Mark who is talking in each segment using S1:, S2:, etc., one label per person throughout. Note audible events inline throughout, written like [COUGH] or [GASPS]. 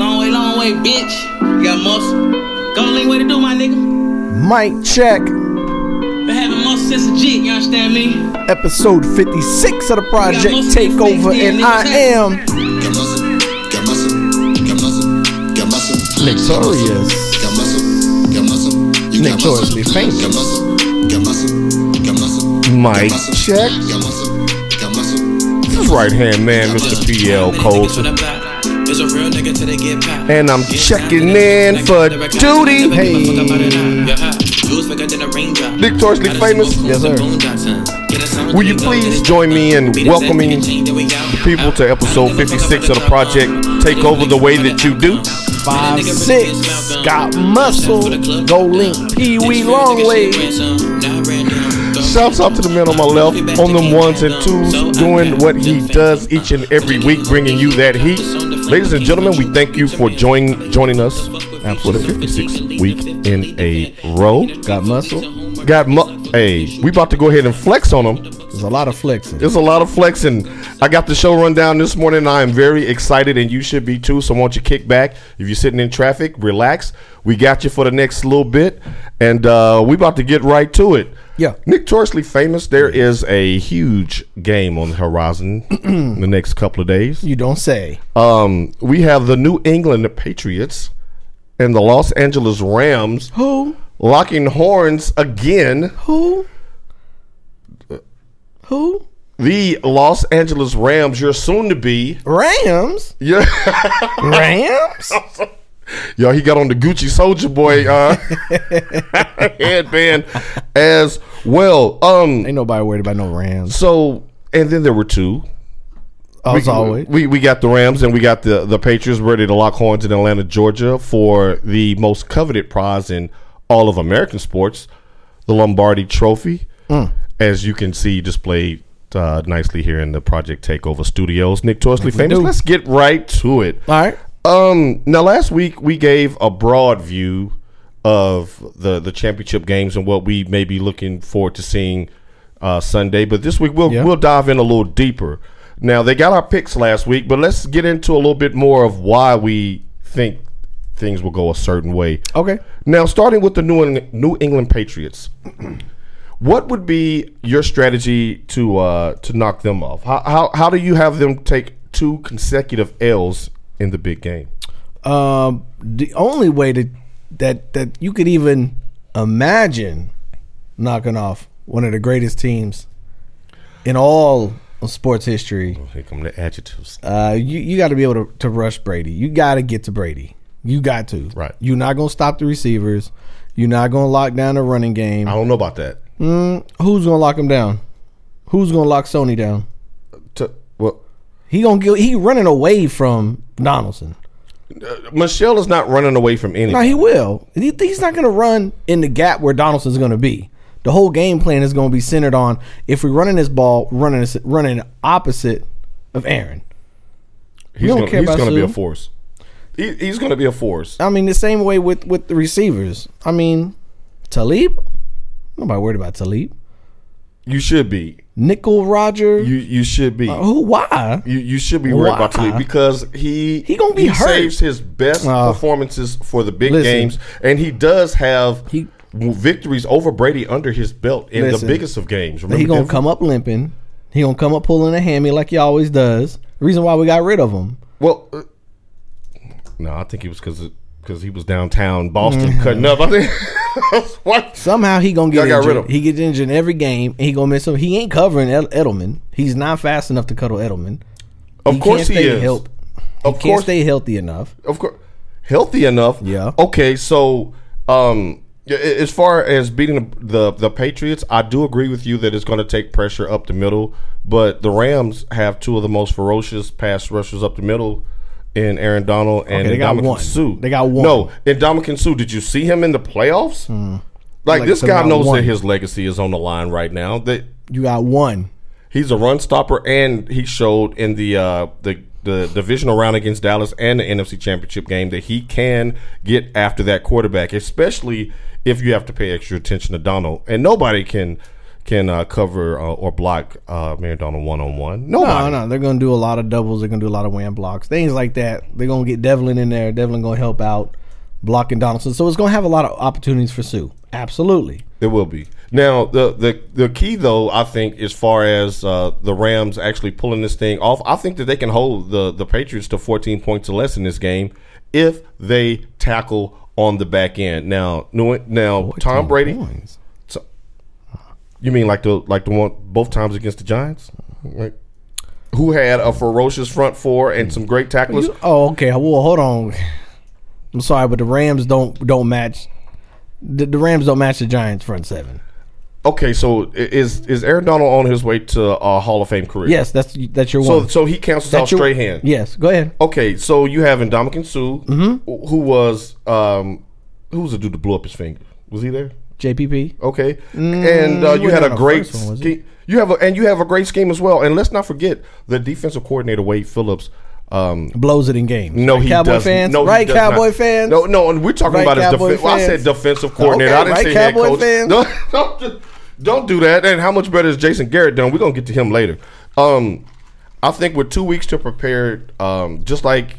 S1: way, bitch. You got muscle. Go only way to do, my nigga.
S2: Mic check,
S1: But having muscle since a jit, you understand me?
S2: episode 56 of the Project
S1: most
S2: Takeover,
S1: 16
S2: and I am
S1: niggas
S3: Got muscle, got muscle, got muscle, got muscle.
S2: victorious.
S3: Got muscle, got muscle, you got muscle.
S2: Notoriously
S3: Got
S2: famous.
S3: muscle, got muscle, got muscle.
S4: Mic
S3: Got muscle,
S2: check.
S3: Got muscle, got muscle.
S4: This right hand man, Mr. PL Colton.
S1: There's a real nigga till they get popped.
S4: And I'm checking in for duty.
S1: Hey.
S4: Victoriously famous.
S2: Yes, sir.
S4: Will you please join me in welcoming the people to episode 56 of the project Take Over the Way That You Do?
S2: 5 6, Scott Muscle, Go Link, Pee Wee Longway.
S4: Shouts out to the man on my left, on them ones and twos, doing what he does each and every week, bringing you that heat. Ladies and gentlemen, we thank you for join, joining us for the 56th week in a row.
S2: Got muscle.
S4: Got mu- hey, we about to go ahead and flex on them.
S2: There's a lot of flexing.
S4: It's a lot of flexing. I got the show run down this morning. I am very excited, and you should be too. So, won't you kick back? If you're sitting in traffic, relax. We got you for the next little bit, and uh, we about to get right to it.
S2: Yeah.
S4: Notoriously famous. There is a huge game on the horizon [CLEARS THROAT] in the next couple of days.
S2: You don't say.
S4: Um, we have the New England Patriots and the Los Angeles Rams [GASPS]
S2: Who?
S4: locking horns again.
S2: Who?
S4: Uh,
S2: Who?
S4: The Los Angeles Rams, you're soon to be.
S2: Rams?
S4: Yeah. [LAUGHS]
S2: Rams?
S4: Yo, he got on the Gucci Soldier
S2: [LAUGHS]
S4: Boy uh, headband as well. Um,
S2: Ain't nobody worried about no Rams.
S4: so and then there were two.
S2: Oh, As always.
S4: We we got the Rams and we got the the Patriots ready to lock horns in Atlanta, Georgia, for the most coveted prize in all of American sports, the Lombardi Trophy,
S2: Mm.
S4: as you can see displayed. Uh, nicely here in the Project Takeover Studios, Nick Torsley famous.
S2: do.
S4: Let's get right to it.
S2: All right.
S4: Um. Now, last week we gave a broad view of the the championship games and what we may be looking forward to seeing uh, Sunday. But this week we'll
S2: Yeah.
S4: we'll dive in a little deeper. Now they got our picks last week, but let's get into a little bit more of why we think things will go a certain way.
S2: Okay.
S4: Now, starting with the New Eng- New England Patriots, [CLEARS THROAT] what would be your strategy to uh, to knock them off? How, how how do you have them take two consecutive L's in the big game?
S2: um, the only way to that that you could even imagine knocking off one of the greatest teams in all of sports history,
S4: Here come the adjectives.
S2: uh, you you got to be able to, to rush Brady. You got to get to Brady. You got to.
S4: Right.
S2: You're not gonna stop the receivers. You're not gonna lock down the running game.
S4: I don't know about that.
S2: Mm, who's gonna lock him down? Who's gonna lock Sony down?
S4: T- well,
S2: He gonna get, he running away from Donaldson.
S4: Michelle is not running away from
S2: No,
S4: anything.
S2: he will. He- he's not going to run in the gap where Donaldson's going to be. The whole game plan is going to be centered on if we're running this ball, running this, running opposite of Aaron.
S4: He's
S2: don't
S4: gonna,
S2: care
S4: he's
S2: about
S4: gonna be a
S2: Sue.
S4: force. He, he's going to be a force.
S2: I mean, the same way with with the receivers. I mean, Talib. Nobody worried about Talib.
S4: You should be.
S2: Nickel Roger.
S4: You you should be.
S2: Who? Why?
S4: You you should be worried about
S2: Why?
S4: Talib because he
S2: Oh, He gonna be hurt.
S4: saves his best
S2: Oh.
S4: performances for the big
S2: Listen.
S4: games, and he does have
S2: He-
S4: victories over Brady under his belt in
S2: Listen.
S4: the biggest of games. Remember
S2: He gonna
S4: Denver?
S2: come up limping. He gonna come up pulling a hammy like he always does. Reason why we got rid of him.
S4: Well, uh, no, I think he was because because he was downtown Boston
S2: Mm-hmm.
S4: cutting up. I think [LAUGHS] what?
S2: Somehow he gonna get
S4: Y'all got
S2: injured.
S4: rid of him.
S2: He gets injured in every game, and he gonna miss him. He ain't covering Ed- Edelman. He's not fast enough to cuddle Edelman.
S4: Of course he
S2: stay
S4: is.
S2: Help.
S4: Of
S2: Can't
S4: course,
S2: stay healthy enough.
S4: of course, healthy enough.
S2: Yeah.
S4: Okay, so um, a- a- as far as beating the the, the Patriots, I do agree with you that it's going to take pressure up the middle. But the Rams have two of the most ferocious pass rushers up the middle. In Aaron Donald and
S2: Okay, they got
S4: Ndamukong
S2: one.
S4: Suh.
S2: They got one. Hmm.
S4: No, Ndamukong Suh. Did you see him in the playoffs? Like,
S2: Like,
S4: this
S2: so
S4: guy
S2: not
S4: knows
S2: one.
S4: that his legacy is on the line right now. That
S2: You got one.
S4: he's a run stopper, and he showed in the uh, the the divisional round against Dallas and the NFC Championship game that he can get after that quarterback, especially if you have to pay extra attention to Donald, and nobody can. can uh, cover uh, or block uh, Maradona one on one.
S2: No,
S4: Nobody.
S2: no, they're gonna do a lot of doubles. They're gonna do a lot of wham blocks, things like that. They're gonna get Devlin in there. Devlin gonna help out blocking Donaldson, so it's gonna have a lot of opportunities for Sue. Absolutely.
S4: It will be. Now the the the key though I think as far as uh, the Rams actually pulling this thing off, I think that they can hold the the Patriots to 14 points or less in this game if they tackle on the back end. Now, New- now Tom Brady.
S2: points.
S4: So- you mean like the like the one both times against the Giants? Like, who had a ferocious front four and some great tacklers?
S2: You- oh, okay. Well, hold on. I'm sorry, but the Rams don't don't match. The, the Rams don't match the Giants front seven.
S4: Okay, so i- is is Aaron Donald on his way to a Hall of Fame career?
S2: Yes, that's that's your
S4: So
S2: one.
S4: so he cancels
S2: That's
S4: out
S2: your-
S4: straight hand.
S2: Yes, go ahead.
S4: Okay, so you have Indomitian Sue,
S2: Mm-hmm.
S4: who was um, who was the dude that blew up his finger? Was he there?
S2: JPP.
S4: Okay, and uh,
S2: Mm, he
S4: you
S2: wasn't on
S4: had a
S2: the
S4: great
S2: first one, was he?
S4: scheme. You have a, and you have a great scheme as well. And let's not forget the defensive coordinator Wade Phillips. Um,
S2: Blows it in games.
S4: no,
S2: Right,
S4: he
S2: Cowboy
S4: doesn't.
S2: fans,
S4: No, he
S2: right?
S4: does not.
S2: Cowboy fans.
S4: No, no, and we're talking
S2: Right,
S4: about his
S2: Cowboy
S4: defense. Well, I said
S2: fans.
S4: defensive coordinator.
S2: Okay,
S4: I didn't
S2: right,
S4: say head
S2: Cowboy
S4: coach.
S2: fans.
S4: No, [LAUGHS] don't, don't do that. And how much better is Jason Garrett done? We're gonna get to him later. Um, I think with two weeks to prepare, um, just like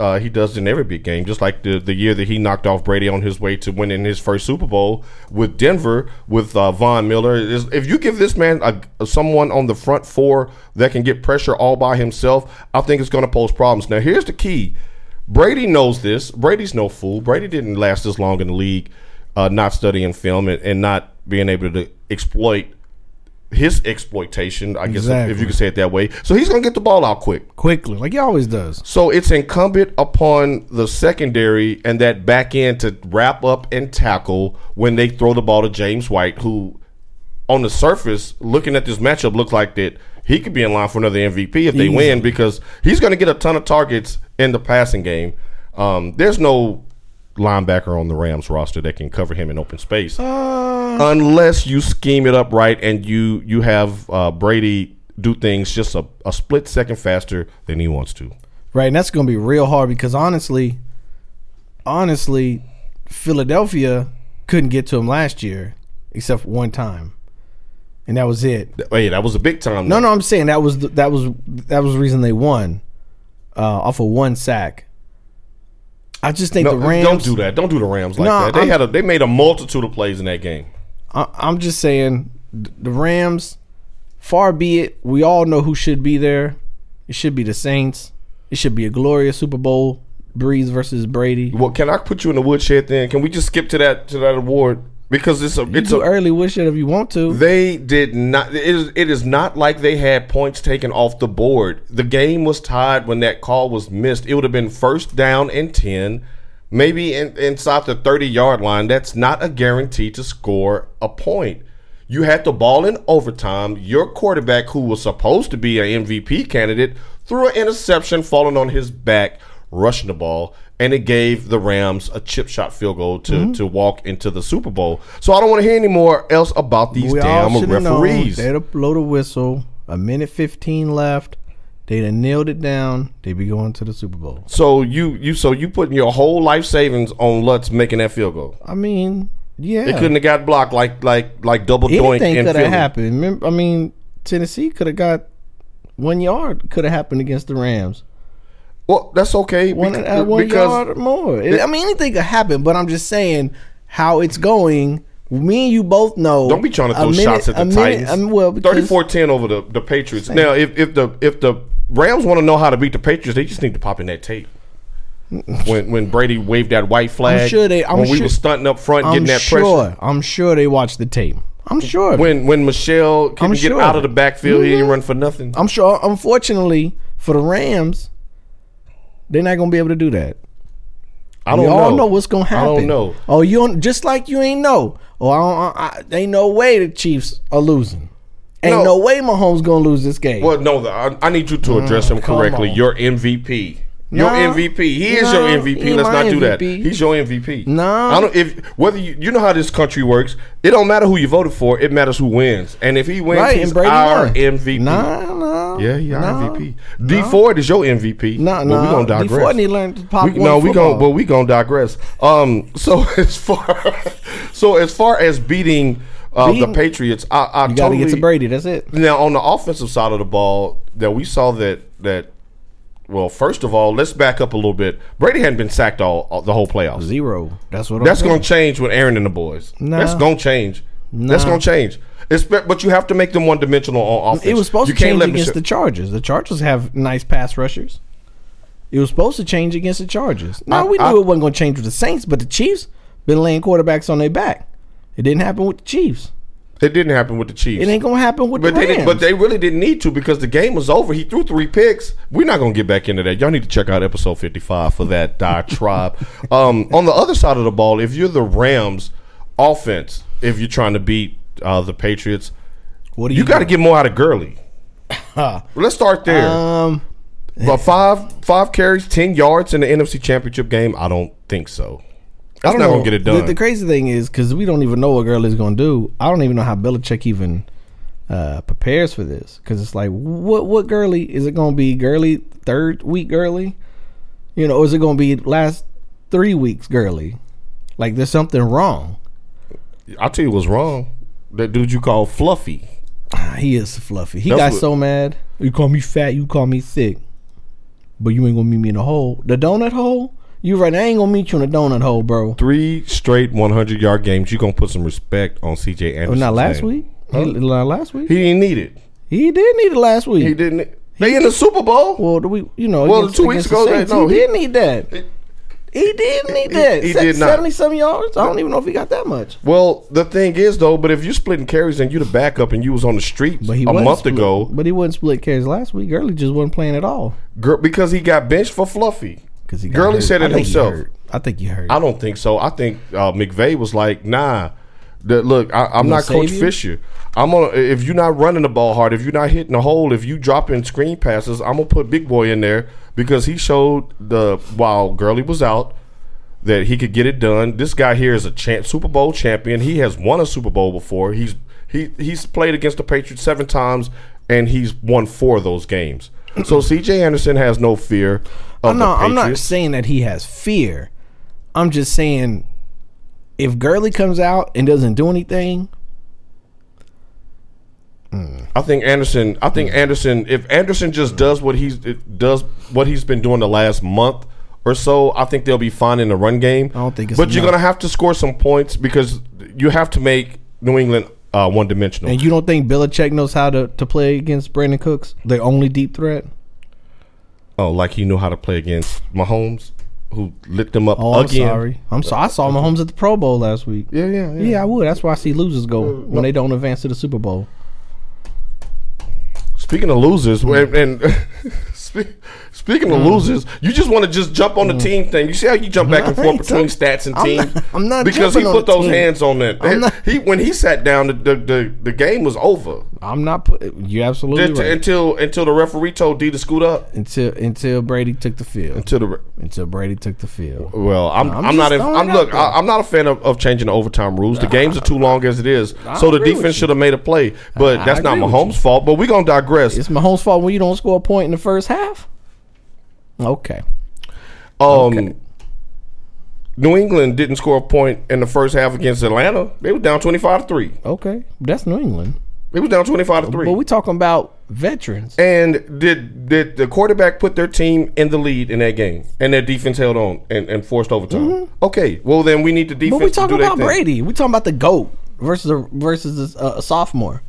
S4: uh, he does in every big game, just like the the year that he knocked off Brady on his way to winning his first Super Bowl with Denver with uh, Von Miller. Is, if you give this man a, someone on the front four that can get pressure all by himself, I think it's going to pose problems. Now, here's the key: Brady knows this. Brady's no fool. Brady didn't last this long in the league, uh, not studying film and, and not being able to exploit his exploitation. I guess if- if
S2: Exactly.
S4: you could say it that way. So he's going to get the ball out quick.
S2: Quickly, like he always does.
S4: So it's incumbent upon the secondary and that back end to wrap up and tackle when they throw the ball to James White, who, on the surface, looking at this matchup, looks like that he could be in line for another MVP if they win because he's going to get a ton of targets in the passing game. Um, there's no linebacker on the Rams roster that can cover him in open space unless you scheme it up right and you you have uh, Brady do things just a, a split second faster than he wants to.
S2: Right, and that's going to be real hard because honestly, honestly, Philadelphia couldn't get to him last year except for one time, and that was it.
S4: Hey, that was a big time.
S2: No, no, I'm saying that was the, that was that was the reason they won uh, off of one sack. I just think
S4: no,
S2: the Rams
S4: don't do that. Don't do the Rams like
S2: No,
S4: that. They
S2: I'm-
S4: had a, they made a multitude of plays in that game.
S2: I, I'm just saying th- the Rams. Far be it, we all know who should be there. It should be the Saints. It should be a glorious Super Bowl. Breeze versus Brady.
S4: Well, can I put you in the woodshed then? Can we just skip to that to that award because it's a it's
S2: It's an
S4: a
S2: early wish it if you want to.
S4: They did not. It is, it is not like they had points taken off the board. The game was tied when that call was missed. It would have been first down and 10, maybe in, inside the 30 yard line. That's not a guarantee to score a point. You had the ball in overtime. Your quarterback, who was supposed to be an MVP candidate, threw an interception falling on his back, rushing the ball, and it gave the Rams a chip shot field goal to, to walk into the Super Bowl. So I don't want to hear any more else about these
S2: we all
S4: damn
S2: should have known.
S4: referees.
S2: They'd have blow the whistle. A minute fifteen left. They'd have nailed it down. They'd be going to the Super Bowl.
S4: So you you so you putting your whole life savings on Lutz making that field goal.
S2: I mean, yeah,
S4: It couldn't have got blocked like like like double doink
S2: anything
S4: and
S2: could have
S4: Philly.
S2: happened. Mem- I mean, Tennessee could have got one yard. Could have happened against the Rams.
S4: Well, that's okay
S2: One,
S4: bec-
S2: uh, one
S4: because
S2: yard more. I mean, anything could happen. But I'm just saying how it's going. Me and you both know.
S4: Don't be trying to
S2: a
S4: throw
S2: minute-
S4: shots at the
S2: a minute-
S4: Titans.
S2: I mean, well, because-
S4: 34-10 over the, the Patriots. Now, if, if the if the Rams want to know how to beat the Patriots, they just need to pop in that tape. when when Brady waved that white flag,
S2: sure they- I'm
S4: when we
S2: sure-
S4: were stunting up front,
S2: I'm
S4: getting that
S2: sure.
S4: pressure.
S2: I'm sure they watched the tape. I'm sure.
S4: When when Michelle couldn't
S2: I'm
S4: get
S2: sure. Mm-hmm.
S4: out of the backfield, he didn't run for nothing.
S2: I'm sure. Unfortunately for the Rams, they're not gonna be able to do that.
S4: I
S2: We
S4: don't
S2: all
S4: know.
S2: know. what's gonna
S4: I
S2: happen.
S4: don't know.
S2: Oh, you don't, just like you ain't know. Oh, I don't, I, I- ain't no way the Chiefs are losing. Ain't
S4: No.
S2: no, way Mahomes gonna lose this game.
S4: Well, no, the- I, I need you to address him
S2: Mm, come
S4: correctly.
S2: on.
S4: Your MVP. Your
S2: No.
S4: MVP. He is
S2: No,
S4: your MVP.
S2: he
S4: Let's
S2: my
S4: not do that.
S2: MVP.
S4: He's your MVP.
S2: No.
S4: I don't if whether you you know how this country works. It don't matter who you voted for. It matters who wins. And if he wins,
S2: right?
S4: he's
S2: And Brady
S4: our
S2: won.
S4: MVP.
S2: Nah, nah.
S4: Yeah, he our
S2: nah.
S4: MVP. D Ford is your MVP.
S2: Nah,
S4: but
S2: nah.
S4: We gonna digress.
S2: D Ford need to learn to pop
S4: We,
S2: one
S4: no, we
S2: football.
S4: gonna but [LAUGHS] we gonna digress. Um, so as far so as far as beating uh, the
S2: Beating-
S4: Patriots. I, I
S2: You got to get to
S4: totally-
S2: Brady. That's it.
S4: Now on the offensive side of the ball, that we saw that that well, first of all, let's back up a little bit. Brady hadn't been sacked all, all- the whole playoffs.
S2: Zero. That's what.
S4: That's
S2: I'm
S4: going to change with Aaron and the boys.
S2: Nah.
S4: That's going to change. That's
S2: Nah.
S4: going to change. It's, but you have to make them one dimensional on offense.
S2: It was supposed
S4: you
S2: to change
S4: me
S2: against
S4: sit-
S2: the Chargers. The Chargers have nice pass rushers. It was supposed to change against the Chargers. Now
S4: I-
S2: we knew
S4: I-
S2: it wasn't going to change with the Saints, but the Chiefs been laying quarterbacks on their back. It didn't happen with the Chiefs.
S4: It didn't happen with the Chiefs.
S2: It ain't going to happen with
S4: but
S2: the
S4: they
S2: Rams.
S4: didn't, but they really didn't need to because the game was over. He threw three picks. We're not going to get back into that. Y'all need to check out episode fifty five for that [LAUGHS] diatribe. Um, on the other side of the ball, if you're the Rams offense, if you're trying to beat uh, the Patriots,
S2: what do
S4: you got to get more out of Gurley.
S2: [LAUGHS]
S4: Let's start there.
S2: um.
S4: But five five carries, ten yards in the NFC Championship game. I don't think so. That's
S2: I
S4: not
S2: don't
S4: gonna
S2: know.
S4: get it
S2: The-
S4: done.
S2: The, crazy thing is because we don't even know what Gurley's going to do. I don't even know how Belichick even uh, prepares for this because it's like, what what Gurley is it going to be? Gurley third week Gurley, you know, or is it going to be last three weeks Gurley? Like there's something wrong. [SIGHS]
S4: I'll tell you what's wrong. That dude you call Fluffy.
S2: Ah, He is fluffy. He
S4: That's
S2: got
S4: what-
S2: so mad. You call me fat. You call me sick. But you ain't gonna meet me in the hole, the donut hole. You right? I ain't gonna meet you in the donut hole, bro.
S4: Three straight 100 yard games. You gonna put some respect on CJ
S2: Oh,
S4: Anderson?
S2: not last week. He- not last week.
S4: He didn't need it.
S2: He did need it last week.
S4: He didn't. They in the Super Bowl.
S2: Well, do we, you know,
S4: Well, two weeks
S2: the
S4: ago,
S2: Saints,
S4: no,
S2: he,
S4: he-
S2: did need that. He did need
S4: he-
S2: that.
S4: he
S2: Se-
S4: did not.
S2: Seventy-some yards. I don't even know if he got that much.
S4: Well, the thing is though, but if you splitting carries and you the backup and you was on the street
S2: But he
S4: a
S2: wasn't
S4: month
S2: split-
S4: ago,
S2: But he wasn't split carries last week. Gurley just wasn't playing at all
S4: gir- because he got benched for Fluffy.
S2: because he got
S4: Gurley
S2: hurt.
S4: said
S2: I
S4: it
S2: think he
S4: himself.
S2: hurt. I think you heard.
S4: I don't think so. I think uh, McVay was like, nah. That, look, I, I'm
S2: Gonna
S4: not Coach
S2: save you?
S4: Fisher. I'm gonna if you're not running the ball hard, if you're not hitting the hole, if you dropping screen passes, I'm gonna put Big Boy in there because he showed the while Gurley was out that he could get it done. This guy here is a champ, Super Bowl champion. He has won a Super Bowl before. He's he he's played against the Patriots seven times and he's won four of those games. So C.J. Anderson has no fear of
S2: no,
S4: the
S2: I'm
S4: Patriots.
S2: not saying that he has fear. I'm just saying if Gurley comes out and doesn't do anything,
S4: I think Anderson. I think
S2: Mm.
S4: Anderson. If Anderson just does what he's it does what he's been doing the last month or so, I think they'll be fine in the run game.
S2: I don't think it's
S4: but you're
S2: enough.
S4: gonna have to score some points because you have to make New England uh, one dimensional.
S2: and you don't think Belichick knows how to, to play against Brandon Cooks, the only deep threat.
S4: oh, like he knew how to play against Mahomes, who lit them up
S2: Oh, I'm
S4: again.
S2: sorry. I'm sorry. I saw Mahomes at the Pro Bowl last week.
S4: Yeah, yeah, Mm, yeah.
S2: Yeah, I would. That's why I see losers go when they don't advance to the Super Bowl.
S4: Speaking of losers, and, and [LAUGHS] spe- speaking
S2: Uh-huh.
S4: of losers, you just want to just jump on the team thing. You see how you jump back and
S2: I
S4: forth
S2: ain't
S4: between
S2: jump-
S4: stats and
S2: I'm
S4: team.
S2: not- I'm not
S4: because he
S2: jumping on
S4: put
S2: the
S4: those
S2: team.
S4: hands on that.
S2: I'm not-
S4: he when he sat down, the the, the, the game was over
S2: I'm not put. You absolutely
S4: Until-
S2: right.
S4: until until the referee told D to scoot up.
S2: Until until Brady took the field.
S4: Until the re-
S2: Until Brady took the field.
S4: well, I'm I'm,
S2: I'm
S4: not
S2: just
S4: in,
S2: throwing
S4: I'm
S2: it
S4: look
S2: out there.
S4: I, I'm not a fan of, of changing the overtime rules. The games are too long as it is, so the
S2: agree with
S4: defense
S2: you.
S4: should have made a play. But
S2: I
S4: that's not
S2: agree with
S4: Mahomes' fault. But we're gonna digress.
S2: It's Mahomes' fault when you don't score a point in the first half. Okay.
S4: Um, New England didn't score a point in the first half against Atlanta. They were down 25 to 3.
S2: Okay. That's New England.
S4: They was down 25 to 3.
S2: But we talking about veterans.
S4: and did did the quarterback put their team in the lead in that game? And their defense held on and, and forced overtime. Okay, well then we need the defense
S2: Mm-hmm. But we
S4: to do
S2: talking
S4: their
S2: about
S4: thing.
S2: Brady. We talking about the goat versus a versus a, a sophomore.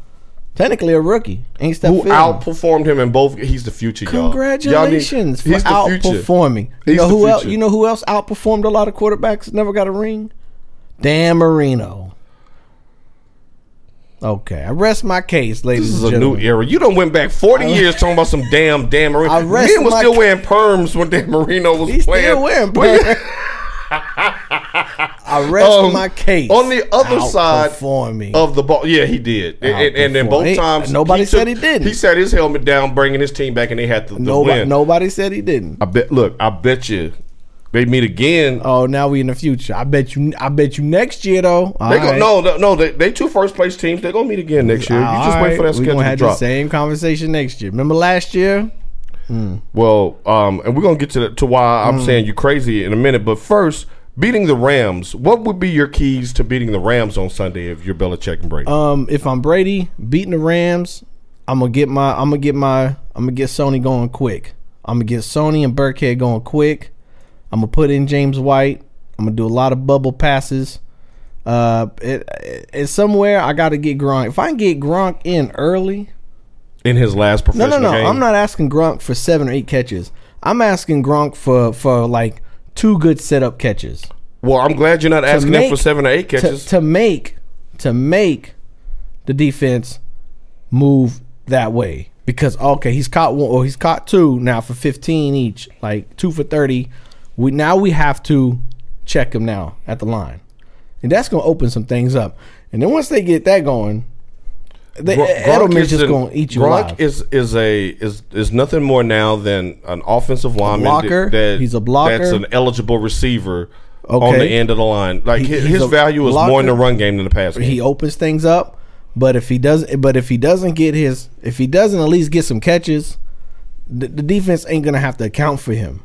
S2: Technically a rookie. Ain't Steph
S4: Who
S2: Field.
S4: outperformed him in both he's the future, y'all. y'all need-
S2: Congratulations for outperforming.
S4: He's
S2: You know
S4: the
S2: who else?
S4: future.
S2: You know who else outperformed a lot of quarterbacks? Never got a ring. Dan Marino. Okay, I rest my case, ladies
S4: This is
S2: and
S4: a new
S2: gentlemen.
S4: era. You done went back 40 years talking about some damn Dan Marino.
S2: I rest
S4: Men was
S2: my
S4: still
S2: ca-
S4: wearing perms when Dan Marino was
S2: He's
S4: playing.
S2: still wearing. Brad.
S4: [LAUGHS]
S2: I rest
S4: Um,
S2: my case.
S4: on the other side
S2: outperforming.
S4: of the ball. Yeah, he did, and, and, and then both
S2: Hey,
S4: times
S2: Oh, nobody said he didn't.
S4: He set his helmet down, bringing his team back, and they had to, to
S2: nobody,
S4: win.
S2: nobody said he didn't.
S4: I bet. Look, I bet you they meet again.
S2: Oh, now we in the future. I bet you. I bet you next year though.
S4: they go, no, no, no. They, they two first place teams. They're gonna meet again next year. you just wait for
S2: We're
S4: that schedule
S2: gonna
S4: to
S2: have the
S4: drop.
S2: same conversation next year. Remember last year? Mm.
S4: Well, um, and we're gonna get to the, to why I'm saying you crazy in a minute, but first. Beating the Rams. What would be your keys to beating the Rams on Sunday if you're Belichick and Brady?
S2: Um, if I'm Brady beating the Rams, I'm gonna get my I'm gonna get my I'm gonna get Sony going quick. I'm gonna get Sony and Burkhead going quick. I'm gonna put in James White. I'm gonna do a lot of bubble passes. Uh, it, it, it's somewhere I got to get Gronk. If I can get Gronk in early,
S4: in his last
S2: no,
S4: professional
S2: no, no.
S4: game?
S2: I'm not asking Gronk for seven or eight catches. I'm asking Gronk for for like two good setup catches
S4: Well, I'm glad you're not asking him
S2: make-
S4: for seven or eight
S2: to,
S4: catches.
S2: to make to make the defense move that way because okay he's caught one or he's caught two now for 15 each like two for 30 we now we have to check him now at the line and that's going to open some things up and then once they get that going they,
S4: Gro-
S2: Edelman's
S4: is
S2: E-, just
S4: an-
S2: going to eat you
S4: Gronk
S2: alive.
S4: is is a is is nothing more now than an offensive lineman
S2: blocker. He's a blocker.
S4: That's an eligible receiver on
S2: Okay.
S4: the end of the line. Like
S2: He-
S4: his,
S2: he's
S4: his
S2: a
S4: value is more in the
S2: blocker.
S4: run game than the pass game.
S2: he opens things up. But if he doesn't, but if he doesn't get his, if he doesn't at least get some catches, the, the defense ain't gonna have to account for him.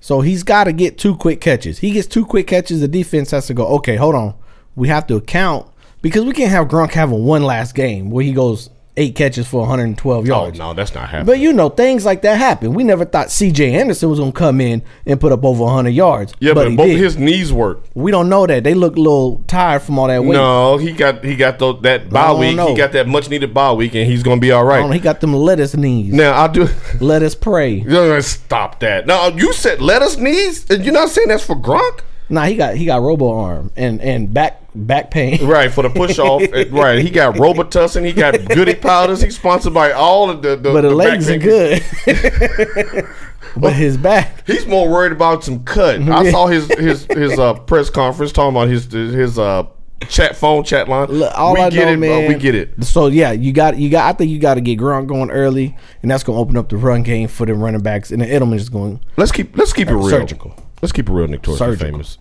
S2: So he's got to get two quick catches. He gets two quick catches. The defense has to go. Okay, hold on. We have to account because we can't have Gronk having one last game where he goes eight catches for 112
S4: oh
S2: yards.
S4: no, that's not happening.
S2: But you know, things like that happen. We never thought C.J. Anderson was gonna come in and put up over 100 yards.
S4: yeah, but,
S2: he
S4: both
S2: did.
S4: his knees work.
S2: we don't know that they look a little tired from all that weight.
S4: No, he got he got tho- that bye
S2: don't
S4: week.
S2: know.
S4: He got that much needed bye week, and he's gonna be all
S2: I don't know,
S4: right.
S2: he got them lettuce knees.
S4: Now I do. [LAUGHS]
S2: Let us pray.
S4: Stop that! Now you said lettuce knees, and you're not saying that's for Gronk.
S2: Nah, he got he got robo arm and and back back pain.
S4: Right for the push off. Uh, right, he got Robitussin. He got Goody powders. He's sponsored by all of the.
S2: [LAUGHS]
S4: the
S2: But the,
S4: the
S2: legs are
S4: vaccine-
S2: good.
S4: [LAUGHS]
S2: but his back.
S4: He's more worried about some cut.
S2: Mm-hmm.
S4: I saw his his his uh, press conference talking about his his uh chat phone chat line.
S2: Look, all
S4: we
S2: I
S4: get
S2: know,
S4: it, bro.
S2: man.
S4: we get it.
S2: So yeah, you got you got. I think you got to get Gronk going early, and that's gonna open up the run game for the running backs. And the Edelman is going.
S4: Let's keep let's keep it real.
S2: Surgical.
S4: Let's keep it real, Nick Torres. you're
S2: Surgical.
S4: famous.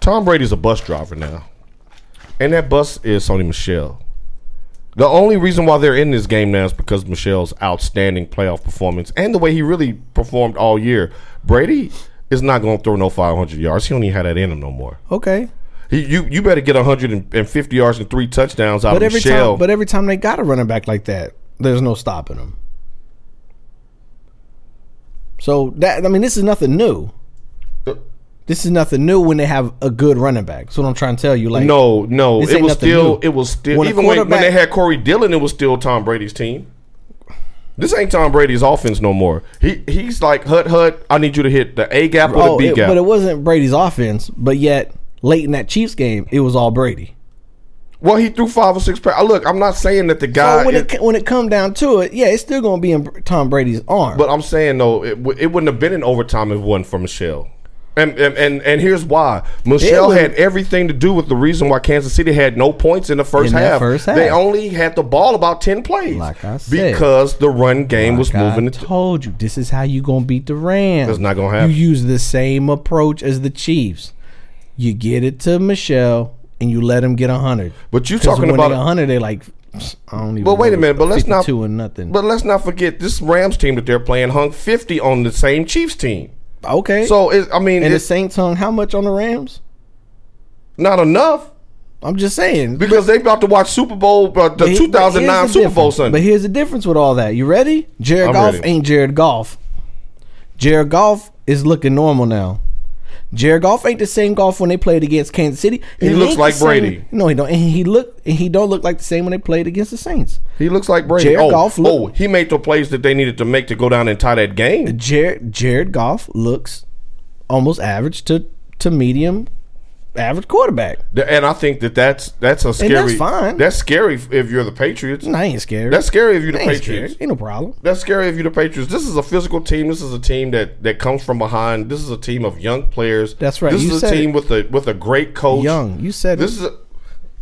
S4: Tom Brady's a bus driver now, and that bus is Sony Michelle. The only reason why they're in this game now is because Michelle's outstanding playoff performance and the way he really performed all year. Brady is not going to throw no 500 yards. He don't even have that in him no more.
S2: Okay,
S4: He, you you better get 150 yards and three touchdowns out
S2: but
S4: of
S2: every
S4: Michelle.
S2: time, but every time they got a running back like that, there's no stopping him. So that I mean, this is nothing new. This is nothing new when they have a good running back. That's what I'm trying to tell you. Like
S4: no, no,
S2: This
S4: it
S2: ain't
S4: was
S2: nothing
S4: still
S2: new.
S4: it was still
S2: When a
S4: even when, when they
S2: quarterback-
S4: had Corey Dillon, it was still Tom Brady's team. This ain't Tom Brady's offense no more. He he's like hut hut. I need you to hit the A gap or
S2: oh,
S4: the B
S2: it-
S4: gap.
S2: but it wasn't Brady's offense. But yet, late in that Chiefs game, it was all Brady.
S4: well, he threw five or six. Pa- look, I'm not saying that the guy.
S2: So when
S4: is-
S2: it, when it come down to it, yeah, it's still going to be in Br- Tom Brady's arm.
S4: But I'm saying though, it, w- it wouldn't have been in overtime if it wasn't for Michelle. And and and, and here's why Michelle
S2: was-
S4: had everything to do with the reason why Kansas City had no points in the first,
S2: In that
S4: half.
S2: first
S4: They
S2: half.
S4: only had the ball about ten plays,
S2: Like I said.
S4: because the run game was
S2: God
S4: moving. it-
S2: told you this is how you gonna beat the Rams.
S4: That's not gonna happen.
S2: You use the same approach as the Chiefs. You get it to Michelle and you let him get hundred.
S4: But you talking about
S2: a hundred? They like "Psst, I don't even.
S4: But wait a minute, but let's not-
S2: two and nothing.
S4: But let's not forget this Rams team that they're playing hung fifty on the same Chiefs team.
S2: okay.
S4: So it, I mean,
S2: and the
S4: it's
S2: Saints hung how much on the Rams?
S4: not enough
S2: I'm just saying.
S4: because they about to watch Super Bowl uh,
S2: But
S4: the
S2: he-
S4: two thousand
S2: but
S4: nine
S2: here's the
S4: Super Bowl
S2: difference. But
S4: Sunday.
S2: here's the difference with all that. You ready? Jared
S4: I'm
S2: Goff
S4: ready.
S2: ain't Jared Goff. Jared Goff is looking normal now. Jared Goff ain't the same golf when they played against Kansas City.
S4: He
S2: And
S4: looks
S2: ain't the
S4: like
S2: same-
S4: Brady.
S2: No, he don't. And he look. And he don't look like the same when they played against the Saints.
S4: He looks like Brady.
S2: Jared
S4: oh,
S2: Goff look-
S4: oh, he made the plays that they needed to make to go down and tie that game.
S2: Jared Jared Goff looks almost average to to medium average quarterback.
S4: Th- And I think that that's that's a scary.
S2: fine.
S4: That's scary f- if you're the Patriots.
S2: And I ain't scared.
S4: That's scary if you're the
S2: I ain't
S4: Patriots.
S2: scared. Ain't no problem.
S4: That's scary if you're the Patriots. This is a physical team. This is a team that that comes from behind. This is a team of young players.
S2: That's right.
S4: This
S2: You
S4: is a
S2: said
S4: team
S2: it.
S4: with a with a great coach.
S2: Young. You said
S4: This
S2: it.
S4: is. A,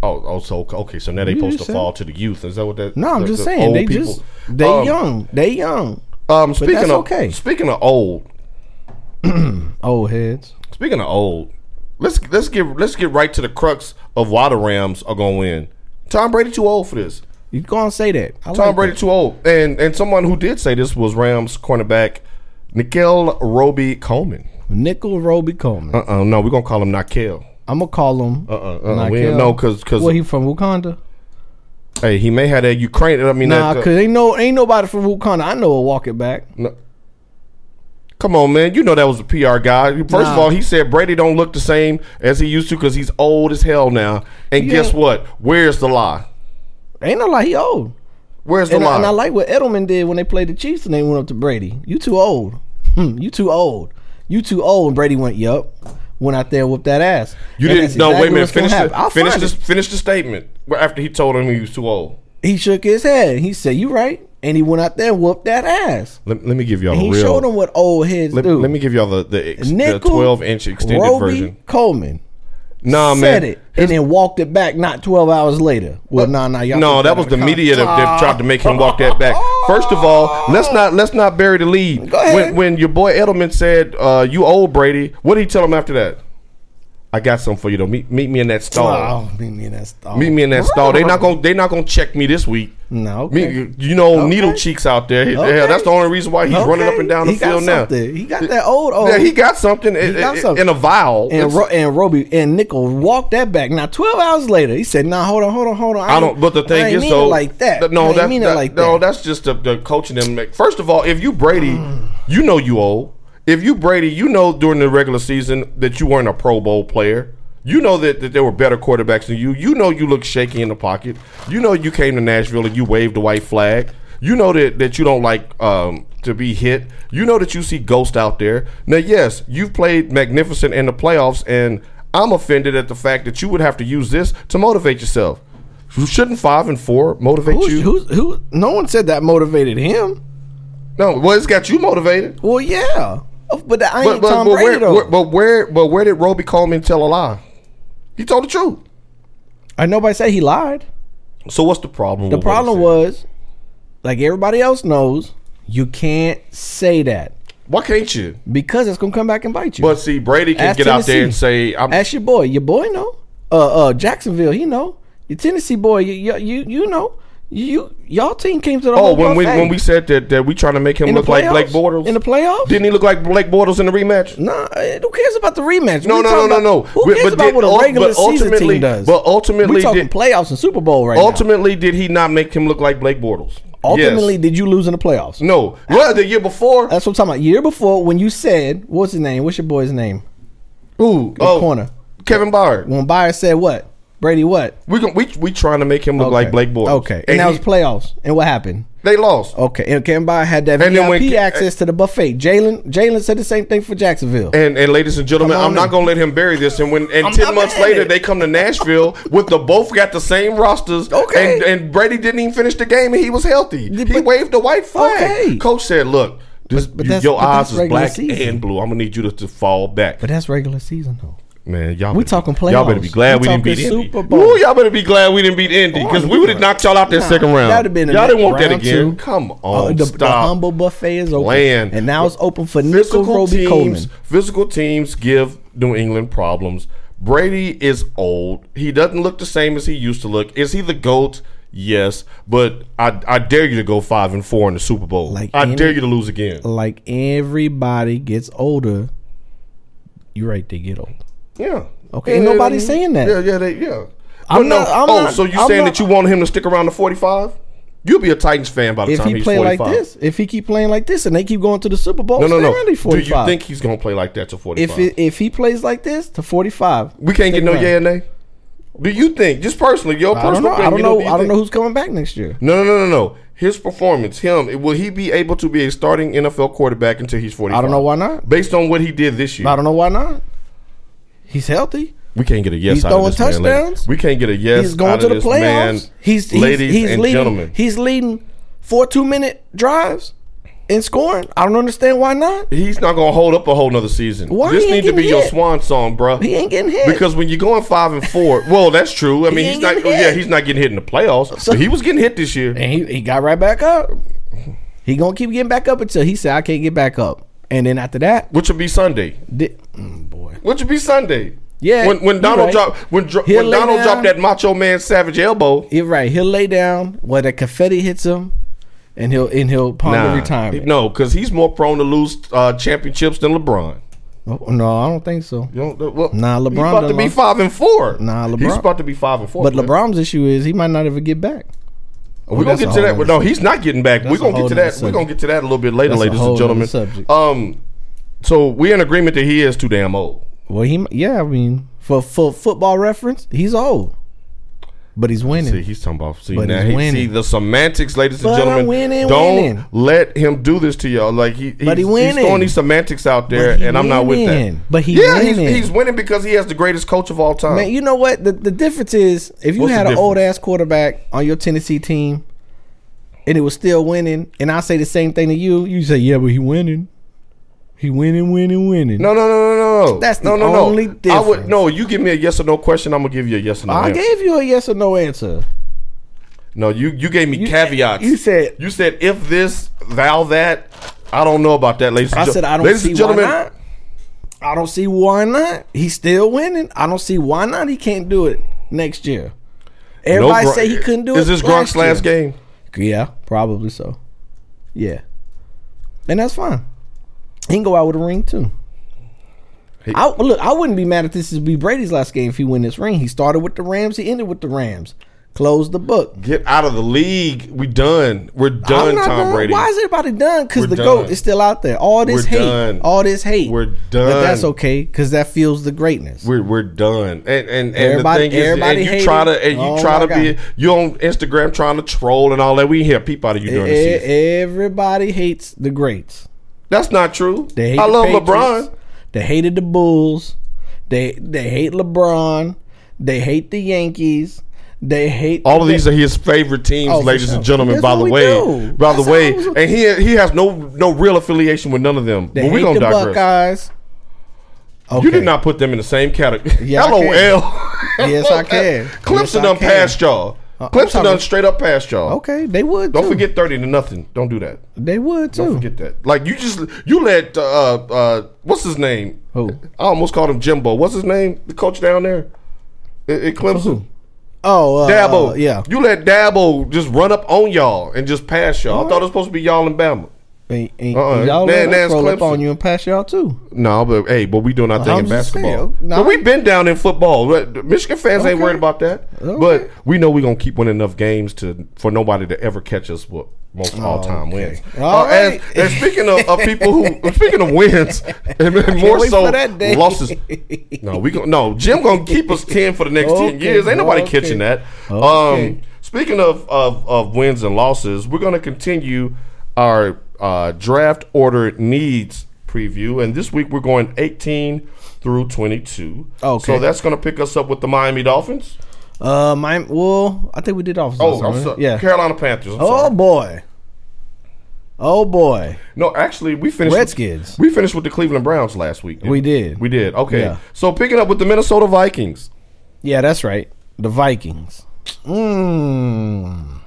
S4: oh, oh, so okay. So now they
S2: You
S4: supposed to
S2: just said
S4: fall to the youth. Is that what that?
S2: No, I'm
S4: the-
S2: just
S4: the
S2: saying
S4: old
S2: they
S4: people?
S2: just they
S4: Um,
S2: young. They young.
S4: Um, speaking
S2: that's
S4: of
S2: okay.
S4: speaking of old,
S2: Old heads.
S4: Speaking of old, let's let's get let's get right to the crux of why the Rams are going to win. Tom Brady too old for this.
S2: You go and say that. I
S4: Tom
S2: like
S4: Brady
S2: that.
S4: too old, and and someone who did say this was Rams cornerback Nikel Roby Coleman.
S2: Nickel Roby Coleman.
S4: Uh uh No, we're gonna call him Nakel.
S2: I'm gonna call him.
S4: Uh uh uh. We ain't- No, because because
S2: well, he from Wakanda.
S4: hey, he may have that Ukraine. I mean,
S2: Nah,
S4: that, uh,
S2: cause ain't no ain't nobody from Wakanda. I know will walk it back.
S4: No. Come on, man. You know that was a PR guy. First of
S2: Nah.
S4: all, he said Brady don't look the same as he used to because he's old as hell now. And
S2: Yeah.
S4: guess what? Where's the lie?
S2: Ain't no like he old.
S4: Where's the
S2: And
S4: lie?
S2: I, and I like what Edelman did when they played the Chiefs and they went up to Brady. You too old. [LAUGHS] Hmm, you too old. You too old. And Brady went, yup. Went out there and whooped that ass.
S4: you
S2: And
S4: didn't.
S2: that's
S4: No, wait
S2: exactly
S4: a minute.
S2: what's gonna
S4: Finish.
S2: happen.
S4: The,
S2: I'll
S4: finish
S2: find
S4: this.
S2: it.
S4: Finish the statement after he told him he was too old.
S2: He shook his head. He said, "You right." And he went out there and whooped that ass.
S4: Let, let me give y'all
S2: And
S4: a
S2: he
S4: real.
S2: showed him what old heads
S4: let,
S2: do.
S4: let me give y'all the the, ex, the
S2: Nickel
S4: twelve inch extended
S2: Roby
S4: version.
S2: Coleman
S4: Nah,
S2: said
S4: man.
S2: it and then walked it back. Not twelve hours later. Well, no, no, y'all.
S4: No,
S2: took
S4: that was
S2: out
S4: the
S2: of
S4: media that, that tried to make him walk that back. First of all, let's not let's not bury the lead.
S2: Go ahead.
S4: When, when your boy Edelman said, uh, "You old Brady," what did he tell him after that? I got something for you though. Meet, meet me in that stall.
S2: Oh, meet me in that stall.
S4: Meet me in that stall. They not gonna they not gonna check me this week.
S2: No,
S4: Me,
S2: okay.
S4: you know,
S2: Okay.
S4: needle cheeks out there.
S2: Okay.
S4: Hell, that's the only reason why he's running
S2: Okay.
S4: up and down the
S2: He got
S4: field now.
S2: something. He got that old old.
S4: Yeah, he got something. in
S2: got something.
S4: in a vial.
S2: [LAUGHS] and
S4: It's-
S2: Ro- and Roby and Nickel walked that back. Now twelve hours later, he said, "Nah, hold on, hold on, hold on."
S4: I don't. But the thing
S2: I ain't
S4: is,
S2: mean
S4: though,
S2: it like that.
S4: th-
S2: I
S4: No,
S2: ain't
S4: that's
S2: mean
S4: that-
S2: it like
S4: no,
S2: that.
S4: that's just the, the coaching them. Make. First of all, if you Brady, you know you old. If you Brady, you know during the regular season that you weren't a Pro Bowl player. You know that, that there were better quarterbacks than you. You know you look shaky in the pocket. You know you came to Nashville and you waved the white flag. You know that, that you don't like um, to be hit. You know that you see ghost out there. Now, yes, you've played magnificent in the playoffs, and I'm offended at the fact that you would have to use this to motivate yourself. Shouldn't five and four motivate
S2: Who's,
S4: you?
S2: who's who? No one said that motivated him.
S4: No, well, it's got you motivated.
S2: Well, yeah, Oh, but that, I ain't
S4: But but,
S2: Tom
S4: but,
S2: Brady
S4: where,
S2: though.
S4: where, but where but where did Roby Coleman tell a lie? He told the truth.
S2: I nobody said he lied.
S4: So what's the problem?
S2: The problem was, like everybody else knows, you can't say that
S4: why can't you?
S2: because it's gonna come back and bite you.
S4: But see, Brady can
S2: Ask
S4: get out there and
S2: Tennessee.
S4: say, "I'm."
S2: Ask your boy. Your boy know. Uh, uh, Jacksonville. He know. Your Tennessee boy. You, you, you, you know. You, y'all team came to the.
S4: oh,
S2: whole
S4: when we
S2: buffet.
S4: when we said that that we trying to make him
S2: In the
S4: look like Blake
S2: playoffs?
S4: Bortles
S2: In the playoffs?
S4: Didn't he look like Blake Bortles in the rematch?
S2: nah, eh, who cares about the rematch?
S4: No,
S2: We
S4: no,
S2: talking
S4: no, no,
S2: about-
S4: no.
S2: Who
S4: But-
S2: cares
S4: but
S2: about
S4: did-
S2: what
S4: ul-
S2: a regular
S4: but
S2: season
S4: ultimately-
S2: team does?
S4: but ultimately
S2: we talking
S4: did-
S2: playoffs and Super Bowl right now.
S4: Ultimately, did he not make him look like Blake Bortles?
S2: Ultimately, Uh,
S4: Yes.
S2: did you lose in the playoffs?
S4: no. Well, the year before,
S2: That's what I'm talking about. Year before, when you said, "What's his name? What's your boy's name?"
S4: ooh, oh,
S2: corner.
S4: Kevin Byard.
S2: When Byers said, "What Brady? What?"
S4: We gon- we we trying to make him look like Blake Bortles.
S2: Okay, and, that
S4: he-
S2: was playoffs. And what happened?
S4: They lost.
S2: Okay, and Kevin Byard had that
S4: And then
S2: VIP
S4: when Ke-
S2: access to the buffet. Jalen Jalen said the same thing for Jacksonville.
S4: And, and ladies and gentlemen,
S2: Come on
S4: I'm not
S2: in.
S4: gonna let him bury this. And when and
S2: I'm
S4: ten
S2: not
S4: months
S2: mad at
S4: later,
S2: it.
S4: they come to Nashville with the both got the same rosters.
S2: Okay.
S4: And, and Brady didn't even finish the game, and he was healthy.
S2: Yeah,
S4: he
S2: but-
S4: waved the white flag.
S2: Okay.
S4: Coach said, "Look, this,
S2: But- but
S4: you-
S2: that's-
S4: your
S2: but that's
S4: eyes is
S2: regular
S4: black
S2: season.
S4: and blue. I'm gonna need you to, to fall back."
S2: but that's regular season though.
S4: Man, y'all
S2: We
S4: better-
S2: talking
S4: Y'all better be
S2: playoffs.
S4: glad
S2: We
S4: we, didn't
S2: talking
S4: beat Indy.
S2: Super Bowl.
S4: Ooh, y'all better be glad we didn't beat Indy because we would have knocked y'all out that
S2: Nah,
S4: second round.
S2: that'd have been the
S4: y'all didn't
S2: next
S4: want that
S2: round,
S4: again.
S2: too.
S4: Come
S2: Oh,
S4: on,
S2: the,
S4: stop.
S2: the humble buffet is open,
S4: Land.
S2: and now it's open for Nickel
S4: physical
S2: Roby
S4: teams,
S2: Coleman.
S4: physical teams give New England problems. Brady is old. He doesn't look the same as he used to look. Is he the goat? Yes, but I I dare you to go five and four in the Super Bowl.
S2: Like
S4: I
S2: any- Oh.
S4: dare you to lose again.
S2: Like everybody gets older, you're right. They get older.
S4: Yeah.
S2: Okay,
S4: Yeah,
S2: ain't
S4: yeah,
S2: nobody
S4: yeah.
S2: saying that.
S4: Yeah, yeah, they, yeah.
S2: I'm
S4: But no-
S2: not- I'm
S4: oh,
S2: not-
S4: so you
S2: I'm
S4: saying
S2: not-
S4: that you want him to stick around to 45? You'll be a Titans fan by the
S2: If
S4: time
S2: he
S4: he's
S2: play
S4: 45.
S2: like this, if he keep playing like this, and they keep going to the Super Bowl,
S4: no, no, no.
S2: stay around
S4: Do
S2: at 45.
S4: you think he's going to play like that to 45?
S2: if it, if he plays like this to 45,
S4: we can't get no
S2: around.
S4: yeah and nay? Do you think, just personally, your
S2: I don't
S4: personal
S2: know. I don't
S4: opinion,
S2: know.
S4: you
S2: I don't
S4: think-
S2: know who's coming back next year.
S4: No, no, no, no, no. His performance, him, will he be able to be a starting NFL quarterback until he's 45?
S2: I don't know why not.
S4: Based on what he did this year.
S2: I don't know why not. He's healthy.
S4: We can't get a yes
S2: He's
S4: out of
S2: throwing
S4: this man, ladies.
S2: touchdowns.
S4: we can't get a yes
S2: he's going
S4: out
S2: to
S4: of
S2: the
S4: this
S2: playoffs.
S4: man,
S2: he's, he's
S4: ladies
S2: he's
S4: and
S2: leading,
S4: gentlemen.
S2: He's leading four two minute drives and scoring. I don't understand why not.
S4: He's not gonna hold up a whole nother season.
S2: Why
S4: this
S2: he ain't
S4: need to be
S2: getting
S4: your
S2: hit?
S4: swan song, bruh.
S2: He ain't getting hit.
S4: because when you're going five and
S2: [LAUGHS]
S4: four, well, that's true. I mean, he's
S2: ain't
S4: not.
S2: getting
S4: Yeah,
S2: hit.
S4: he's not getting hit in the playoffs. but he was getting hit this year.
S2: and he, he got right back up. He gonna keep getting back up until he said I can't get back up. And then after that,
S4: Which would be Sunday.
S2: di- mm, boy,
S4: Which would be Sunday.
S2: Yeah,
S4: When when
S2: you
S4: Donald
S2: right.
S4: dropped when dro-
S2: He'll
S4: when
S2: lay
S4: Donald
S2: down.
S4: dropped that Macho Man Savage elbow.
S2: you're right. He'll lay down where the confetti hits him, and he'll and he'll ponder
S4: Nah.
S2: retirement.
S4: No, because he's more prone to lose uh, championships than LeBron.
S2: Oh, no, I don't think so.
S4: You don't, uh, well,
S2: Nah, LeBron
S4: he's about to
S2: done
S4: be
S2: lost.
S4: five and four.
S2: Nah,
S4: He's
S2: LeBron-
S4: about to be five and four.
S2: But
S4: man.
S2: LeBron's issue is he might not ever get back.
S4: We're
S2: Well, that's
S4: gonna get
S2: a
S4: to that.
S2: whole
S4: Well, no, he's not getting back. We're
S2: That's a
S4: gonna get
S2: whole
S4: to
S2: nother
S4: that. We're gonna
S2: subject.
S4: get to that a little bit later,
S2: That's a
S4: ladies
S2: whole
S4: and
S2: nother
S4: gentlemen.
S2: subject.
S4: Um, so we're in agreement that he is too damn old.
S2: Well, he mi- yeah, I mean, for for football reference, he's old, but he's winning.
S4: See, he's talking about. See,
S2: But
S4: now
S2: he's
S4: he,
S2: winning.
S4: see the semantics, ladies and
S2: But I'm
S4: gentlemen.
S2: winning,
S4: don't
S2: winning.
S4: let him do this to y'all. Like he, he's,
S2: But he
S4: he's
S2: winning.
S4: throwing these semantics out there,
S2: But he
S4: and I'm not with that.
S2: winning. But he
S4: yeah,
S2: winning.
S4: he's he's winning because he has the greatest coach of all time.
S2: Man, you know what? The the difference is if you
S4: What's the
S2: had an
S4: difference?
S2: old ass quarterback on your Tennessee team and it was still winning, and I say the same thing to you, you say, Yeah, but he winning. He winning, winning, winning.
S4: no, no, no, no, no.
S2: That's the
S4: no, no, no.
S2: only
S4: I would
S2: difference.
S4: no. You give me a yes or no question. I'm gonna give you a yes or no.
S2: I
S4: answer.
S2: gave you a yes or no answer.
S4: No, you you gave me
S2: You-
S4: caveats.
S2: you said-
S4: you said if this, thou that. I don't know about that, ladies.
S2: I
S4: and gen-
S2: said I don't
S4: ladies
S2: see
S4: and gentlemen.
S2: why not. I don't see why not. He's still winning. I don't see why not he can't do it next year.
S4: no
S2: Everybody
S4: Gronk-
S2: say he couldn't do
S4: Is
S2: it.
S4: this Gronk's
S2: year.
S4: last game?
S2: Yeah, probably so. Yeah, and that's fine. He can go out with a ring too.
S4: He-
S2: I look. I wouldn't be mad if this would be Brady's last game if he win this ring. He started with the Rams. He ended with the Rams. Close the book.
S4: Get out of the league. We done. We're done,
S2: I'm not
S4: Tom
S2: done.
S4: Brady.
S2: Why is everybody done? Because the
S4: We're done.
S2: goat is still out there. All this
S4: We're
S2: hate.
S4: done.
S2: All this hate.
S4: We're
S2: But that's
S4: done.
S2: okay because that fuels the greatness.
S4: we're, we're done, and and, and
S2: Everybody-
S4: the thing is,
S2: everybody
S4: and you
S2: hated.
S4: try to and you
S2: Oh
S4: try
S2: my
S4: to be
S2: God.
S4: you on Instagram trying to troll and all that. We hear people out of you
S2: E-
S4: during the season.
S2: everybody hates the greats.
S4: That's not true.
S2: They hate
S4: I
S2: the
S4: love
S2: Patriots.
S4: LeBron.
S2: They hated the Bulls. They they hate LeBron. They hate the Yankees. They hate
S4: All of
S2: they-
S4: these are his favorite teams,
S2: Oh, for
S4: ladies and
S2: sure.
S4: gentlemen.
S2: That's
S4: by
S2: what
S4: the
S2: we
S4: way,
S2: do.
S4: by the
S2: That's
S4: way,
S2: how
S4: and he he has no no real affiliation with none of them.
S2: They
S4: but we
S2: hate
S4: gonna
S2: the
S4: digress.
S2: Buckeyes. Okay.
S4: You did not put them in the same category.
S2: [LAUGHS] Yeah, I
S4: LOL.
S2: can. Yes,
S4: [LAUGHS]
S2: I can.
S4: Clemson
S2: Yes, I
S4: done
S2: can.
S4: passed y'all.
S2: Uh, I'm
S4: Clemson
S2: sorry.
S4: done straight up passed y'all.
S2: Okay, they would.
S4: Don't
S2: too.
S4: forget thirty to nothing. Don't do that.
S2: They would too.
S4: Don't forget that. Like you just you let uh uh what's his name?
S2: Who?
S4: I almost called him Jimbo. What's his name? The coach down there at, at Clemson.
S2: Oh, uh,
S4: Dabo.
S2: uh, yeah.
S4: You let Dabo just run up on y'all and just pass y'all. I thought it was supposed to be y'all and Bama.
S2: And, and
S4: Uh-uh.
S2: Y'all let
S4: That-
S2: us
S4: that's
S2: roll up
S4: Clemson.
S2: on you and pass y'all too.
S4: No, but hey, but we doing our thing
S2: I'm
S4: in
S2: just saying,
S4: basketball.
S2: nah.
S4: But we've been down in football. But Michigan fans ain't
S2: Okay.
S4: worried about that.
S2: Okay.
S4: But we know we're gonna keep winning enough games to for nobody to ever catch us with most all time wins.
S2: Oh, All
S4: Uh, as-
S2: right.
S4: and speaking of, of
S2: [LAUGHS]
S4: people who speaking of wins, and, and more
S2: wait
S4: so
S2: for that day.
S4: losses. No, we gonna no Jim gonna keep us ten for
S2: [LAUGHS]
S4: the next ten
S2: Okay,
S4: years. Ain't nobody
S2: okay.
S4: catching that.
S2: Oh, Okay.
S4: Um, speaking of, of of wins and losses, we're gonna continue our uh, draft order needs preview, and this week we're going eighteen through twenty two.
S2: Okay.
S4: so that's gonna pick us up with the Miami Dolphins.
S2: Uh, my well, I think we did officer.
S4: Oh, I'm sorry.
S2: Uh-huh. Yeah.
S4: Carolina Panthers. I'm
S2: oh
S4: sorry.
S2: boy. Oh boy.
S4: No, actually, we finished
S2: Redskins.
S4: we finished with the Cleveland Browns last week. didn't
S2: We did.
S4: We did. Okay.
S2: Yeah.
S4: So picking up with the Minnesota Vikings.
S2: Yeah, that's right. The Vikings. Mmm.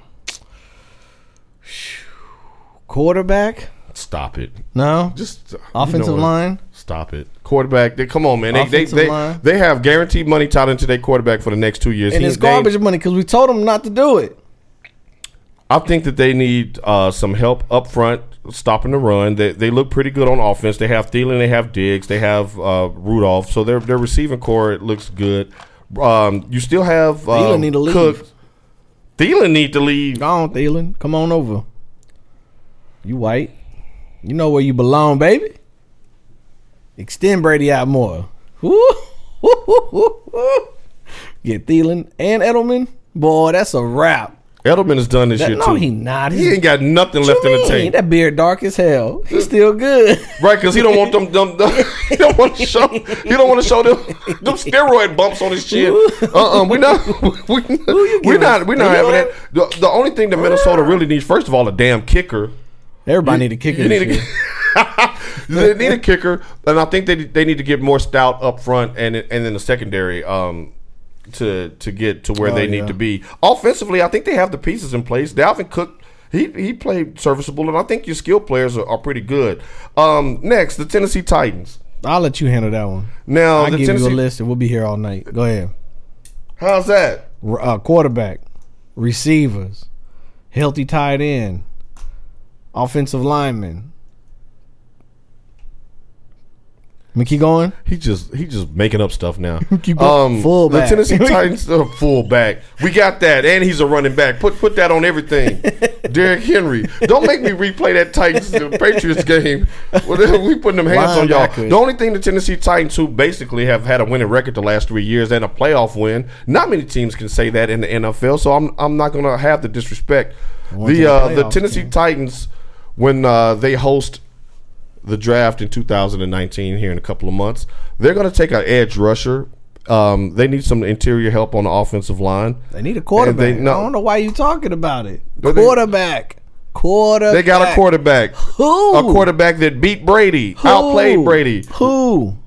S2: Quarterback?
S4: Stop it.
S2: No.
S4: Just uh,
S2: Offensive
S4: you know what?
S2: line?
S4: Stop it. Quarterback. They, come on, man. They they,
S2: Offensive
S4: they
S2: line.
S4: they have guaranteed money tied into their quarterback for the next two years.
S2: And
S4: He-
S2: it's
S4: they-
S2: garbage money because we told them not to do it.
S4: I think that they need uh, some help up front, stopping the run. They, they look pretty good on offense. They have Thielen, they have Diggs, they have uh, Rudolph. So their their receiving core looks good. Um, you still have um,
S2: Thielen need to leave.
S4: Cook. Thielen need to leave.
S2: Gone, Thielen. Come on over. You white. You know where you belong, baby. Extend Brady out more. [LAUGHS] Woo. Woo, woo, woo, woo. Get Thielen and Edelman. Boy, that's a wrap.
S4: Edelman is done this
S2: That-
S4: year
S2: no,
S4: too.
S2: he not.
S4: He ain't got nothing left in the
S2: mean?
S4: tank,
S2: That beard dark as hell. He's still
S4: [LAUGHS]
S2: good.
S4: right? Because he don't want them. them, them- [LAUGHS] he don't want to show. He don't want to show them them steroid bumps on his chin.
S2: Ooh.
S4: Uh, uh
S2: [LAUGHS]
S4: we not. [LAUGHS] We, we
S2: giving-
S4: not. We
S2: Who
S4: not
S2: you
S4: having that.
S2: giving?
S4: The, the only thing that Minnesota really needs, first of all, a damn kicker.
S2: Everybody need to kick
S4: You
S2: it.
S4: need a, [LAUGHS] they need a kicker, and I think they they need to get more stout up front and and in the secondary. Um, to to get to where
S2: Oh,
S4: they need
S2: yeah.
S4: to be offensively, I think they have the pieces in place. Dalvin Cook. He, he played serviceable, and I think your skill players are, are pretty good. Um, next, the Tennessee Titans.
S2: I'll let you handle that one.
S4: Now,
S2: I'll
S4: Oh, the
S2: give
S4: Tennessee.
S2: you a list and we'll be here all night. Go ahead.
S4: How's that?
S2: R- Uh, quarterback, receivers, healthy tight end, offensive lineman, Let me keep going.
S4: He just he just making up stuff now.
S2: [LAUGHS]
S4: Um,
S2: Keep going. Fullback.
S4: The
S2: [LAUGHS]
S4: Tennessee Titans uh, fullback. We got that, and he's a running back. Put put that
S2: [LAUGHS]
S4: on everything. Derrick Henry. Don't make me replay that Titans and Patriots game. Well, we putting them hands on y'all.
S2: Linebackers.
S4: The only thing the Tennessee Titans, who basically have had a winning record the last three years and a playoff win, not many teams can say that in the NFL. So I'm I'm not gonna have the disrespect. The
S2: to
S4: uh,
S2: the
S4: the
S2: playoffs,
S4: Tennessee Titans when uh, they host the draft in 2019 here in a couple of months. They're going to take an edge rusher. Um, they need some interior help on the offensive line.
S2: They need a quarterback.
S4: And they- no.
S2: I don't know why you talking about it.
S4: But they-
S2: quarterback. quarterback.
S4: They got a quarterback.
S2: Who?
S4: A quarterback that beat Brady,
S2: Who?
S4: outplayed Brady.
S2: Who?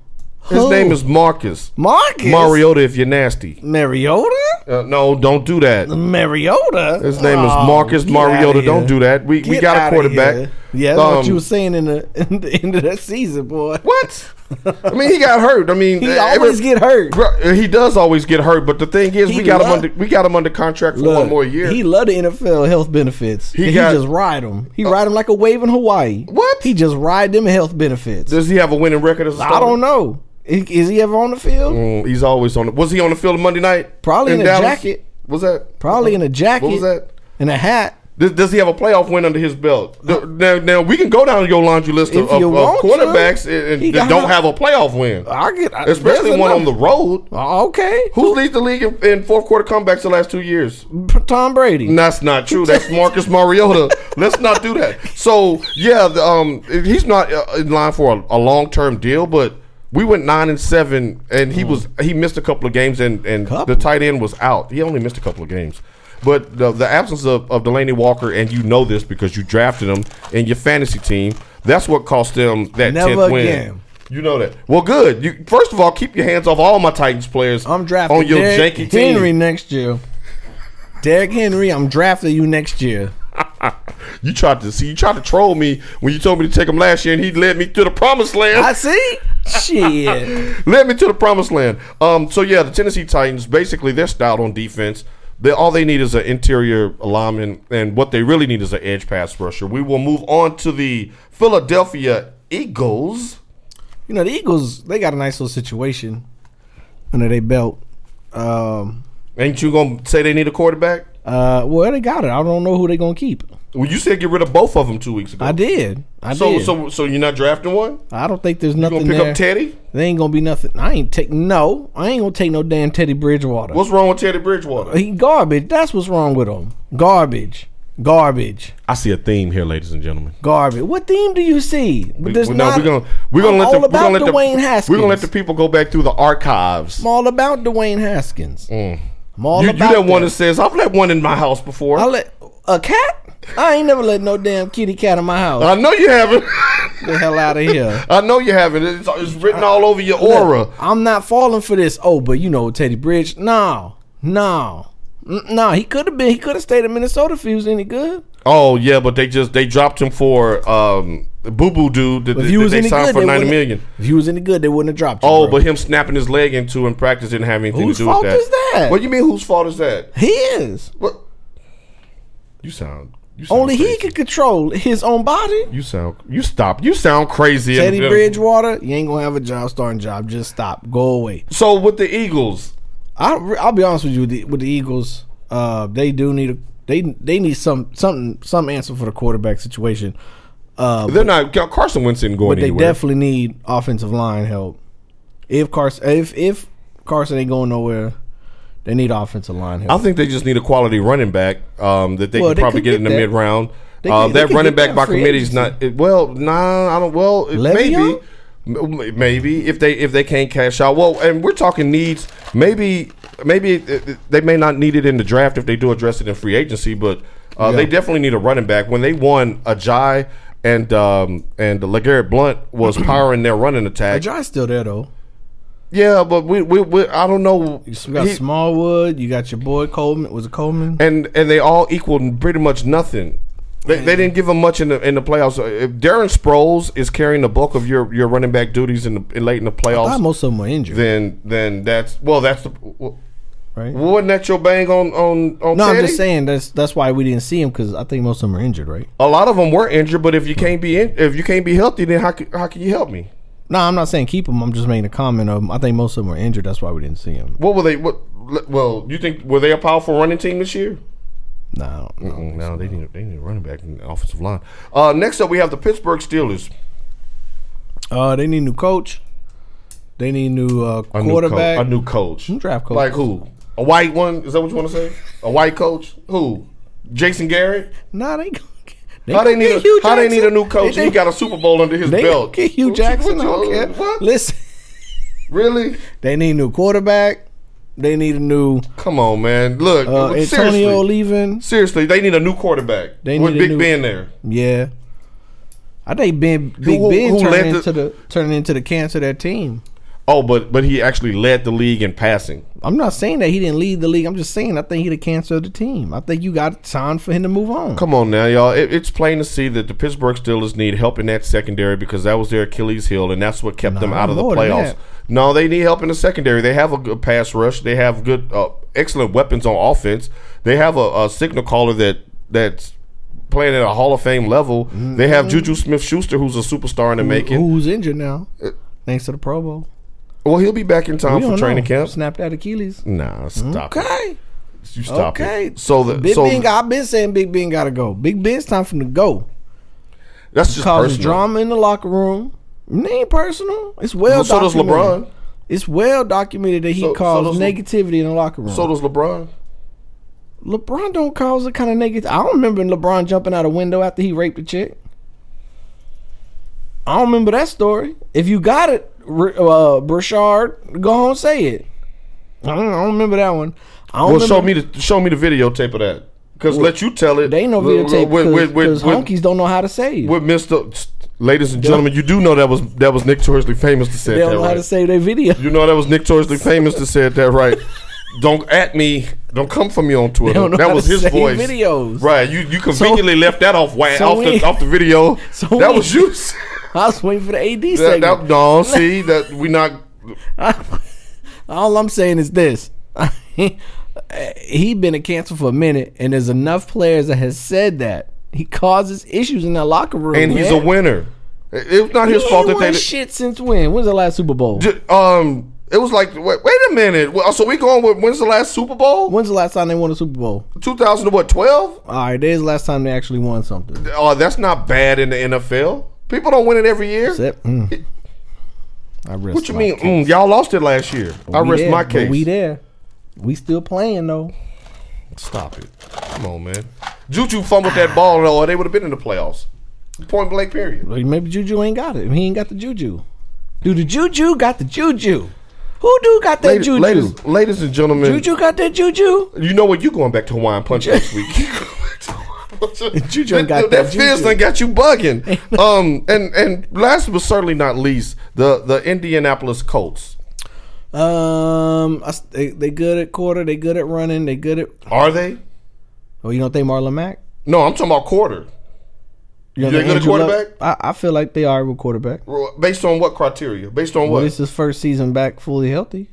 S4: His
S2: Who?
S4: name is Marcus.
S2: Marcus.
S4: Mariota, if you're nasty.
S2: Mariota.
S4: Uh, no, don't do that.
S2: Mariota.
S4: His name is
S2: Oh,
S4: Marcus
S2: get
S4: Mariota.
S2: outta here.
S4: Don't do that. We, we
S2: Get
S4: got a
S2: outta
S4: quarterback.
S2: here. Yeah, that's what
S4: Um,
S2: you were saying in the, [LAUGHS] in the end of that season, boy.
S4: What? I mean, he got hurt. I mean, eh,
S2: He
S4: every-
S2: always get hurt.
S4: Bro, eh, he does always get hurt, but the thing is,
S2: He
S4: we got him
S2: lo-
S4: under we got him under contract for one
S2: Look,
S4: more year.
S2: He love the NFL health benefits.
S4: He
S2: He,
S4: got- Uh,
S2: just ride them. He ride them like a wave in Hawaii.
S4: What?
S2: He just ride them health benefits.
S4: Does he have a winning record? As a
S2: I don't know. Is is he ever on the field?
S4: know. He's always on. The, was he on the field Monday night?
S2: Probably in a
S4: Dallas?
S2: jacket.
S4: Was that
S2: Probably in a jacket.
S4: What was that?
S2: In a hat.
S4: Does, does he have a playoff win under his belt? Th- Now, now we can go down your laundry list of,
S2: If you
S4: of- of
S2: want to.
S4: quarterbacks and,
S2: He
S4: and
S2: got-
S4: that don't have a playoff win,
S2: I get I,
S4: especially
S2: there's
S4: one on the
S2: enough.
S4: road.
S2: Oh, okay.
S4: Who leads the league in, in fourth quarter comebacks the last two years?
S2: Tom Brady.
S4: That's not true. That's Marcus Mariota. Let's not do that. So yeah, the, um, he's not uh, in line for a, a long term deal, but we went nine and seven, and he was he missed a couple of games, and and
S2: Mm. Couple?
S4: the tight end was out. He only missed a couple of games. But the, the absence of, of Delaney Walker, and you know this because you drafted him in your fantasy team, that's what cost them that
S2: Never
S4: 10th win.
S2: again.
S4: You know that. Well, good. You First of all, keep your hands off all my Titans players
S2: I'm drafting
S4: on your
S2: Derrick
S4: janky team.
S2: Henry next year. Derrick Henry, I'm drafting you next year.
S4: You tried to see, you tried to troll me when you told me to take him last year, and he led me to the promised land.
S2: I
S4: [LAUGHS]
S2: see. Shit.
S4: led me to the promised land. Um, so yeah, the Tennessee Titans basically they're stout on defense. They, all they need is an interior lineman, and what they really need is an edge pass rusher. We will move on to the Philadelphia Eagles.
S2: You know, the Eagles, they got a nice little situation under their belt. Um,
S4: Ain't you gonna say they need a quarterback?
S2: uh, well, they got it. I don't know who they going to keep.
S4: Well, you said get rid of both of them two weeks ago.
S2: I did. I
S4: So,
S2: did.
S4: so, so you're not drafting one?
S2: I don't think there's
S4: You gonna
S2: nothing
S4: pick
S2: there.
S4: up Teddy?
S2: They ain't going to be nothing. I ain't take no. I ain't going to take no damn Teddy Bridgewater.
S4: What's wrong with Teddy Bridgewater?
S2: he garbage. That's what's wrong with him. Garbage. Garbage.
S4: I see a theme here, ladies and gentlemen.
S2: Garbage. What theme do you see? But there's
S4: We- no,
S2: not.
S4: we're gonna we're gonna
S2: I'm
S4: let the
S2: all
S4: we're gonna
S2: about
S4: let the
S2: Dwayne Haskins.
S4: we're gonna let the people go back through the archives. Mm.
S2: I'm all about Dwayne Haskins. I'm all
S4: You, you
S2: about
S4: that one that
S2: that.
S4: says I've let one in my house before.
S2: I let a cat. I ain't never let no damn kitty cat in my house.
S4: I know you haven't. [LAUGHS]
S2: the hell out of here.
S4: I know you haven't. It's, it's written all over your aura.
S2: Look, I'm not falling for this. Oh, but you know Teddy Bridge. No, no, Mm, no. He could have been. He could have stayed in Minnesota if he was any good.
S4: Oh yeah, but they just they dropped him for um Boo Boo Dude that,
S2: If
S4: that-
S2: he
S4: that
S2: was
S4: they
S2: any
S4: signed
S2: good,
S4: for
S2: they
S4: ninety
S2: wouldn't-
S4: million.
S2: If he was any good, they wouldn't have dropped. Him,
S4: Oh,
S2: bro.
S4: but him snapping his leg into in practice didn't have anything
S2: Whose
S4: to do
S2: fault
S4: with that.
S2: is that?
S4: What you mean? Whose fault is that?
S2: he is.
S4: What? You sound. You sound
S2: Only he
S4: crazy.
S2: could control his own body.
S4: You sound. You stop. You sound crazy.
S2: Teddy
S4: And-
S2: Bridgewater, you ain't gonna have a job starting job. Just stop. Go away.
S4: So with the Eagles,
S2: I I'll be honest with you with the, with the Eagles. Uh, they do need a they they need some something some answer for the quarterback situation. Uh,
S4: They're not Carson Wentz isn't going
S2: But they
S4: anywhere.
S2: definitely need offensive line help. If Carson, if if Carson ain't going nowhere, they need offensive line
S4: I
S2: help.
S4: think they just need a quality running back um, that they
S2: Well,
S4: could
S2: they
S4: probably
S2: could
S4: get in the
S2: get that.
S4: mid round.
S2: They
S4: Uh,
S2: could- they
S4: that
S2: could
S4: running
S2: get
S4: back
S2: that
S4: by
S2: free
S4: committee is not
S2: agency.
S4: it, well. Nah, I don't. Well, it-
S2: Le'Veon?
S4: maybe, m- maybe if they if they can't cash out. Well, and we're talking needs. Maybe maybe it- it- they may not need it in the draft if they do address it in free agency. But uh, they definitely need a running back. When they won Ajay and um, and Legarrette Blunt
S2: [CLEARS THROAT]
S4: was powering their running attack.
S2: Ajay's still there though.
S4: Yeah, but we, we, we I don't know.
S2: You got
S4: He-
S2: Smallwood. You got your boy Coleman. Was it Coleman?
S4: and and they all equaled pretty much nothing. They, they didn't give him much in the in the playoffs. Uh, If Darren Sproles is carrying the bulk of your, your running back duties in the in late in the
S2: I thought
S4: playoffs,
S2: most of them were injured,
S4: then then that's well that's the well,
S2: right?
S4: wasn't that your bang on on on
S2: no, I'm
S4: Teddy?
S2: just saying that's that's why we didn't see him because I think most of them are injured, right?
S4: a lot of them were injured. But if you can't be in, if you can't be healthy, then how can, how can you help me?
S2: No, I'm not saying keep him. I'm just making a comment of him. I think most of them were injured. That's why we didn't see him.
S4: What were they? What? Well, you think were they a powerful running team this year?
S2: No, I don't know.
S4: No, Oh, they need they need a running back and offensive line. Uh, next up, we have the Pittsburgh Steelers.
S2: Uh, they need a new coach. They need a new uh,
S4: A
S2: quarterback.
S4: new coach. A new coach.
S2: New draft coach.
S4: Like who? A white one? Is that what you want to say? A white coach? Who? Jason Garrett?
S2: nah, they. gonna get- They
S4: How they
S2: gonna
S4: need
S2: get
S4: a
S2: Hugh
S4: how they need
S2: Jackson.
S4: a new coach?
S2: They,
S4: he got a Super Bowl under his
S2: they
S4: belt.
S2: Get Hugh
S4: What you-
S2: Jackson. I
S4: what you-
S2: don't care.
S4: what?
S2: Listen,
S4: Really?
S2: they need a new quarterback. They need a new
S4: Come on, man. Look,
S2: uh,
S4: seriously,
S2: Antonio leaving.
S4: seriously, they need a new quarterback.
S2: They
S4: with
S2: need a
S4: Big
S2: new-
S4: Ben there.
S2: Yeah, I think Ben Big
S4: who-
S2: Ben
S4: who led
S2: turning
S4: the-
S2: into the turning into the cancer of that team.
S4: Oh, but but he actually led the league in passing.
S2: I'm not saying that he didn't lead the league. I'm just saying I think he the cancer of the team. I think you got time for him to move on.
S4: Come on now, y'all. It, it's plain to see that the Pittsburgh Steelers need help in that secondary because that was their Achilles heel, and that's what kept them
S2: Nah,
S4: out of the
S2: more than
S4: playoffs.
S2: that.
S4: No, they need help in the secondary. They have a good pass rush. They have good, uh, excellent weapons on offense. They have a, a signal caller that that's playing at a Hall of Fame level. They have Juju Smith Schuster, who's a superstar in the making.
S2: Who's injured now?
S4: Uh,
S2: Thanks to the Pro Bowl.
S4: Well, he'll be back in
S2: We
S4: time for
S2: don't
S4: training
S2: know.
S4: camp.
S2: Snapped that Achilles.
S4: Nah, stop. it.
S2: Okay.
S4: You stop
S2: okay.
S4: it. So the
S2: Big
S4: so
S2: Ben, got- I've been saying Big Ben got to go. Big Ben's time for him to go.
S4: that's just
S2: Causes
S4: personal.
S2: drama in the locker room. It ain't personal. It's well.
S4: Well, so does
S2: documented.
S4: LeBron.
S2: It's well documented that he
S4: So- so
S2: caused
S4: does Le-
S2: negativity in the locker room.
S4: So does LeBron.
S2: LeBron don't cause the kind of negative. I don't remember LeBron jumping out a window after he raped a chick. I don't remember that story. If you got it, R- uh, Brashard, go home and say it. I don't, I don't remember that one. I don't
S4: Well,
S2: remember,
S4: show me the show me the videotape of that. Cause let you tell it.
S2: They ain't no
S4: With-
S2: videotape
S4: with- with-
S2: because
S4: with-
S2: honkies don't know how to save.
S4: with Mr. Ladies and gentlemen, you do know that was that was Nick Torsley famous to say
S2: They don't
S4: that
S2: know how to
S4: right.
S2: save their video. [LAUGHS]
S4: You know that was Nick Torsley famous to say that right. Don't at me. Don't come for me on Twitter.
S2: don't know
S4: That
S2: how
S4: was
S2: to
S4: his
S2: save
S4: voice.
S2: videos.
S4: Right. You you conveniently left that off wha-
S2: so
S4: off
S2: we-
S4: the off the video.
S2: [LAUGHS] so
S4: that
S2: we-
S4: was you.
S2: I was waiting for the AD
S4: that,
S2: segment. [LAUGHS]
S4: that, no, see that we not.
S2: All I'm saying is this: [LAUGHS] he been a cancer for a minute, and there's enough players that has said that he causes issues in that locker room.
S4: And he's a
S2: man.
S4: winner. It, it was not
S2: He
S4: his
S2: ain't
S4: fault that
S2: won
S4: they.
S2: shit since when? When's the last Super Bowl?
S4: Ju- um, it was like, wait, wait a minute. Well, so we going with when's the last Super Bowl?
S2: When's the last time they won a Super Bowl?
S4: Two thousand what twelve?
S2: All right, there's the last time they actually won something.
S4: Oh, that's not bad in the NFL. People don't win it every year.
S2: Except, mm. I rest
S4: What you
S2: my
S4: mean?
S2: case.
S4: Mm, y'all lost it last year. I
S2: We
S4: rest
S2: there,
S4: my
S2: but
S4: case.
S2: We there. We still playing though.
S4: Stop it. Come on, man. Juju fumbled that ball, though, or they would have been in the playoffs. Point blank, period.
S2: Like, Maybe Juju ain't got it. He ain't got the Juju. Dude, the Juju got the Juju. Who do got that
S4: Ladies,
S2: Juju?
S4: ladies, ladies and gentlemen,
S2: Juju got that Juju.
S4: you know what? You going back to Hawaiian Punch
S2: [LAUGHS]
S4: next week.
S2: Juju
S4: that,
S2: got
S4: that,
S2: that
S4: fizz
S2: juju.
S4: done got
S2: [LAUGHS]
S4: you bugging. um, and and last but certainly not least, the the Indianapolis Colts.
S2: Um, I s they, they good at quarter. They good at running. They good at.
S4: Are they?
S2: Oh, you don't think Marlon Mack?
S4: No, I'm talking about quarter.
S2: You don't
S4: You
S2: think
S4: ain't good at
S2: Andrew Luck? I, I feel like they are with quarterback.
S4: Based on what criteria? Based on
S2: Well,
S4: what?
S2: this is his first season back fully healthy.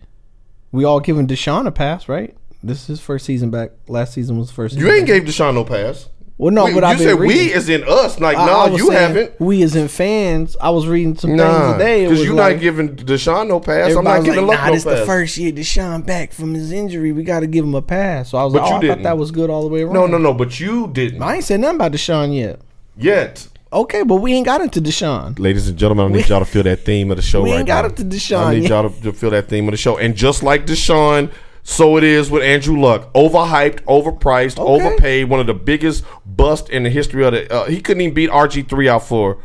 S2: We all giving Deshaun a pass, right? This is his first season back. Last season was the first.
S4: you
S2: season
S4: ain't
S2: back.
S4: gave Deshaun no pass.
S2: Well, no,
S4: We-
S2: but
S4: you
S2: I've been
S4: said we
S2: reading.
S4: is in us. Like,
S2: I- I
S4: no,
S2: was
S4: you
S2: saying
S4: haven't.
S2: We as in fans. I was reading some
S4: Nah,
S2: things today. It
S4: because
S2: was
S4: you're
S2: like,
S4: not giving Deshaun no pass.
S2: everybody
S4: I'm not
S2: was
S4: giving
S2: like,
S4: Luck
S2: nah,
S4: no
S2: this
S4: pass.
S2: the first year Deshaun back from his injury. We got to give him a pass. So I was
S4: But
S2: like, oh,
S4: you
S2: I thought
S4: didn't.
S2: that was good all the way around.
S4: No, no, no. But you didn't
S2: I ain't said nothing about Deshaun yet.
S4: yet.
S2: Okay, but we ain't got into Deshaun.
S4: Ladies and gentlemen, I need y'all to feel that theme of the show
S2: [LAUGHS] We
S4: right
S2: ain't got
S4: now.
S2: it to Deshaun
S4: I need
S2: yet.
S4: y'all to, to feel that theme of the show. And just like Deshaun, so it is with Andrew Luck. Overhyped, overpriced,
S2: Okay.
S4: overpaid. One of the biggest bust in the history of the. Uh, he couldn't even beat RG three out for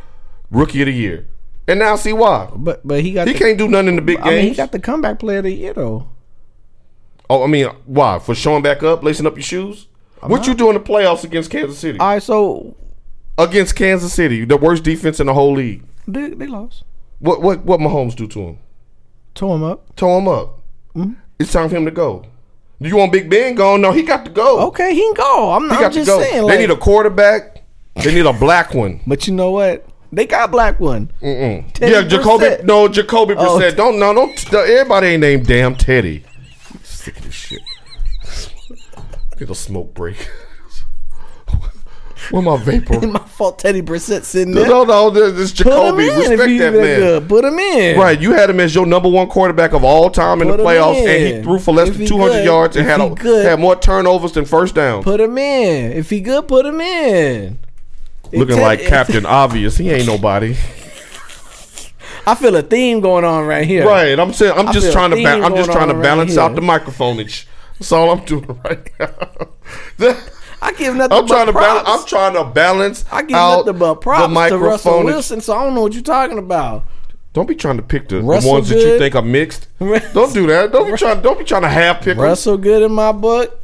S4: rookie of the year. And now see why
S2: But but he got
S4: he
S2: the,
S4: can't do nothing in the big
S2: I mean, he
S4: games.
S2: got the comeback player of the year though.
S4: oh, I mean, why for showing back up, lacing up your shoes? what you do in the playoffs against Kansas City?
S2: All right, so
S4: against Kansas City, the worst defense in the whole league.
S2: they, they lost.
S4: What what what Mahomes do to him?
S2: Tore him up.
S4: Tow him up.
S2: Mm-hmm.
S4: It's time for him to go. Do you want Big Ben gone? No, he got to go.
S2: Okay, he can go. I'm
S4: he
S2: not
S4: got
S2: I'm just
S4: to go.
S2: saying.
S4: they
S2: Like,
S4: need a quarterback. They need a black one.
S2: but you know what? They got black one. [LAUGHS]
S4: yeah, Jacoby.
S2: Brissett.
S4: No, Jacoby
S2: Oh.
S4: Brissett. Don't no, don't. Everybody ain't named damn Teddy. Sick of this shit. Need a smoke break. [LAUGHS] Where my vapor?
S2: [LAUGHS] my fault. Teddy Brissett sitting there.
S4: no, no, this this is
S2: Put him
S4: Jacoby.
S2: in if
S4: Respect
S2: you
S4: that
S2: that
S4: man.
S2: good. Put him in.
S4: Right, you had him as your number one quarterback of all time in
S2: Put
S4: the
S2: him
S4: playoffs, and he
S2: in.
S4: threw for less
S2: If
S4: than
S2: he
S4: 200
S2: good,
S4: yards and
S2: if
S4: had
S2: he
S4: a,
S2: good.
S4: had more turnovers than first downs.
S2: Put him in. If he good, put him in. If
S4: Looking
S2: Ted-
S4: like
S2: if-
S4: Captain Obvious, he ain't nobody.
S2: I feel a theme going on right here.
S4: [LAUGHS] Right, I'm saying I'm
S2: I
S4: just
S2: feel
S4: trying to
S2: a
S4: ba-
S2: theme
S4: I'm just
S2: going
S4: trying to
S2: on right
S4: balance out
S2: here.
S4: the microphoneage. That's all I'm doing [LAUGHS] right now.
S2: I give nothing.
S4: I'm
S2: but
S4: trying to balance.
S2: props.
S4: I'm trying to balance
S2: I give
S4: out
S2: nothing but props
S4: the
S2: to Russell
S4: microphoneage.
S2: Wilson, so I don't know what you're talking about.
S4: Don't be trying to pick the, the
S2: Russell
S4: ones that you
S2: Good.
S4: think are
S2: [LAUGHS]
S4: mixed. Don't do that. Don't be trying. Don't be trying to half pick. 'em.
S2: Russell Good in my book.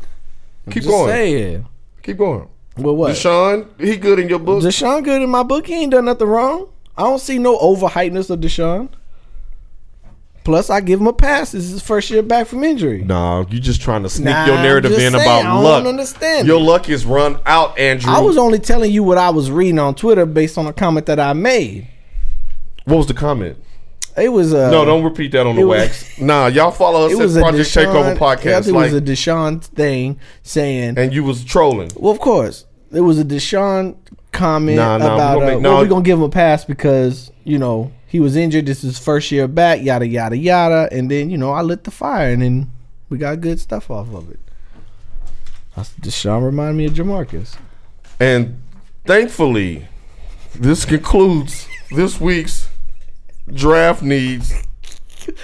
S4: Keep
S2: Just
S4: going.
S2: saying.
S4: Keep going.
S2: Well, what? Deshaun,
S4: Deshaun, he good in your book.
S2: Good in my book. He ain't done nothing wrong. I don't see no overhypeness of Deshaun. Plus, I give him a pass. This is his first year back from injury.
S4: No, you just trying to sneak
S2: Nah,
S4: your narrative
S2: I'm just
S4: in
S2: saying,
S4: about
S2: I don't
S4: luck.
S2: understand
S4: Your luck is run out, Andrew.
S2: I was only telling you what I was reading on Twitter based on a comment that I made.
S4: what was the comment?
S2: It was a
S4: no, don't repeat that on
S2: Uh, it
S4: the
S2: was- [LAUGHS]
S4: wax. Nah, y'all follow us
S2: It
S4: at
S2: was a
S4: Project
S2: Deshaun,
S4: Takeover
S2: yeah, I
S4: podcast,
S2: think
S4: like,
S2: it was a Deshaun thing saying.
S4: and you was trolling.
S2: well, of course, it was a Deshaun comment
S4: Nah, nah,
S2: about
S4: we're gonna
S2: uh,
S4: make-
S2: well,
S4: nah.
S2: we're gonna give him a pass because you know he was injured. This is his first year back. Yada yada yada. And then you know I lit the fire, and then we got good stuff off of it. That's- Deshaun reminded me of Jamarcus.
S4: And thankfully, this concludes this week's draft needs.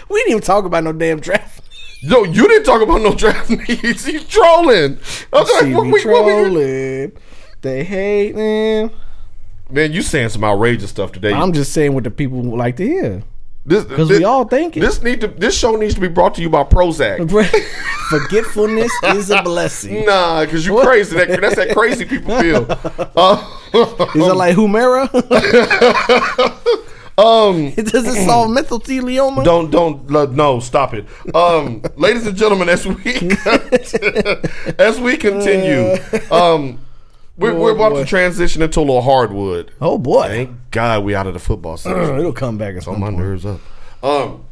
S2: We didn't even talk about no damn draft.
S4: Yo, you didn't talk about no [LAUGHS] draft needs. You trolling. I was
S2: See [LAUGHS]
S4: like, [LAUGHS] what,
S2: me
S4: we- what, we-
S2: trolling. They hate man.
S4: man, you saying some outrageous stuff today.
S2: I'm just saying what the people would like to hear.
S4: This-
S2: Because
S4: this-
S2: we all think it.
S4: This need to. This show needs to be brought to you by Prozac.
S2: [LAUGHS] Forgetfulness is a blessing.
S4: Nah, because you crazy. That, that's that crazy people
S2: [LAUGHS]
S4: feel. Uh,
S2: Is it like Humera? um, [LAUGHS] it doesn't
S4: [CLEARS THROAT]
S2: solve mesothelioma.
S4: [LAUGHS] Don't don't lo- no stop it. Um, ladies and gentlemen, as we [LAUGHS] as we continue, um, we're, we're about
S2: Oh, boy.
S4: to transition into a little hardwood.
S2: Oh boy,
S4: Thank God we out of the football
S2: [CLEARS THROAT]
S4: season.
S2: it'll come back at some
S4: My
S2: point.
S4: nerves up. Um,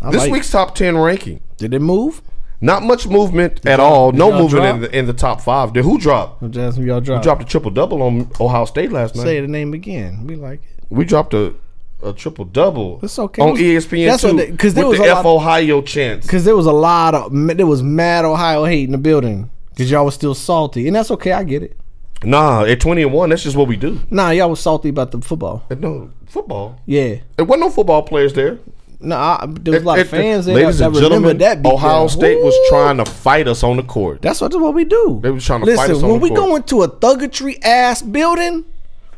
S2: I
S4: this
S2: like-
S4: week's top ten ranking.
S2: did it move?
S4: Not much movement at all. No
S2: y'all
S4: movement in
S2: drop?
S4: the in the top five. Did who drop?
S2: I'm just y'all drop.
S4: Dropped a triple double on Ohio State last night.
S2: Say the name again. We like it.
S4: We dropped a, a triple double.
S2: It's okay.
S4: on E ESPN
S2: That's what
S4: two
S2: they- 'cause
S4: with
S2: there was
S4: the
S2: a lot-
S4: F Ohio chance.
S2: Cause there was a lot of there was mad Ohio hate in the building. Cause y'all was still salty, and that's okay. I get it.
S4: Nah, at twenty and one, that's just what we do.
S2: Nah, y'all was salty about the football.
S4: And No football.
S2: Yeah.
S4: There wasn't no football players there.
S2: No, I, there was a lot of
S4: It- it-
S2: fans there.
S4: ladies
S2: that
S4: and
S2: remember
S4: gentlemen,
S2: that beat
S4: Ohio
S2: down.
S4: State was
S2: Woo!
S4: trying to fight us on the court.
S2: That's what, that's what we do.
S4: They was trying to
S2: Listen,
S4: fight us on
S2: when
S4: the
S2: we
S4: court.
S2: go into a thuggetry ass building,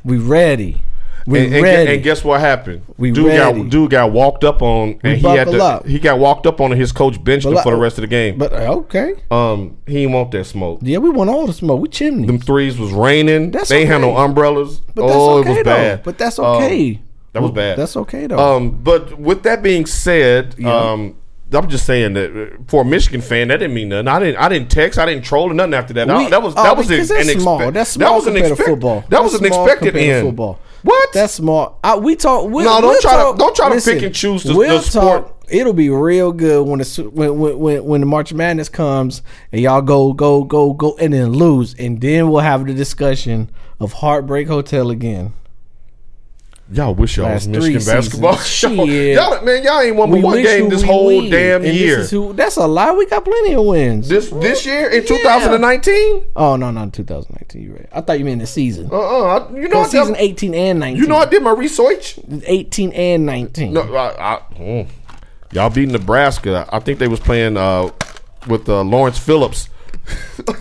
S2: we ready. We
S4: and, and,
S2: ready.
S4: gu- and guess what happened?
S2: We
S4: dude
S2: ready.
S4: got dude got walked up on, and he had
S2: buckle
S4: to,
S2: up.
S4: he got walked up on, and his coach benched him
S2: But
S4: for
S2: like-
S4: the rest of the game.
S2: but uh, okay,
S4: um, he didn't want that smoke.
S2: yeah, we want all the smoke. We chimney,
S4: Them threes was raining.
S2: That's
S4: they had
S2: okay.
S4: no umbrellas.
S2: but that's
S4: oh,
S2: okay
S4: it was
S2: though.
S4: bad.
S2: But that's
S4: Um,
S2: okay.
S4: that was bad.
S2: That's okay though.
S4: Um, but with that being said, um, I'm just saying that uh, for a Michigan fan, that didn't mean nothing. I didn't. I didn't text. I didn't troll or nothing after that. I-
S2: We-
S4: that was
S2: oh,
S4: that was
S2: because
S4: an,
S2: that's
S4: an expe-
S2: small. That's small
S4: that was an
S2: compared to
S4: expect-
S2: football.
S4: That was
S2: That's
S4: an
S2: small
S4: expected
S2: compared to
S4: end.
S2: football.
S4: What?
S2: That's small. I, we talk. we
S4: No, don't
S2: we'll
S4: try to-
S2: talk-
S4: don't try to pick and choose the- the sport.
S2: Talk, it'll be real good when the su- when, when when when the March Madness comes and y'all go go go go and then lose and then we'll have the discussion of Heartbreak Hotel again.
S4: y'all wish y'all was
S2: Last
S4: Michigan
S2: three
S4: basketball. [LAUGHS]
S2: seasons.
S4: Y'all,
S2: Shit.
S4: y'all- man, y'all ain't won but one
S2: wish who
S4: game this
S2: we
S4: whole
S2: win.
S4: damn
S2: And
S4: year.
S2: This is
S4: This
S2: who, that's a lie. We got plenty of wins.
S4: this, year in 2019.
S2: oh no, not 2019. You right? I thought you meant the season.
S4: Uh uh You
S2: No,
S4: know I
S2: season
S4: did,
S2: 18 and 19.
S4: You know I did my research.
S2: 18 and 19.
S4: No, I, I, mm. y'all beat Nebraska. I think they was playing uh, with uh,
S2: [LAUGHS]
S4: Lawrence Phillips.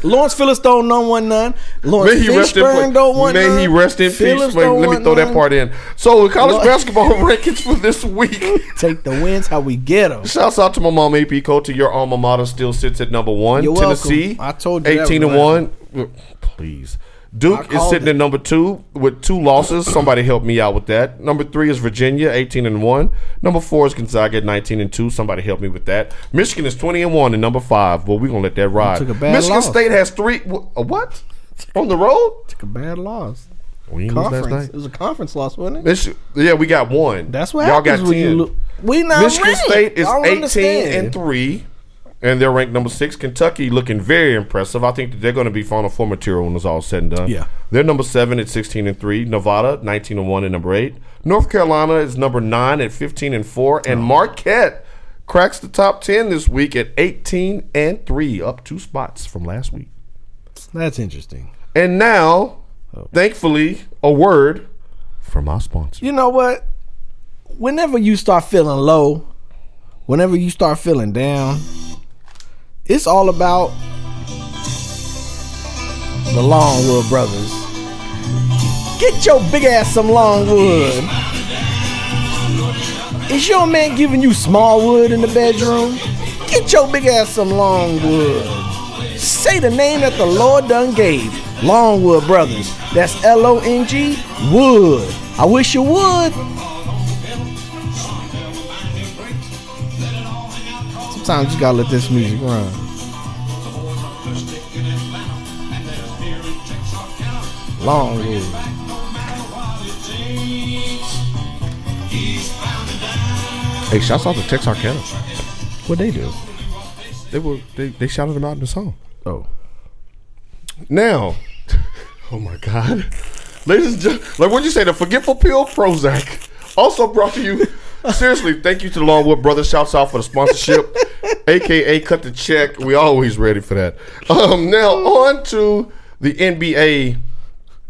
S2: Lawrence Phillips don't know one none. Lawrence
S4: May he rest in
S2: Fishburne
S4: peace.
S2: don't want
S4: May
S2: none.
S4: he rest in
S2: Phillips
S4: peace. Wait,
S2: don't
S4: let me
S2: want
S4: throw that
S2: none.
S4: part in. So, the college
S2: Lo-
S4: basketball [LAUGHS] rankings for this week.
S2: [LAUGHS] Take the wins how we get them.
S4: Shouts out to my mom, AP Coulter. Your alma mater still sits at number one.
S2: You're welcome.
S4: Tennessee,
S2: I told you that
S4: eighteen
S2: was
S4: and one. Please,
S2: I
S4: Duke is
S2: called
S4: sitting
S2: it.
S4: at number two with two losses. Somebody help me out with that. Number three is Virginia, eighteen and one. Number four is Gonzaga, at nineteen and two. Somebody help me with that. Michigan is twenty and one, and number five. Well, we're gonna let that ride.
S2: took a bad
S4: Michigan
S2: loss.
S4: State has three. wh- a what? On the road?
S2: Took a bad loss.
S4: We didn't lose last
S2: Conference.
S4: night.
S2: It was a conference loss, wasn't it?
S4: Michi- yeah, we got one.
S2: That's what
S4: y'all
S2: happens
S4: got
S2: when
S4: ten.
S2: you lose. We not
S4: Michigan
S2: ranked.
S4: State is
S2: I don't
S4: eighteen
S2: understand.
S4: and three. and they're ranked number six. Kentucky looking very impressive. I think that they're going to be Final Four material when it's all said and done.
S2: Yeah.
S4: they're number seven at sixteen and three. Nevada nineteen and one and number eight. North Carolina is number nine at fifteen and four, and Marquette cracks the top ten this week at eighteen and three, up two spots from last week.
S2: That's interesting.
S4: And now, thankfully, a word from our sponsor.
S2: You know what? Whenever you start feeling low, whenever you start feeling down, it's all about the Longwood Brothers. Get your big ass some Longwood. Is your man giving you small wood in the bedroom? Get your big ass some Longwood. Say the name that the Lord done gave. Longwood Brothers. That's L O N G Wood. I wish you would. Sometimes you gotta let this music run. Longwood.
S4: Hey, shouts out to Texarkana.
S2: What they do?
S4: They were they, they shouted them out in the song.
S2: Oh,
S4: Now, oh my God, ladies and gentlemen, like what'd you say? The forgetful pill Prozac, also brought to you. Seriously, thank you to the Longwood Brothers. Shouts out for the sponsorship, aka cut the check. We always ready for that. Um, now on to the NBA,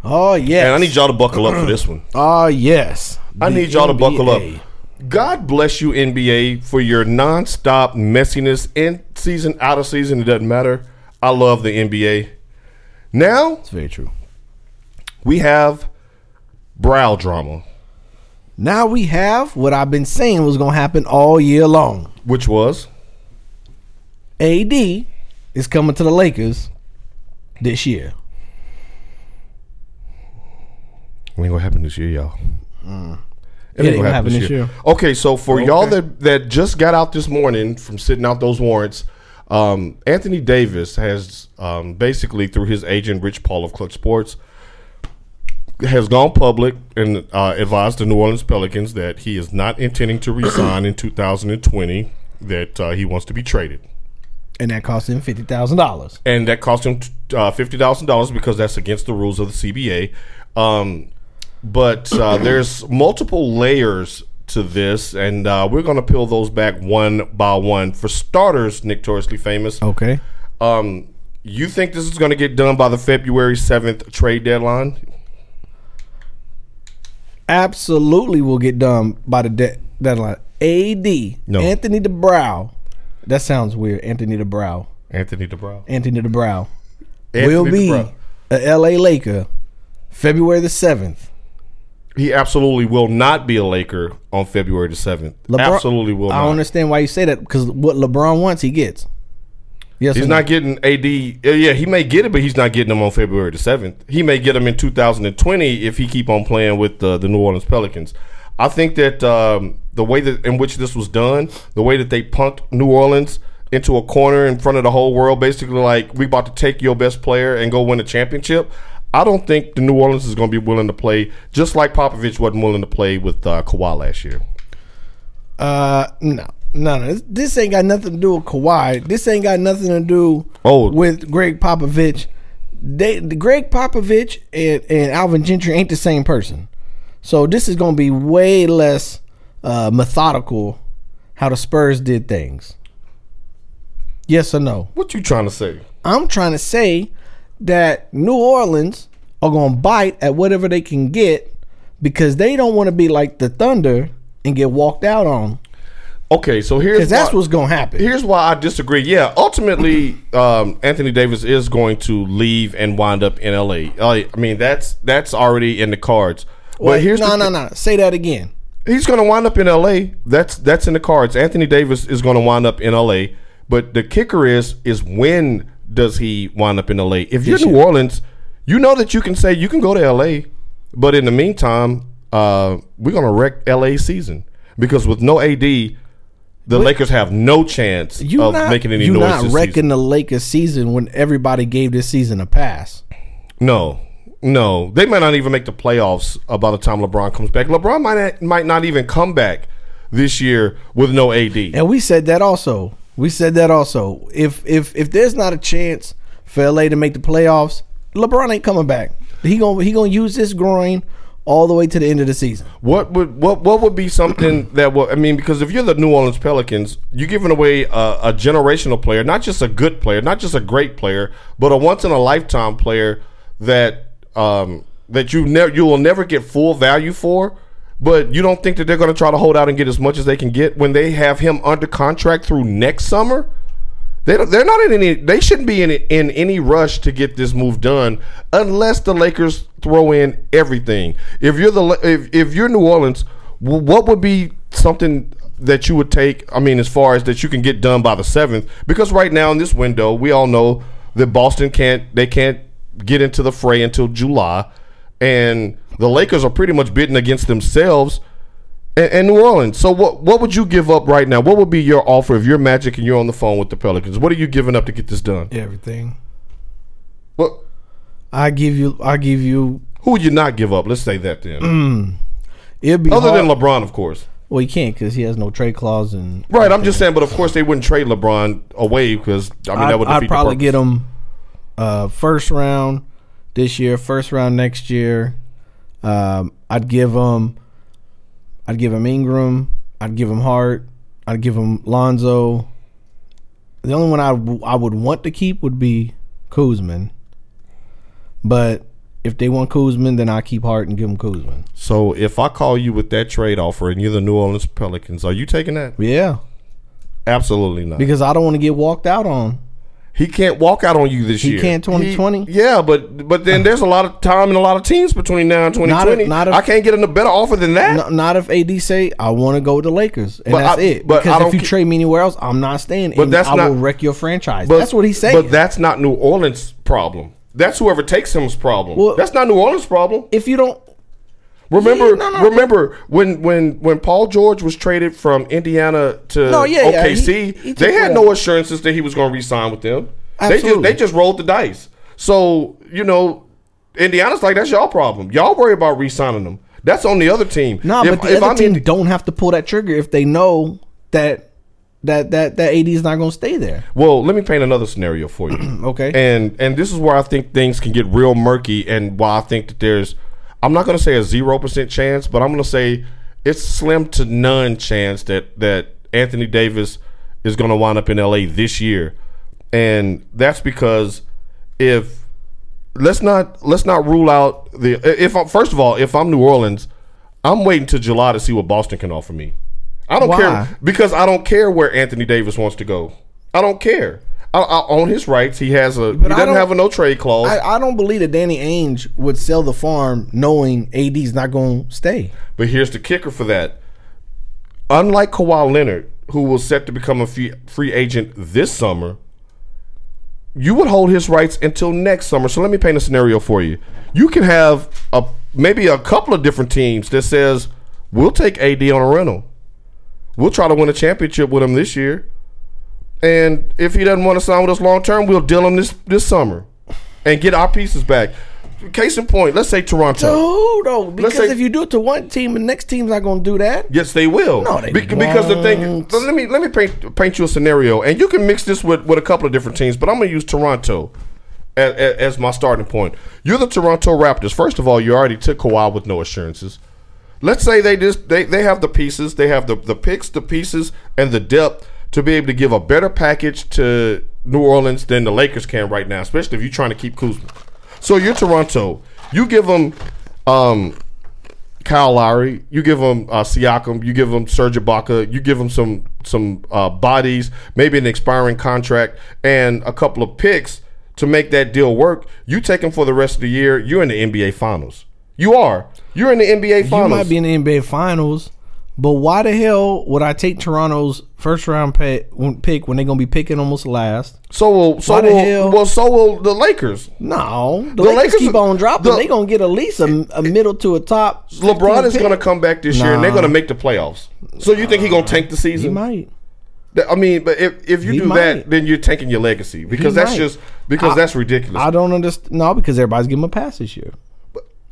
S2: oh yes.
S4: and I need y'all to buckle up for this one.
S2: Oh yes.
S4: I
S2: The
S4: need y'all to buckle up.
S2: NBA.
S4: God bless you, NBA, for your nonstop messiness in season, out of season. It doesn't matter. I love the NBA. Now
S2: It's very true.
S4: we have brow drama,
S2: Now we have what I've been saying was gonna happen all year long.
S4: which was
S2: AD is coming to the Lakers this year.
S4: It ain't gonna happen this year, y'all.
S2: It ain't gonna happen this year.
S4: Okay, so for y'all that that just got out this morning from sitting out those warrants, um, Anthony Davis has um, basically through his agent Rich Paul of Clutch Sports has gone public and uh, advised the New Orleans Pelicans that he is not intending to resign in 2020. That uh, he wants to be traded
S2: And that cost him fifty thousand dollars.
S4: and that cost him uh, fifty thousand dollars because that's against the rules of the CBA. Um, but
S2: [COUGHS]
S4: uh, there's multiple layers to this, and uh, we're going to peel those back one by one. For starters, notoriously famous.
S2: Okay.
S4: Um, you think this is going to get done by the February seventh trade deadline?
S2: Absolutely will get done by the de- deadline. AD
S4: No.
S2: Anthony DeBrow. That sounds weird. Anthony DeBrow.
S4: Anthony DeBrow.
S2: Anthony DeBrow
S4: Anthony
S2: will be
S4: DeBrow.
S2: a LA Laker February the seventh.
S4: He absolutely will not be a Laker on February the seventh. Absolutely will
S2: I
S4: not.
S2: don't understand why you say that because what LeBron wants, he gets. Yes,
S4: He's
S2: or no?
S4: not getting AD. uh, Yeah, he may get it, but he's not getting them on February the seventh. He may get them in 2020 if he keep on playing with uh, the, the New Orleans Pelicans. I think that um, the way that in which this was done, the way that they punked New Orleans into a corner in front of the whole world, basically like we about to take your best player and go win a championship. I don't think the New Orleans is going to be willing to play just like Popovich wasn't willing to play with uh, Kawhi last year.
S2: Uh, no, no, no. This- This ain't got nothing to do with Kawhi. This ain't got nothing to do
S4: Oh.
S2: with Greg Popovich. They, the Greg Popovich and, and Alvin Gentry ain't the same person. So this is going to be way less uh, methodical how the Spurs did things. Yes or no?
S4: What you trying to say?
S2: I'm trying to say that New Orleans are going to bite at whatever they can get because they don't want to be like the Thunder and get walked out on
S4: Okay, so here's
S2: because that's
S4: what-
S2: what's going to happen.
S4: Here's why I disagree. Yeah,
S2: [CLEARS THROAT]
S4: ultimately, um, Anthony Davis is going to leave and wind up in LA. Uh, I mean, that's that's already in the cards. But
S2: Wait,
S4: here's
S2: no,
S4: the
S2: no,
S4: thi-
S2: no. Say that again.
S4: He's going to wind up in LA. That's that's in the cards. Anthony Davis is going to wind up in LA. But the kicker is is when does he wind up in LA? If you're
S2: This
S4: New
S2: year.
S4: Orleans, you know that you can say you can go to LA, but in the meantime, uh, we're going to wreck LA season because with no AD, the Lakers have no chance
S2: You
S4: of
S2: not
S4: making any
S2: you
S4: noise.
S2: not
S4: this
S2: wrecking
S4: season.
S2: the Lakers season when everybody gave this season a pass.
S4: No, no, they might not even make the playoffs uh, by the time LeBron comes back. LeBron might not, might not even come back this year with no AD.
S2: And we said that also. We said that also. If if if there's not a chance for LA to make the playoffs, LeBron ain't coming back. He gonna he gonna use this groin all the way to the end of the season.
S4: What would what what would be something [COUGHS] that would I mean because if you're the New Orleans Pelicans, you're giving away a, a generational player, not just a good player, not just a great player, but a once in a lifetime player that um, that you never you will never get full value for. But you don't think that they're going to try to hold out and get as much as they can get when they have him under contract through next summer? They don't, they're not in any. They shouldn't be in in any rush to get this move done unless the Lakers throw in everything. If you're the if if you're New Orleans, wh- what would be something that you would take? I mean, as far as that you can get done by the seventh, because right now in this window, we all know that Boston can't they can't get into the fray until July, and the Lakers are pretty much bidding against themselves and, and New Orleans. So what what would you give up right now? What would be your offer if you're Magic and you're on the phone with the Pelicans? What are you giving up to get this done?
S2: Everything.
S4: What
S2: I give you I give you
S4: who would you not give up? Let's say that then.
S2: it'd be
S4: Other
S2: Mm, hard.
S4: than LeBron, of course.
S2: well he can't because he has no trade clause and
S4: Right, I'm just saying, but of course they wouldn't trade LeBron away because I mean
S2: I'd,
S4: that would defeat
S2: I'd probably
S4: the
S2: get him uh, first round this year, first round next year. Um, I'd give him, I'd give him Ingram, I'd give him Hart, I'd give him Lonzo. The only one I w- I would want to keep would be Kuzman, but if they want Kuzman, then I keep Hart and give him Kuzman.
S4: So if I call you with that trade offer and you're the New Orleans Pelicans, are you taking that?
S2: Yeah,
S4: Absolutely not.
S2: because I don't want to get walked out on.
S4: He can't walk out on you this
S2: He
S4: year.
S2: can't 2020?
S4: He- Yeah, but
S2: [SIGHS]
S4: but then there's a lot of time and a lot of teams between now and
S2: a-
S4: 2020.
S2: not a-
S4: I can't get a better offer than that.
S2: N- not if AD say I want to go to the Lakers, and
S4: But
S2: that's
S4: I-
S2: it.
S4: but I
S2: because if
S4: don't
S2: you
S4: ca-
S2: trade me anywhere else, I'm not staying. But and
S4: that's
S2: I will
S4: not-
S2: wreck your franchise.
S4: But-
S2: that's what he's saying.
S4: But that's not New Orleans' problem. That's whoever takes him's problem.
S2: Well-
S4: that's not New Orleans' problem.
S2: if you don't,
S4: Remember,
S2: Yeah, no, no.
S4: remember when when when Paul George was traded from Indiana to
S2: No, yeah, yeah,
S4: OKC,
S2: he- he took
S4: they had
S2: that.
S4: no assurances that he was going to re-sign with them. They just
S2: Absolutely.
S4: they just rolled the dice. So you know, Indiana's like that's y'all problem. Y'all worry about re-signing them. That's on the other team.
S2: nah,
S4: If-
S2: but the
S4: if
S2: other
S4: I'm
S2: team
S4: Indi-
S2: don't have to pull that trigger if they know that that that that AD is not going to stay there.
S4: Well, let me paint another scenario for you.
S2: [CLEARS THROAT] Okay.
S4: And and this is where I think things can get real murky and why I think that there's I'm not gonna say a zero percent chance, but I'm gonna say it's slim to none chance that that Anthony Davis is gonna wind up in LA this year. And that's because if let's not let's not rule out the if I'm, first of all if I'm New Orleans, I'm waiting till July to see what Boston can offer me. I don't
S2: Why?
S4: care because I don't care where Anthony Davis wants to go. I don't care. I, I own his rights. He has a he
S2: I
S4: doesn't
S2: don't-
S4: have a no trade clause.
S2: I, I don't believe that Danny Ainge would sell the farm knowing AD's not going to stay.
S4: but here's the kicker for that. Unlike Kawhi Leonard, who was set to become a free, free agent this summer, you would hold his rights until next summer. So let me paint a scenario for you. You can have a maybe a couple of different teams that says we'll take AD on a rental. We'll try to win a championship with him this year. And if he doesn't want to sign with us long term, we'll deal him this this summer and get our pieces back. Case in point, let's say Toronto.
S2: No, though, because
S4: say-
S2: if you do it to one team, the next team's not going to do that.
S4: Yes, they will.
S2: No, they
S4: Because the thing,
S2: won't.
S4: so let me let me paint paint you a scenario, and you can mix this with with a couple of different teams, but I'm going to use Toronto as, as my starting point. You're the Toronto Raptors. First of all, you already took Kawhi with no assurances. Let's say they just they, they have the pieces, they have the the picks, the pieces, and the depth to be able to give a better package to New Orleans than the Lakers can right now, especially if you're trying to keep Kuzma. So you're Toronto. You give them um, Kyle Lowry, you give him uh, Siakam, you give him Serge Ibaka, you give him some some uh, bodies, maybe an expiring contract, and a couple of picks to make that deal work. You take him for the rest of the year. You're in the NBA Finals. You are. You're in the NBA
S2: You
S4: Finals.
S2: might be in the NBA Finals, but why the hell would I take Toronto's first round pay, when- pick when they're going to be picking almost last?
S4: so will so
S2: Why the
S4: will,
S2: hell?
S4: well so will the Lakers.
S2: No, the, Lakers,
S4: Lakers-
S2: keep on dropping.
S4: the-
S2: they going to get at least a, a middle to a top.
S4: LeBron
S2: 15
S4: is going to
S2: pick.
S4: come back this year, and they're
S2: Nah.
S4: going to make the playoffs. So you think he's going to tank the
S2: He
S4: season?
S2: might.
S4: Th- I mean, but if, if you
S2: He
S4: do that,
S2: might.
S4: then you're tanking your legacy because that's
S2: might.
S4: just because
S2: I-
S4: that's ridiculous.
S2: I don't understand. No, because everybody's giving him a pass this year.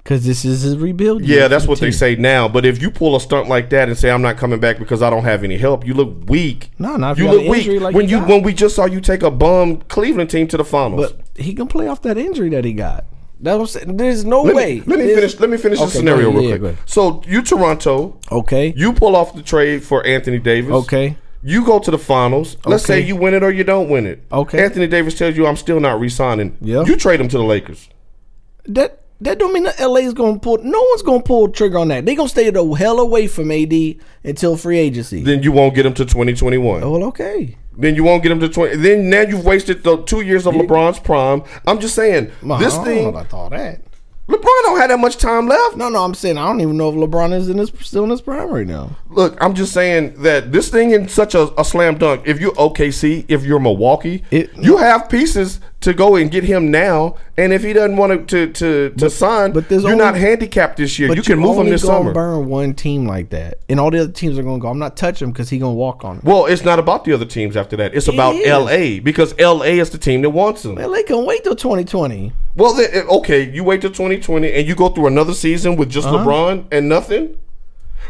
S2: because this is a rebuild. year
S4: Yeah,
S2: for
S4: that's
S2: the
S4: what they
S2: team.
S4: say now. But if you pull a stunt like that and say I'm not coming back because I don't have any help, you look weak.
S2: No, not if
S4: you
S2: you got
S4: look
S2: an
S4: weak
S2: injury like
S4: when
S2: you
S4: you
S2: got.
S4: when we just saw you take a bum Cleveland team to the finals.
S2: But he can play off that injury that he got. That was there's no
S4: let
S2: way.
S4: me, let me
S2: There's-
S4: finish. Let me finish the
S2: Okay, go
S4: scenario
S2: ahead, yeah,
S4: real
S2: go
S4: quick.
S2: ahead.
S4: So you Toronto,
S2: Okay.
S4: you pull off the trade for Anthony Davis.
S2: Okay.
S4: You go to the finals. Let's
S2: Okay.
S4: say you win it or you don't win it.
S2: Okay.
S4: Anthony Davis tells you I'm still not re-signing.
S2: Yeah.
S4: You trade him to the Lakers.
S2: That that don't mean that LA's gonna pull. No one's gonna pull the trigger on that. They gonna stay the hell away from AD until free agency. Oh,
S4: Then you won't get him to 2021.
S2: well, okay.
S4: Then you won't get him to 20. Then now you've wasted the two years of LeBron's prime. I'm just saying, this
S2: I don't know
S4: thing,
S2: about all that.
S4: LeBron don't have that much time left.
S2: No, no, I'm saying I don't even know if LeBron is in his still in his prime right now.
S4: Look, I'm just saying that this thing in such a, a slam dunk. If you're OKC, if you're Milwaukee,
S2: It-
S4: you have pieces to go and get him now. And if he doesn't want to to to, to sign,
S2: but there's
S4: you're not
S2: only-
S4: handicapped this year. You
S2: you're
S4: can move him
S2: only
S4: this
S2: gonna
S4: summer.
S2: Burn one team like that, and all the other teams are gonna go. I'm not touching him because he gonna walk on it.
S4: Well, it's not about the other teams after that. It's about
S2: is.
S4: LA because LA is the team that wants him.
S2: LA can wait till 2020.
S4: Well, then, eh, okay, you wait till 2020 and you go through another season with just LeBron and nothing.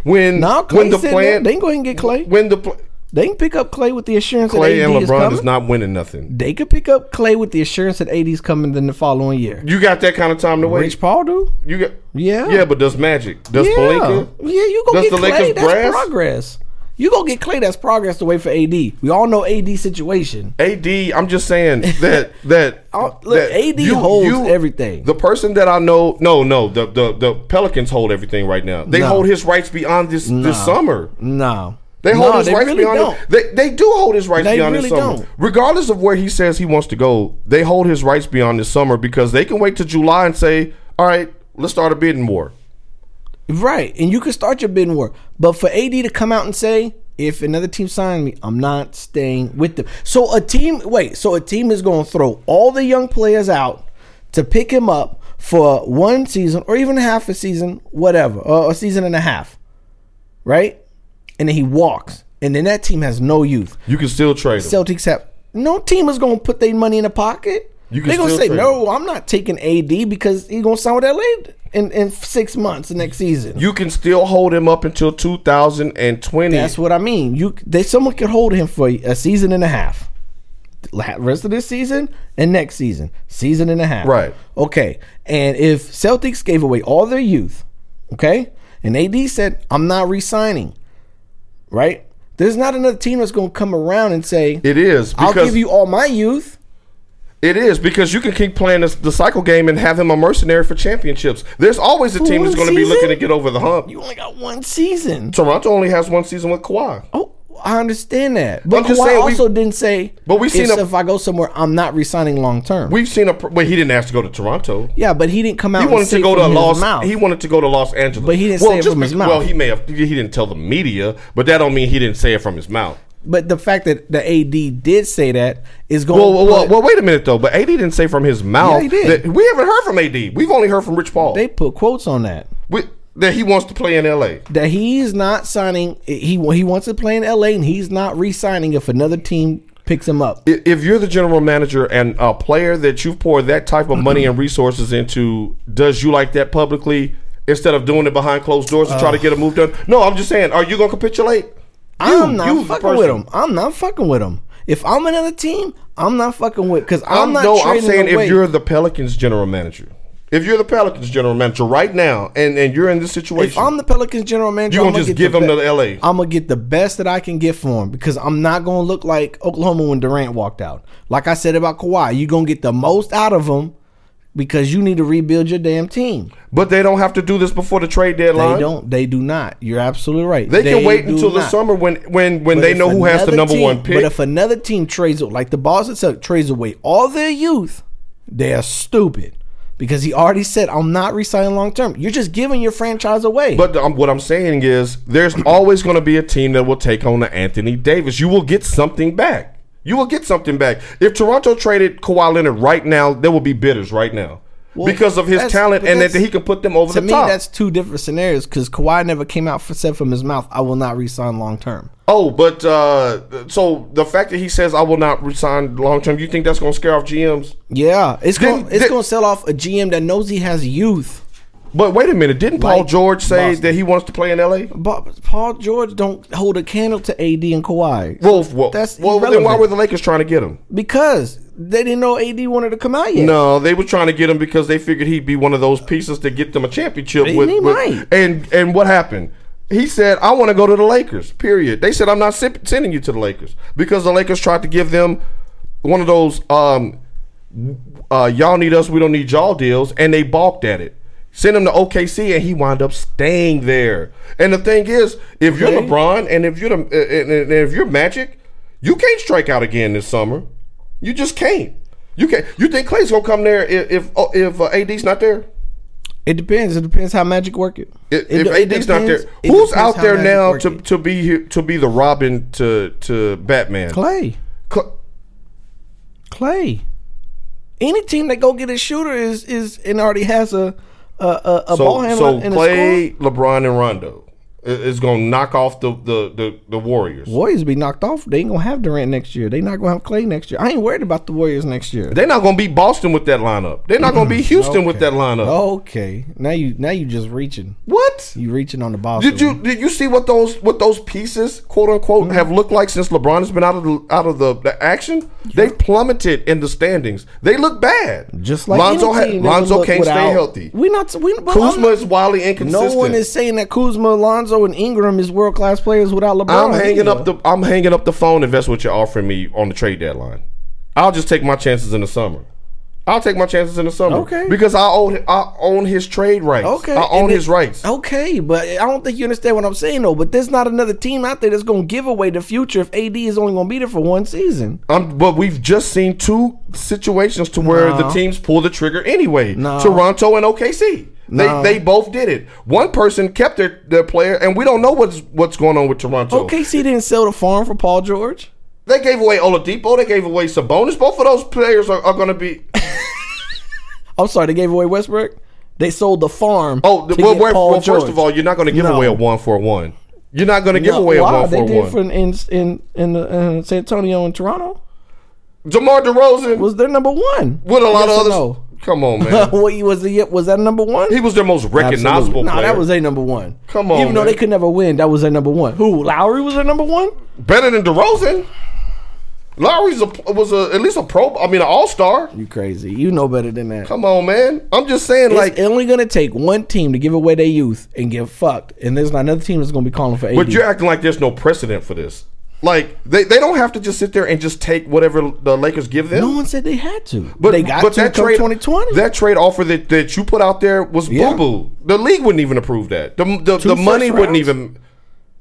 S4: When
S2: Now
S4: when
S2: Uh-huh. Clay
S4: the
S2: said that,
S4: plan
S2: they can go ahead and get Clay.
S4: when the pl-
S2: They can pick up Clay with the assurance
S4: Clay
S2: that AD
S4: and
S2: is
S4: LeBron
S2: coming.
S4: is not winning nothing.
S2: they could pick up Clay with the assurance that AD's coming then the following year.
S4: You got that kind of time to wait.
S2: Rich Paul do?
S4: You got
S2: Yeah.
S4: yeah, but does Magic? Does
S2: yeah.
S4: Palinka?
S2: Yeah, you go
S4: Does
S2: get
S4: the
S2: Clay.
S4: Lakers
S2: that's
S4: brass?
S2: progress. You go get Clay. That's progress to wait for AD. We all know AD situation.
S4: AD, I'm
S2: [LAUGHS]
S4: just saying that that,
S2: Oh, look, AD holds everything.
S4: The person that I know, no, no, the the, the Pelicans hold everything right now. They
S2: No.
S4: hold his rights beyond this this summer.
S2: No,
S4: They hold
S2: No,
S4: his
S2: they
S4: rights
S2: really
S4: beyond.
S2: don't.
S4: They they do hold his rights
S2: They
S4: beyond this
S2: really
S4: summer,
S2: don't.
S4: regardless of where he says he wants to go. They hold his rights beyond this summer because they can wait to July and say, "All right, let's start a bidding war."
S2: Right, and you can start your bidding war, but for AD to come out and say, "If another team signs me, I'm not staying with them." So a team, wait, so a team is going to throw all the young players out to pick him up for one season or even half a season, whatever, or a season and a half, right? And then he walks, and then that team has no youth.
S4: You can still trade him.
S2: Celtics have no team is going to put their money in the pocket.
S4: You can
S2: They're going to
S4: still
S2: say,
S4: trade
S2: "No, I'm not taking AD because he's going to sign with LA in in six months the next season."
S4: you can still hold him up until 2020.
S2: That's what I mean. You they someone could hold him for a season and a half. La- Rest of this season and next season, season and a half.
S4: Right.
S2: Okay. And if Celtics gave away all their youth, okay, and AD said, "I'm not re-signing," right? There's not another team that's going to come around and say,
S4: it is because
S2: "I'll give you all my youth."
S4: it is because you can keep playing this, the cycle game and have him a mercenary for championships. There's always a team
S2: one
S4: that's going to be looking
S2: season?
S4: to get over the hump.
S2: You only got one season.
S4: Toronto only has one season with Kawhi.
S2: Oh, I understand that, but
S4: I'm just
S2: Kawhi
S4: saying we-
S2: also didn't say.
S4: But we've seen
S2: if,
S4: a-
S2: if I go somewhere, I'm not re-signing long term.
S4: We've seen a pr- wait. He didn't ask to go to Toronto.
S2: Yeah, but he didn't come out.
S4: He
S2: and
S4: wanted
S2: say
S4: to go to
S2: from his
S4: Los.
S2: mouth.
S4: He wanted to go to Los Angeles,
S2: But he didn't say it
S4: just
S2: from his
S4: be-
S2: mouth.
S4: Well, he may have. He didn't tell the media, but that don't mean he didn't say it from his mouth.
S2: but the fact that the AD did say that is going.
S4: Well, well, well,
S2: put-
S4: well, wait a minute though. But AD didn't say from his mouth.
S2: Yeah, he did.
S4: that- we haven't heard from AD. We've only heard from Rich Paul
S2: they put quotes on that
S4: We- that he wants to play in LA.
S2: that he's not signing. He he wants to play in LA, and he's not re-signing if another team picks him up.
S4: I- If you're the general manager and a player that you've poured that type of money and resources into, does you like that publicly instead of doing it behind closed doors to try to get a move done? No, I'm just saying. Are you gonna capitulate?
S2: I'm
S4: You-
S2: not
S4: you
S2: fucking
S4: person.
S2: with him. I'm not fucking with him. If I'm another team, I'm not fucking with because I'm,
S4: I'm
S2: not.
S4: no, I'm
S2: trading
S4: saying
S2: away.
S4: if you're the Pelicans general manager, if you're the Pelicans general manager right now, and and you're in this situation,
S2: If I'm the Pelicans general manager,
S4: You gonna
S2: I'ma
S4: just
S2: get
S4: give him
S2: the
S4: to LA?
S2: I'm gonna get the best that I can get for him because I'm not gonna look like Oklahoma when Durant walked out. Like I said about Kawhi, you're gonna get the most out of him because you need to rebuild your damn team.
S4: but they don't have to do this before the trade deadline.
S2: They don't. They do not. You're absolutely right.
S4: They, can wait
S2: do
S4: until the
S2: not.
S4: summer when when when
S2: But
S4: they
S2: if
S4: know who has the
S2: another
S4: number
S2: team-
S4: one pick.
S2: But if another team trades like the Boston Celtics trades away all their youth, they are stupid. Because he already said, "I'm not resigning long term. You're just giving your franchise away."
S4: But um, what I'm saying is,
S2: [CLEARS THROAT]
S4: there's always going to be a team that will take on the Anthony Davis. You will get something back. You will get something back. If Toronto traded Kawhi Leonard right now, there will be bidders right now
S2: Well,
S4: because of his
S2: that's-
S4: talent
S2: but
S4: and that
S2: that's-
S4: he can put them over
S2: to
S4: the
S2: me,
S4: top.
S2: that's two different scenarios because Kawhi never came out for, said from his mouth, "I will not resign long term."
S4: oh, but uh, so the fact that he says I will not resign long term, you think that's going to scare off GMs?
S2: Yeah, it's
S4: Then-
S2: going it's
S4: then-
S2: going to sell off a GM that knows he has youth.
S4: But wait a minute, didn't Paul
S2: Like
S4: George say
S2: Boston.
S4: that he wants to play in L.A.?
S2: But Paul George don't hold a candle to AD and Kawhi.
S4: Well, well,
S2: That's
S4: well then
S2: irrelevant.
S4: why were the Lakers trying to get him?
S2: because they didn't know AD wanted to come out yet.
S4: No, they were trying to get him because they figured he'd be one of those pieces to get them a championship
S2: And
S4: with.
S2: he
S4: with-
S2: might.
S4: And and what happened? He said, "I want to go to the Lakers." Period. They said, "I'm not sip- sending you to the Lakers because the Lakers tried to give them one of those um, uh, y'all need us, we don't need y'all deals, and they balked at it. Sent him to OKC, and he wound up staying there. And the thing is, if you're
S2: Okay.
S4: LeBron and if you're the, and, and- and if you're Magic, you can't strike out again this summer. You just can't. You can't. You think Clay's gonna come there if if, oh, if uh, AD's not there?
S2: It depends. It depends how Magic work it.
S4: If,
S2: It-
S4: if
S2: it
S4: AD's not there,
S2: depends- it
S4: who's
S2: depends
S4: out
S2: how
S4: there
S2: Magic
S4: now
S2: work
S4: to,
S2: it.
S4: to be here- to be the Robin to to Batman?
S2: Clay?
S4: Cl-
S2: Clay. Any team that go get a shooter is is and already has a a, a, a ball
S4: so,
S2: handler
S4: so
S2: and a
S4: Clay, LeBron, and Rondo i- is gonna knock off the the the, the Warriors.
S2: score. Warriors be knocked off. They ain't gonna have Durant next year. They not gonna have Clay next year. I ain't worried about the Warriors next year.
S4: They're not gonna beat Boston with that lineup. They're not gonna beat Houston with that lineup.
S2: okay, now you now you just reaching.
S4: What?
S2: You reaching on the ball.
S4: Did you did you see what those what those pieces quote unquote
S2: Mm-hmm.
S4: have looked like since LeBron has been out of the out of the, the action? They've plummeted in the standings. They look bad.
S2: just like
S4: Lonzo
S2: any
S4: ha-
S2: team, they
S4: Lonzo
S2: look
S4: can't
S2: without-
S4: stay healthy.
S2: We not we but [LAUGHS] I'm
S4: Kuzma
S2: not-
S4: is wildly inconsistent.
S2: No one is saying that Kuzma, Alonzo, and Ingram is world class players without LeBron.
S4: I'm hanging
S2: either.
S4: up the I'm hanging up the phone if that's what you're offering me on the trade deadline. I'll just take my chances in the summer. I'll take my chances in the summer.
S2: Okay.
S4: Because I own I own his trade rights.
S2: Okay,
S4: I own
S2: and
S4: his
S2: it- Oh.
S4: rights.
S2: Okay, but I don't think you understand what I'm saying though. But there's not another team out there that's going to give away the future if AD is only going to be there for one season.
S4: Um, but we've just seen two situations to where the teams pull the trigger anyway.
S2: No.
S4: Toronto and OKC. They
S2: No.
S4: they both did it. One person kept their, their player, and we don't know what's what's going on with Toronto.
S2: OKC didn't sell the farm for Paul George.
S4: They gave away Oladipo. They gave away Sabonis. Both of those players are, are going to be.
S2: I'm sorry, they gave away Westbrook. They sold the farm.
S4: Oh,
S2: to
S4: well,
S2: get
S4: where-
S2: Paul
S4: well first
S2: George.
S4: of all, you're not going to give
S2: No.
S4: away a one for one. You're not going to give
S2: No,
S4: away a
S2: why?
S4: one for
S2: they did for
S4: one.
S2: in in in, in the, uh, San Antonio and Toronto
S4: Jamar DeRozan
S2: was their number one
S4: with a lot
S2: Yes
S4: of
S2: or
S4: others.
S2: no? [LAUGHS]
S4: Come on, man.
S2: what he was the was that number one?
S4: he was their most recognizable
S2: No,
S4: player.
S2: that was their number one.
S4: Come on,
S2: even though
S4: man.
S2: they could never win, that was their number one. Who Lowry was their number one?
S4: better than DeRozan. Lowry's a, was a, at least a pro. I mean, an all star.
S2: You crazy? You know better than that.
S4: Come on, man. I'm just saying,
S2: It's
S4: like,
S2: only gonna take one team to give away their youth and get fucked, and there's not another team that's gonna be calling for AD.
S4: but you're acting like there's no precedent for this. Like, they, they don't have to just sit there and just take whatever the Lakers give them.
S2: no one said they had to,
S4: But,
S2: but they got
S4: but
S2: to
S4: that
S2: come
S4: trade,
S2: 2020.
S4: that trade offer that, that you put out there was
S2: Yeah.
S4: boo boo. The league wouldn't even approve that. The the,
S2: Two
S4: the
S2: first
S4: money wouldn't
S2: rounds?
S4: even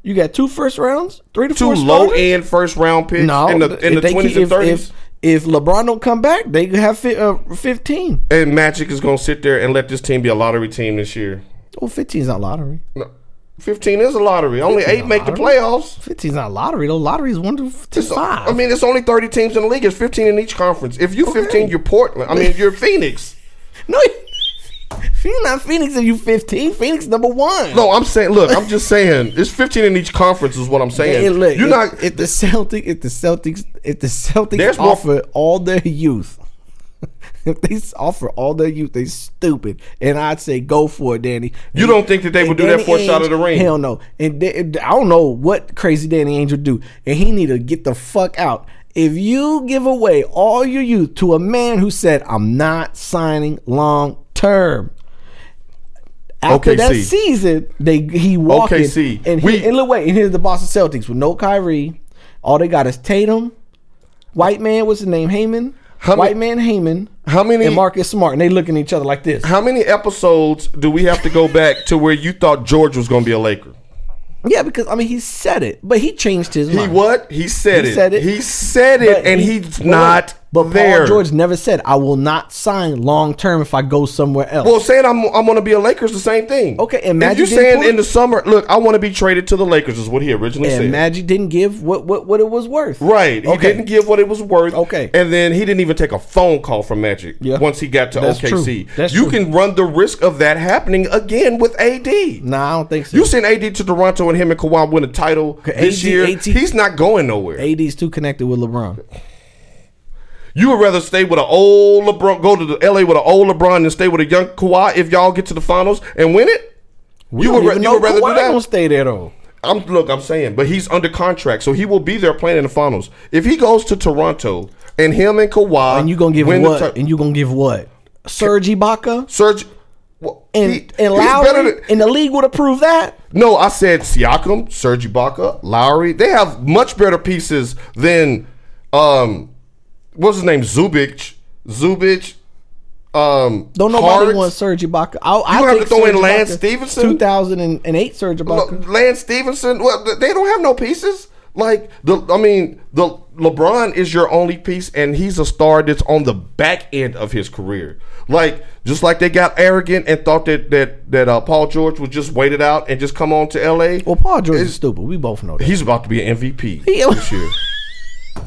S2: you got two first rounds, three to
S4: two
S2: four
S4: low
S2: starters?
S4: end first round picks
S2: No,
S4: in the
S2: if
S4: in the
S2: they
S4: twenties
S2: keep-
S4: and
S2: if,
S4: thirties.
S2: if, if LeBron don't come back, they could have fi- uh, 15.
S4: And Magic is going to sit there and let this team be a lottery team this year.
S2: Well, 15's Oh, not lottery.
S4: No, Fifteen is a lottery. Only eight make the
S2: lottery?
S4: playoffs.
S2: 15's not lottery though. Lottery is one to, to
S4: It's-
S2: five.
S4: I mean, it's only thirty teams in the league. It's fifteen in each conference. If you fifteen, you're Portland. I mean,
S2: [LAUGHS]
S4: you're Phoenix.
S2: no. [LAUGHS] You're not Phoenix if you 15. Phoenix number one.
S4: No, I'm saying. Look, I'm just saying. It's fifteen in each conference. Is what I'm saying.
S2: Hey, look,
S4: you're
S2: if,
S4: not.
S2: if the Celtics if the Celtics if the Celtics
S4: There's more-
S2: offer all their youth. [LAUGHS] If they s- offer all their youth, they stupid, and I'd say go for it, Danny.
S4: You don't think that they
S2: And
S4: would do that
S2: Danny
S4: for a shot
S2: Ainge-
S4: of the ring?
S2: Hell no. And da- and I don't know what crazy Danny Ainge would do, and he need to get the fuck out. If you give away all your youth to a man who said I'm not signing long term, after that
S4: OKC.
S2: season, they he walking
S4: OKC.
S2: and
S4: We-
S2: he, and look wait and here's the Boston Celtics with no Kyrie. All they got is Tatum, white man. What's his name? Heyman.
S4: How
S2: white
S4: many-
S2: man Heyman.
S4: How many-
S2: And Marcus Smart, and they looking at each other like this.
S4: How many episodes do we have to go back to where you thought George was going to be a Laker?
S2: Yeah, because I mean he said it, but he changed his
S4: He
S2: mind.
S4: what? He said
S2: He
S4: it.
S2: said it.
S4: He said
S2: But
S4: it, and
S2: he-
S4: he's
S2: but wait,
S4: not
S2: But
S4: there.
S2: Paul George never said, "I will not sign long term if I go somewhere else."
S4: Well, saying I'm I'm going to be a Lakers the same thing.
S2: Okay, and
S4: if
S2: Magic
S4: you
S2: didn't
S4: saying
S2: prove-
S4: in the summer, look, I want to be traded to the Lakers is what he originally
S2: and
S4: said.
S2: Magic didn't give what, what what it was worth.
S4: Right. He didn't give what it was worth.
S2: Okay.
S4: And then he didn't even take a phone call from Magic
S2: Yeah.
S4: once he got to
S2: That's
S4: OKC.
S2: true. That's
S4: you
S2: true.
S4: can run the risk of that happening again with AD.
S2: Nah, I don't think so.
S4: You send AD to Toronto and him and Kawhi win a title this
S2: AD
S4: year.
S2: AT
S4: he's not going nowhere.
S2: AD's too connected with LeBron.
S4: You would rather stay with an old LeBron, go to the LA with an old LeBron, than stay with a young Kawhi if y'all get to the finals and win it. you would,
S2: don't
S4: ra-
S2: even
S4: you
S2: know
S4: would rather
S2: Kawhi
S4: do
S2: gonna
S4: that.
S2: stay there though.
S4: I'm look, I'm saying, but he's under contract, so he will be there playing in the finals. If he goes to Toronto and him and Kawhi,
S2: And you gonna give
S4: win the
S2: what?
S4: tur-
S2: and you gonna give what? Serge Ibaka
S4: Serge well,
S2: and
S4: he-
S2: and
S4: he's
S2: Lowry,
S4: better than-
S2: and the league would approve that.
S4: No, I said Siakam, Serge Ibaka, Lowry. They have much better pieces than um, what's his name, Zubic, Zubic. Um,
S2: Don't nobody
S4: Hart.
S2: want Serge Ibaka. I, I
S4: You gonna have
S2: think
S4: to throw in
S2: Serge
S4: Lance
S2: Ibaka-
S4: Stevenson?
S2: 2008 Serge Ibaka.
S4: Look, Lance Stevenson. Well, th- they don't have no pieces. Like the, I mean, the LeBron is your only piece, and he's a star that's on the back end of his career. Like just like they got arrogant and thought that that that uh, Paul George would just wait it out and just come on to L.A.
S2: well, Paul George is
S4: It's-
S2: stupid. We both know that.
S4: He's about to be an
S2: He-
S4: MVP this year.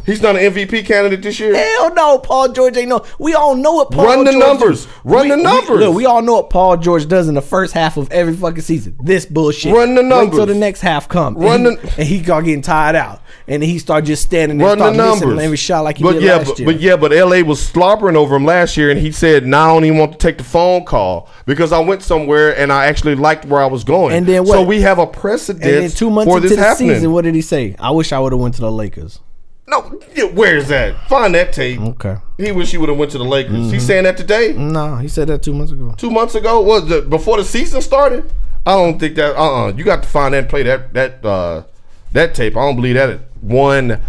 S4: He's not an MVP candidate this year.
S2: Hell no, Paul George ain't no. We all know what Paul
S4: Run the
S2: George
S4: numbers.
S2: is-
S4: Run
S2: we-
S4: the
S2: we-
S4: numbers.
S2: look, we all know what Paul George does in the first half of every fucking season. This bullshit.
S4: Run the
S2: Wait till
S4: numbers.
S2: the next half comes.
S4: Run
S2: and he,
S4: the-
S2: and he got getting tired out, and he start just standing there,
S4: Run the
S2: start missing
S4: numbers.
S2: every shot like he
S4: but
S2: did
S4: yeah,
S2: last
S4: but,
S2: year.
S4: but yeah, but LA was slobbering over him last year, and he said, "Now I don't even want to take the phone call because I went somewhere and I actually liked where I was going."
S2: And then
S4: so
S2: what?
S4: we have a
S2: and then
S4: precedent
S2: two months
S4: for
S2: into
S4: this
S2: the
S4: happening.
S2: season, what did he say? I wish I would have went to the Lakers.
S4: no, yeah, where is that? Find that tape.
S2: Okay. Mm-hmm.
S4: He wish he would have went to the Lakers. He's saying that today,
S2: No, he said that two months ago.
S4: two months ago, was the, before the season started. I don't think that. Uh, uh you got to find that and play that that uh, that tape. I don't believe that one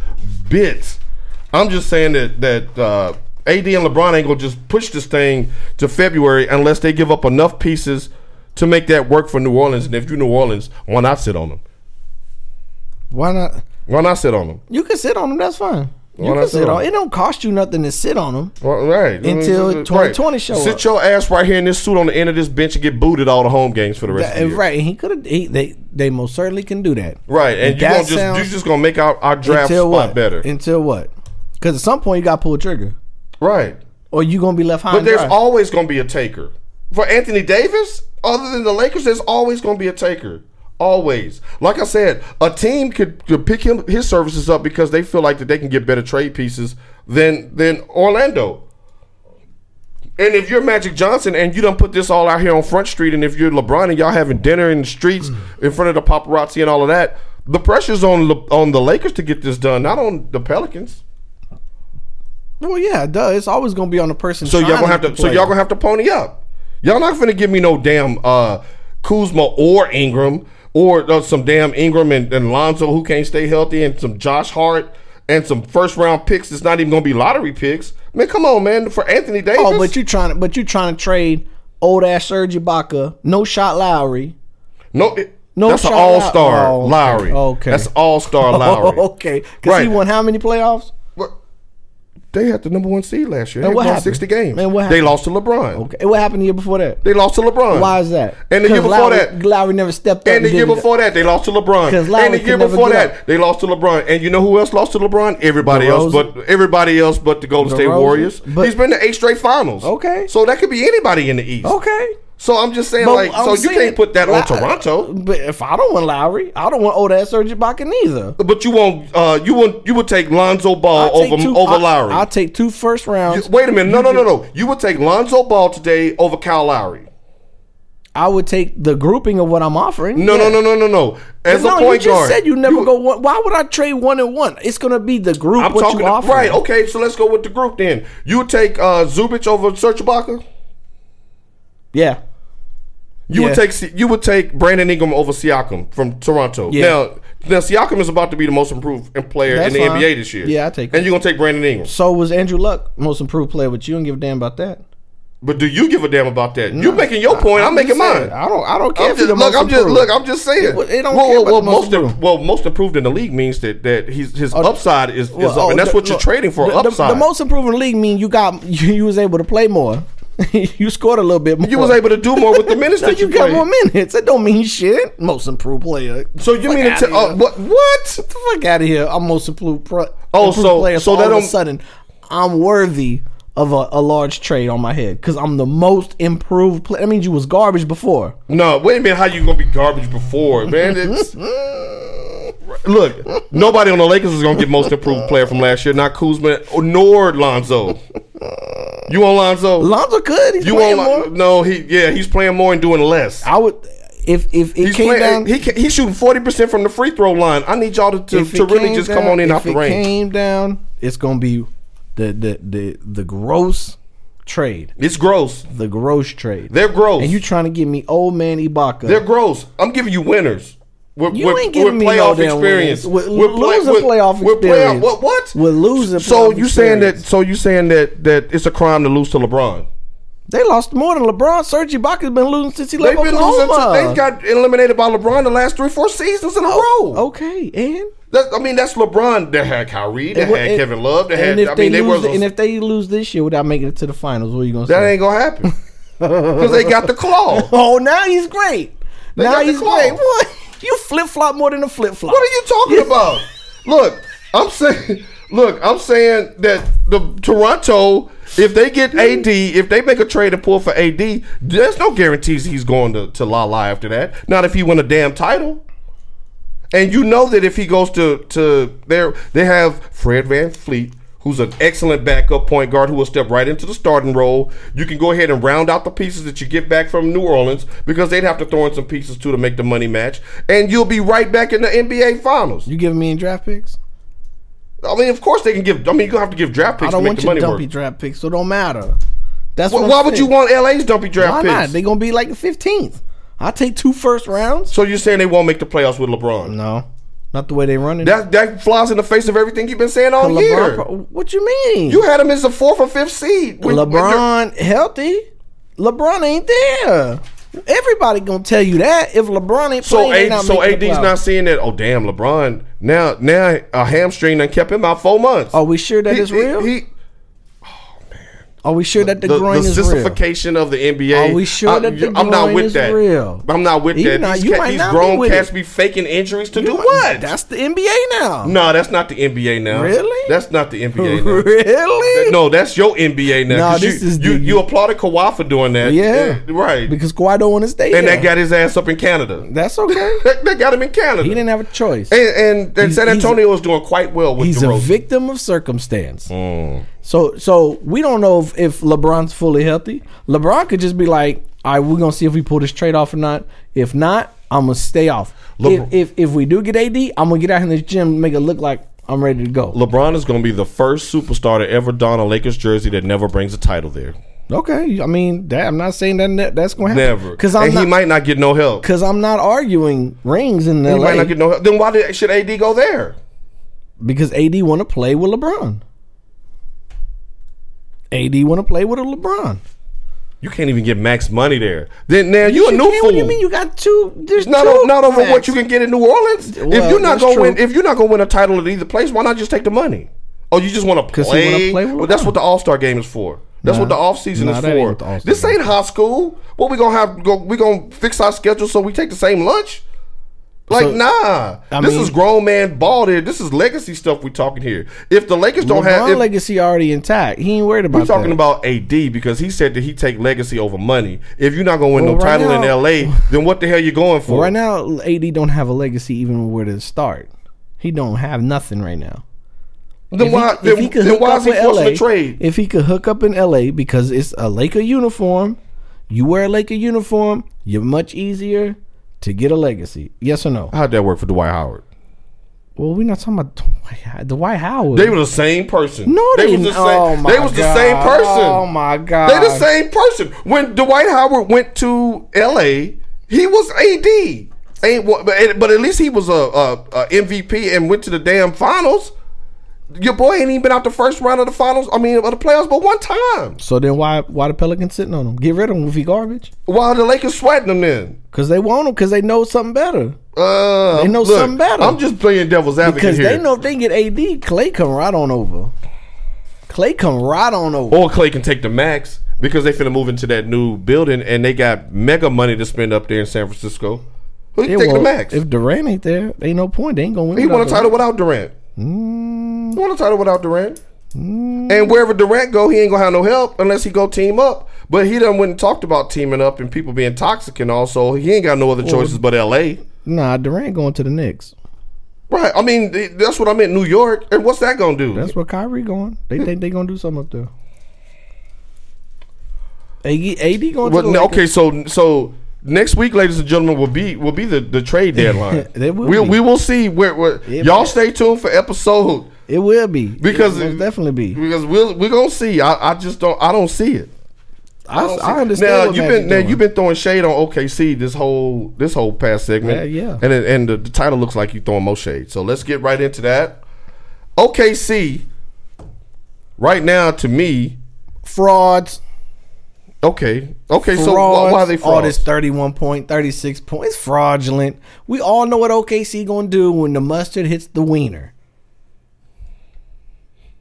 S4: bit. I'm just saying that that uh, AD and LeBron ain't gonna just push this thing to February unless they give up enough pieces to make that work for New Orleans. And if you New Orleans, why not sit on them?
S2: Why not?
S4: Why not sit on them?
S2: You can sit on them. That's fine.
S4: Why
S2: You
S4: not
S2: can
S4: sit
S2: sit
S4: on
S2: on.
S4: 'em?
S2: It don't cost you nothing to sit on them.
S4: Well, right
S2: Until
S4: Right.
S2: 2020 show
S4: Sit
S2: up.
S4: your ass right here in this suit on the end of this bench and get booted all the home games for the rest
S2: That-
S4: of the year.
S2: right, he could have. They they most certainly can do that.
S4: Right, and, you
S2: that
S4: gonna just you
S2: sounds-
S4: just gonna make our, our draft spot
S2: what?
S4: better.
S2: Until what? Because at some point you got to pull a trigger,
S4: right,
S2: or you gonna be left high.
S4: but
S2: and
S4: there's
S2: dry.
S4: always gonna be a taker for Anthony Davis. Other than the Lakers, there's always gonna be a taker. Always, like I said, a team could, could pick him his services up because they feel like that they can get better trade pieces than than Orlando. And if you're Magic Johnson and you done put this all out here on Front Street, and if you're LeBron and y'all having dinner in the streets in front of the paparazzi and all of that, the pressure's on Le- on the Lakers to get this done, not on the Pelicans.
S2: well, yeah, duh. It's always gonna be on the person.
S4: So y'all
S2: trying
S4: gonna have
S2: get
S4: to.
S2: the
S4: So y'all
S2: player.
S4: gonna have to pony up. Y'all not gonna give me no damn uh, Kuzma or Ingram or uh, some damn Ingram and, and Lonzo who can't stay healthy and some Josh Hart and some first round picks. It's not even gonna be lottery picks. Man, come on, man. For Anthony Davis.
S2: Oh, but you trying to. But you trying to trade old ass Serge Ibaka, no shot Lowry.
S4: no. It,
S2: No
S4: that's an
S2: shot
S4: all star
S2: out- oh, okay.
S4: Lowry.
S2: Okay.
S4: that's all
S2: [LAUGHS]
S4: star Lowry.
S2: Oh, okay, because
S4: Right.
S2: he won how many playoffs?
S4: But They had the number one seed last year. They
S2: And what
S4: won
S2: happened?
S4: sixty games.
S2: Man, what
S4: they
S2: happened?
S4: lost to LeBron.
S2: Okay, what happened the year before that?
S4: They lost to LeBron.
S2: Why is that?
S4: And the year
S2: 'Cause
S4: before
S2: Lowry-
S4: that,
S2: Lowry never stepped up.
S4: And the year
S2: didn't-
S4: before that, they lost to LeBron.
S2: 'Cause Lowry
S4: And the
S2: could
S4: year
S2: never
S4: before
S2: get
S4: that, they lost to LeBron. And you know who else lost to LeBron? Everybody else,
S2: DeRozan.
S4: but everybody else but the Golden State
S2: DeRozan.
S4: Warriors.
S2: But-
S4: He's been to eight straight finals.
S2: Okay.
S4: so that could be anybody in the East.
S2: Okay.
S4: So I'm just saying,
S2: But
S4: like,
S2: I'm
S4: so you
S2: saying-
S4: can't put that on
S2: Low-
S4: Toronto,
S2: But if I don't want Lowry, I don't want old ass Serge Ibaka neither.
S4: but you won't. Uh, you won't. You would take Lonzo Ball
S2: I'll take
S4: Oh, over
S2: two-
S4: over
S2: I-
S4: Lowry.
S2: I'll take two first rounds.
S4: Wait a minute. No, no, no, no. You would take Lonzo Ball today over Kyle Lowry.
S2: I would take the grouping of what I'm offering.
S4: No,
S2: Yeah.
S4: no, no, no, no, no. As
S2: no,
S4: a point
S2: you just
S4: guard,
S2: said you never go. One, why would I trade one and one? It's gonna be the group.
S4: I'm
S2: what
S4: talking
S2: you offer.
S4: right. Okay, so let's go with the group then. You would take uh, Zubic over Serge Ibaka.
S2: Yeah.
S4: You
S2: Yeah.
S4: would take Si- you would take Brandon Ingram over Siakam from Toronto.
S2: Yeah.
S4: Now, now Siakam is about to be the most improved player
S2: That's
S4: in the
S2: fine.
S4: NBA this year.
S2: Yeah, I take
S4: And
S2: it.
S4: you're gonna take Brandon Ingram.
S2: So was Andrew Luck most improved player, but you don't give a damn about that.
S4: But do you give a damn about that? You're making your point. I'm,
S2: just
S4: making
S2: saying,
S4: mine.
S2: I don't. I don't care.
S4: I'm
S2: if you're
S4: just,
S2: the
S4: look,
S2: most
S4: I'm just
S2: improved.
S4: look. I'm just saying.
S2: It- it don't
S4: well,
S2: care about
S4: well,
S2: the most
S4: most, im-
S2: improved.
S4: well, most improved in the league means that that he's, his upside is, is
S2: Well,
S4: up,
S2: oh,
S4: and that's
S2: the-
S4: what you're
S2: look,
S4: trading for
S2: the, the-
S4: upside.
S2: The, most improved league mean you got [LAUGHS] you, you was able to play more. [LAUGHS] you scored a little bit more.
S4: you was able to do more with the
S2: [LAUGHS]
S4: minutes
S2: No,
S4: that
S2: you
S4: you,
S2: got
S4: played.
S2: more minutes. That don't mean shit. Most improved player.
S4: So
S2: Fuck
S4: you mean to
S2: outta
S4: tell uh,
S2: here.
S4: what? What?
S2: Get the fuck out of here. I'm most improved. Pro,
S4: Oh,
S2: improved
S4: so-
S2: player.
S4: so that
S2: all of
S4: don't-
S2: a sudden I'm worthy of a, a large trade on my head because I'm the most improved player. That means you was garbage before.
S4: No, wait a minute. How you gonna be garbage before, man?
S2: [LAUGHS]
S4: It's, look, nobody on the Lakers was gonna get most improved player from last year. Not Kuzma nor Lonzo. You on Lonzo?
S2: Lonzo could. He's
S4: you
S2: playing
S4: on Lon-
S2: more.
S4: No, he yeah, he's playing more and doing less.
S2: I would if if it
S4: He's
S2: came
S4: playing.
S2: down.
S4: he ca- he's shooting forty percent from the free throw line. I need y'all to to,
S2: if it
S4: to really
S2: came
S4: just come
S2: down-
S4: on in
S2: if
S4: off the
S2: it
S4: range.
S2: came down, it's gonna be the the the the gross trade,
S4: It's gross.
S2: the gross trade.
S4: They're gross.
S2: and you trying to give me old man Ibaka?
S4: They're gross. I'm giving you winners. With,
S2: You ain't giving me no damn
S4: experience.
S2: winners. With
S4: With play-
S2: losing playoff
S4: with
S2: experience.
S4: playoff- what? What?
S2: With losing
S4: So
S2: playoff
S4: you saying that?
S2: experience.
S4: So you saying that that it's a crime to lose to LeBron?
S2: They lost more than LeBron. Serge Ibaka's been losing since he
S4: They've
S2: left
S4: been losing. To,
S2: Oklahoma.
S4: they got eliminated by LeBron the last three, four seasons in a row.
S2: okay, and
S4: That- I mean, that's LeBron. They had Kyrie. They
S2: And what-
S4: had
S2: and-
S4: Kevin Love. They
S2: and
S4: had.
S2: if
S4: I mean,
S2: they,
S4: they
S2: lose,
S4: was.
S2: and if they lose this year without making it to the finals, what are you gonna
S4: that
S2: say?
S4: ain't
S2: [LAUGHS]
S4: gonna happen because they got the claw.
S2: Oh, now he's great. now
S4: got the
S2: he's
S4: claw.
S2: great. What? You flip flop more than a flip flop.
S4: What are you talking about? Look, I'm saying, look, I'm saying that the Toronto, if they get AD, if they make a trade and pull for AD, there's no guarantees he's going to to La La after that. Not if he won a damn title. And you know that if he goes to to there, they have Fred Van Fleet, who's an excellent backup point guard who will step right into the starting role. You can go ahead and round out the pieces that you get back from New Orleans because they'd have to throw in some pieces too to make the money match. And you'll be right back in the NBA Finals.
S2: You giving me in draft picks?
S4: I mean, of course they can give. I mean, you gonna have to give draft
S2: I
S4: picks to
S2: don't
S4: make
S2: want
S4: the
S2: your
S4: money
S2: dumpy
S4: work.
S2: draft picks, so it don't matter. That's
S4: Why,
S2: what
S4: why
S2: I'm
S4: would you
S2: saying.
S4: want LA's dumpy draft
S2: Why
S4: picks?
S2: not? They gonna be like the fifteenth. I take two first rounds.
S4: so you're saying they won't make the playoffs with LeBron?
S2: No, not the way they running.
S4: That that flies in the face of everything you've been saying all year.
S2: pro- what you mean?
S4: you had him as the fourth or fifth seed. When- when they're-
S2: LeBron healthy. LeBron ain't there. Everybody gonna tell you that if LeBron ain't
S4: So
S2: playing, they
S4: AD,
S2: not
S4: so
S2: making
S4: AD's
S2: the playoffs.
S4: not seeing that. Oh damn, LeBron! Now now a hamstring done kept him out four months.
S2: Are we sure Oh, that
S4: He-
S2: it's
S4: he-
S2: real?
S4: he-
S2: Are we sure that the,
S4: the, the
S2: groin is real?
S4: sissification of the NBA.
S2: Are we sure that the
S4: I'm not
S2: groin
S4: with
S2: is
S4: that.
S2: real?
S4: I'm not with
S2: You
S4: that.
S2: not-
S4: these
S2: you
S4: cat-
S2: might
S4: these
S2: not be
S4: grown
S2: with
S4: cats
S2: it.
S4: be faking injuries to do
S2: What?
S4: what?
S2: That's the NBA now.
S4: no, that's not the NBA now.
S2: Really?
S4: That's not the NBA now.
S2: [LAUGHS] really?
S4: No, that's your NBA now.
S2: Nah,
S4: 'cause
S2: this
S4: you,
S2: is
S4: you,
S2: the-
S4: you applauded Kawhi for doing that.
S2: Yeah.
S4: Uh, right.
S2: Because Kawhi don't want to stay
S4: and
S2: there.
S4: that got his ass up in Canada.
S2: That's okay.
S4: That, that got him in Canada.
S2: he didn't have a choice.
S4: and and, and
S2: He's-
S4: San
S2: he's-
S4: Antonio was doing quite well with
S2: He's
S4: DeRozan.
S2: a victim of circumstance.
S4: Mm.
S2: So so we don't know if, if LeBron's fully healthy. LeBron could just be like, all right, we're gonna see if we pull this trade off or not. If not, I'm gonna stay off.
S4: LeBron-
S2: If, if if we do get AD, I'm gonna get out in this gym and make it look like I'm ready to go.
S4: LeBron is going to be the first superstar to ever don a Lakers jersey that never brings a title there.
S2: okay, I mean that I'm not saying that ne- that's gonna happen.
S4: Never.
S2: because
S4: and
S2: I'm
S4: he
S2: not
S4: might not get no help.
S2: because I'm not arguing rings in
S4: He
S2: LA
S4: might not get no help. Then why did, should AD go there?
S2: because AD want to play with LeBron. AD want to play with a LeBron.
S4: You can't even get max money there. Then now you, a
S2: You
S4: new
S2: can't-
S4: fool.
S2: What do you mean you got two? There's
S4: not,
S2: two
S4: o- not over what
S2: facts.
S4: you can get in New Orleans. if
S2: Well,
S4: you're not
S2: that's
S4: going to
S2: true.
S4: win, if you're not going to win a title at either place, why not just take the money? Oh, you just want to
S2: 'Cause he wanna
S4: play?
S2: play with
S4: Well, that's
S2: LeBron.
S4: what the All Star game is for. That's what the
S2: Nah.
S4: off season
S2: Nah,
S4: is
S2: that ain't
S4: for.
S2: what the All-Star
S4: this
S2: game
S4: ain't high school. What we gonna have? Go, we gonna fix our schedule so we take the same lunch? Like
S2: So-
S4: nah,
S2: I
S4: this
S2: mean-
S4: is grown man ball. Here, this is legacy stuff we talking here. If the Lakers don't have,
S2: LeBron
S4: if,
S2: legacy already intact. He ain't worried about.
S4: we're talking
S2: that.
S4: about AD because he said that he take legacy over money. If you're not gonna win
S2: Well,
S4: no
S2: right
S4: title
S2: now-
S4: in LA, then what the hell you going for?
S2: Well, right now. AD don't have a legacy even where to start. He don't have nothing right now.
S4: Then
S2: If
S4: why?
S2: he-
S4: Then,
S2: if he could
S4: then
S2: hook
S4: why
S2: up
S4: is he
S2: with
S4: forcing
S2: LA,
S4: a trade?
S2: If he could hook up in LA because it's a Laker uniform, you wear a Laker uniform, you're much easier to get a legacy. Yes or no?
S4: How'd that work for Dwight Howard?
S2: Uh, Well, we're not talking about Dwight Howard. Dwight Howard.
S4: They were the same person.
S2: no, they,
S4: was
S2: didn't.
S4: the same.
S2: oh my
S4: they was the
S2: God.
S4: same person.
S2: Oh my god.
S4: They the same person. When Dwight Howard went to L.A., he was AD. Ain't what- but at- but at least he was a, a, a MVP and went to the damn finals. Your boy ain't even been out the first round of the finals. I mean, of the playoffs, but one time.
S2: So then why why the Pelicans sitting on him? Get rid of him if he garbage.
S4: Why are the Lakers sweating him then?
S2: Cause they want him because they know something better.
S4: Uh,
S2: They know
S4: look,
S2: something better.
S4: I'm just playing devil's advocate
S2: Because
S4: here.
S2: they know if they get AD, Clay come right on over. Clay come right on over.
S4: Or Clay can take the max because they finna move into that new building and they got mega money to spend up there in San Francisco. Who
S2: It
S4: can take the
S2: won't-
S4: max?
S2: If Durant ain't there, ain't no point. They ain't gonna win.
S4: he
S2: without
S4: won a title
S2: Durant. Mm.
S4: without Durant. He won a title without Durant. And wherever Durant go, he ain't gonna have no help unless he go team up. But he done went and talked about teaming up and people being toxic and also he ain't got no other choices but L.A.
S2: Nah, Durant going to the Knicks.
S4: Right? I mean, th- that's what I meant. New York, and what's that gonna do?
S2: That's where Kyrie going. They think they gonna do something up there. AD, AD going
S4: Well,
S2: to the
S4: no,
S2: Lakers.
S4: okay, so so next week, ladies and gentlemen, will be will be the, the
S2: [LAUGHS]
S4: trade deadline.
S2: It will
S4: we
S2: be.
S4: we will see where, where
S2: It
S4: y'all
S2: will.
S4: stay tuned for episode
S2: It will be
S4: Because- Mm-hmm.
S2: it will most definitely be.
S4: because we'll we're gonna see. I, I just don't I don't see it.
S2: I,
S4: don't see
S2: I
S4: it.
S2: understand.
S4: Now
S2: what
S4: you've
S2: Magic
S4: been now
S2: doing.
S4: you've been throwing shade on OKC this whole this whole past segment.
S2: Yeah, yeah.
S4: And it, and the, the title looks like you throwing more shade. So let's get right into that. OKC right now to me.
S2: frauds.
S4: Okay. Okay.
S2: frauds
S4: so why, why are they
S2: All this
S4: frauds?
S2: thirty-one point, thirty-six point. It's fraudulent. We all know what OKC gonna do when the mustard hits the wiener.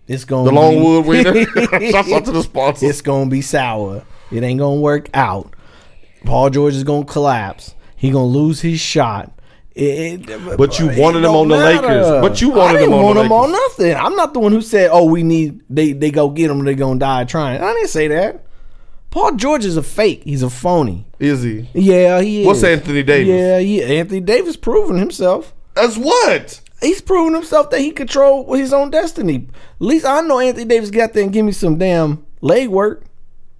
S2: It's gonna
S4: The
S2: be, [LAUGHS]
S4: Longwood winner. Shout out to the sponsors.
S2: It's gonna be sour. It ain't gonna work out. Paul George is gonna collapse. He gonna lose his shot. It- it-
S4: But you
S2: it
S4: wanted
S2: don't
S4: him on the Lakers. But you wanted
S2: I didn't
S4: him on
S2: want
S4: the
S2: him on nothing. I'm not the one who said, "Oh, we need they they go get him. They gonna die trying." I didn't say that. Paul George is a fake. He's a phony.
S4: Is he?
S2: Yeah, he is.
S4: What's Anthony Davis?
S2: Yeah, yeah. Anthony Davis proven himself.
S4: As what?
S2: He's proven himself that he control his own destiny. At least I know Anthony Davis got there and give me some damn leg work.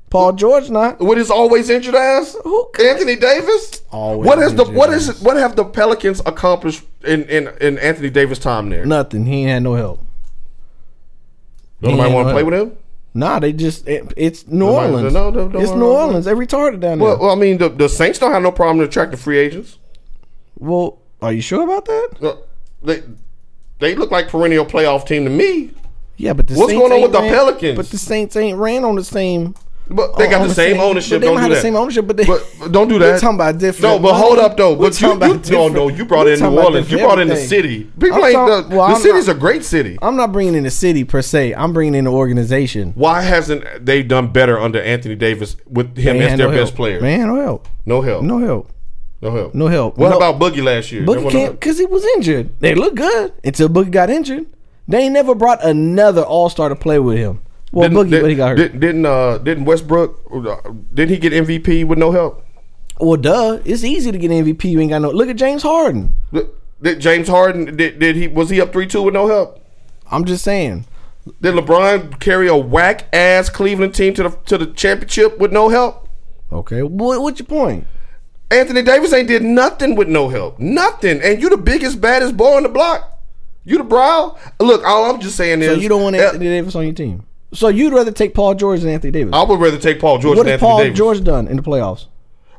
S2: Paul George not.
S4: What is always injured ass?
S2: Who ca-
S4: Anthony Davis?
S2: Always
S4: what is the
S2: injured
S4: what is
S2: ass.
S4: what have the Pelicans accomplished in in, in Anthony Davis time there?
S2: Nothing. He ain't had no help.
S4: Nobody
S2: Yeah,
S4: want to
S2: right.
S4: play with him?
S2: Nah, they just it, it's New
S4: Nobody-
S2: Orleans.
S4: no, no, no,
S2: it's
S4: no,
S2: New
S4: no.
S2: Orleans. They retarded down there.
S4: Well,
S2: Well,
S4: well, I mean the, the Saints don't have no problem to attract the free agents.
S2: are you sure about that?
S4: Uh, They they look like perennial playoff team to me.
S2: Yeah, but the
S4: What's
S2: Saints
S4: going on
S2: ain't
S4: with the
S2: ran-
S4: Pelicans?
S2: But the Saints ain't ran on the same.
S4: But they
S2: on-
S4: got
S2: on
S4: the same
S2: but
S4: ownership.
S2: They don't
S4: Don't do
S2: have the
S4: that.
S2: same ownership, but they
S4: But- but don't do
S2: We're
S4: that.
S2: talking about different.
S4: No, but hold up though.
S2: We're
S4: But you,
S2: talking
S4: you
S2: about
S4: no,
S2: different-
S4: no, you brought
S2: we're
S4: in
S2: talking
S4: New
S2: about
S4: Orleans. You
S2: different
S4: brought in the
S2: everything.
S4: city. People
S2: I'm
S4: ain't
S2: talk-
S4: the,
S2: well,
S4: the
S2: I'm
S4: city's
S2: not-
S4: a great city.
S2: I'm not bringing in the city per se. I'm bringing in the organization.
S4: Why hasn't they done better under Anthony Davis with him
S2: They
S4: as
S2: had
S4: their
S2: no
S4: best
S2: help.
S4: player?
S2: Man, no help.
S4: No help.
S2: No help.
S4: No help.
S2: no help.
S4: What
S2: No-
S4: about Boogie last year?
S2: Boogie
S4: Everyone
S2: can't because he was injured. They look good until Boogie got injured. They ain't never brought another All Star to play with him. Well,
S4: didn't-
S2: Boogie,
S4: didn't-
S2: but he got hurt.
S4: Didn't didn't, uh, didn't Westbrook? uh, Didn't he get MVP with no help?
S2: well, duh. It's easy to get MVP. You ain't got no. Look at James Harden.
S4: Did- Did James Harden? Did, did he? Was he up three two with no help?
S2: I'm just saying.
S4: Did LeBron carry a whack ass Cleveland team to the to the championship with no help?
S2: Okay, what, what's your point?
S4: Anthony Davis ain't did nothing with no help. Nothing. And you the biggest, baddest boy on the block. You the brow. Look, all I'm just saying
S2: So
S4: is
S2: you don't want
S4: uh,
S2: Anthony Davis on your team. So you'd rather take Paul George than Anthony Davis.
S4: I would rather take Paul George
S2: what
S4: than
S2: has
S4: Anthony
S2: Paul
S4: Davis.
S2: George done in the playoffs?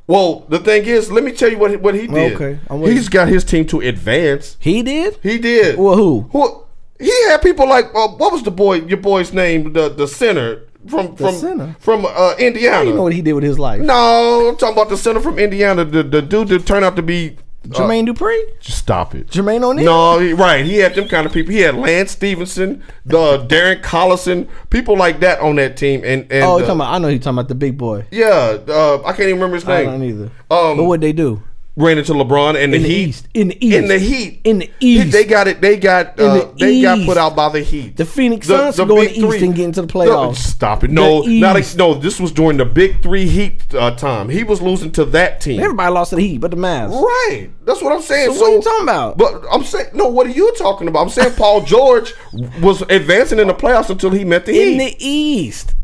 S4: Well, the thing is, let me tell you what he- what he did.
S2: Okay, I'm with
S4: he's
S2: you.
S4: got his team to advance.
S2: He did.
S4: He did.
S2: Well, who?
S4: Who? He had people like uh, what was the boy? Your boy's name? The the center from from
S2: center?
S4: from uh, Indiana.
S2: I you know what he did with his life.
S4: no, I'm talking about the center from Indiana. The the dude that turned out to be uh,
S2: Jermaine Dupree,
S4: Just stop it.
S2: Jermaine O'Neal.
S4: No, he- right. He had them kind of people. He had Lance Stevenson, the [LAUGHS] Darren Collison, people like that on that team. And, and
S2: oh,
S4: uh,
S2: you talking about? I know you're talking about the big boy.
S4: yeah, uh, I can't even remember his
S2: I
S4: name.
S2: don't either.
S4: Um,
S2: but what they do?
S4: ran into LeBron and the,
S2: In the
S4: Heat.
S2: East. In the East.
S4: In the Heat.
S2: In the
S4: He-
S2: East.
S4: They got it. They got.
S2: In
S4: Uh,
S2: the
S4: they got
S2: East.
S4: put out by the Heat.
S2: The Phoenix Suns could go in
S4: Big
S2: the East and get into the playoffs.
S4: stop it.
S2: The
S4: No, not
S2: East.
S4: a, no. This was during the Big Three Heat uh, time. He was losing to that team.
S2: Everybody lost to the Heat, but the Mavs.
S4: Right. That's what I'm saying.
S2: So what you talking about?
S4: But I'm saying no. What are you talking about? I'm saying Paul George was advancing in the playoffs until he met the
S2: In
S4: Heat.
S2: the East.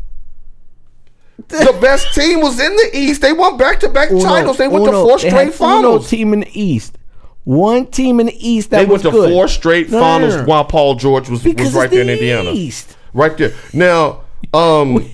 S4: The, best team was in the East. They won back to back
S2: Uno,
S4: titles. They went
S2: Uno.
S4: to four
S2: They
S4: straight
S2: had Uno
S4: finals.
S2: team in the East. One team in the East that
S4: They
S2: was
S4: went to
S2: good.
S4: four straight
S2: No, no, no,
S4: finals
S2: no.
S4: while Paul George was,
S2: Because
S4: was
S2: it's
S4: right there in
S2: the
S4: Indiana.
S2: East.
S4: Right there. Now,
S2: [LAUGHS]
S4: um,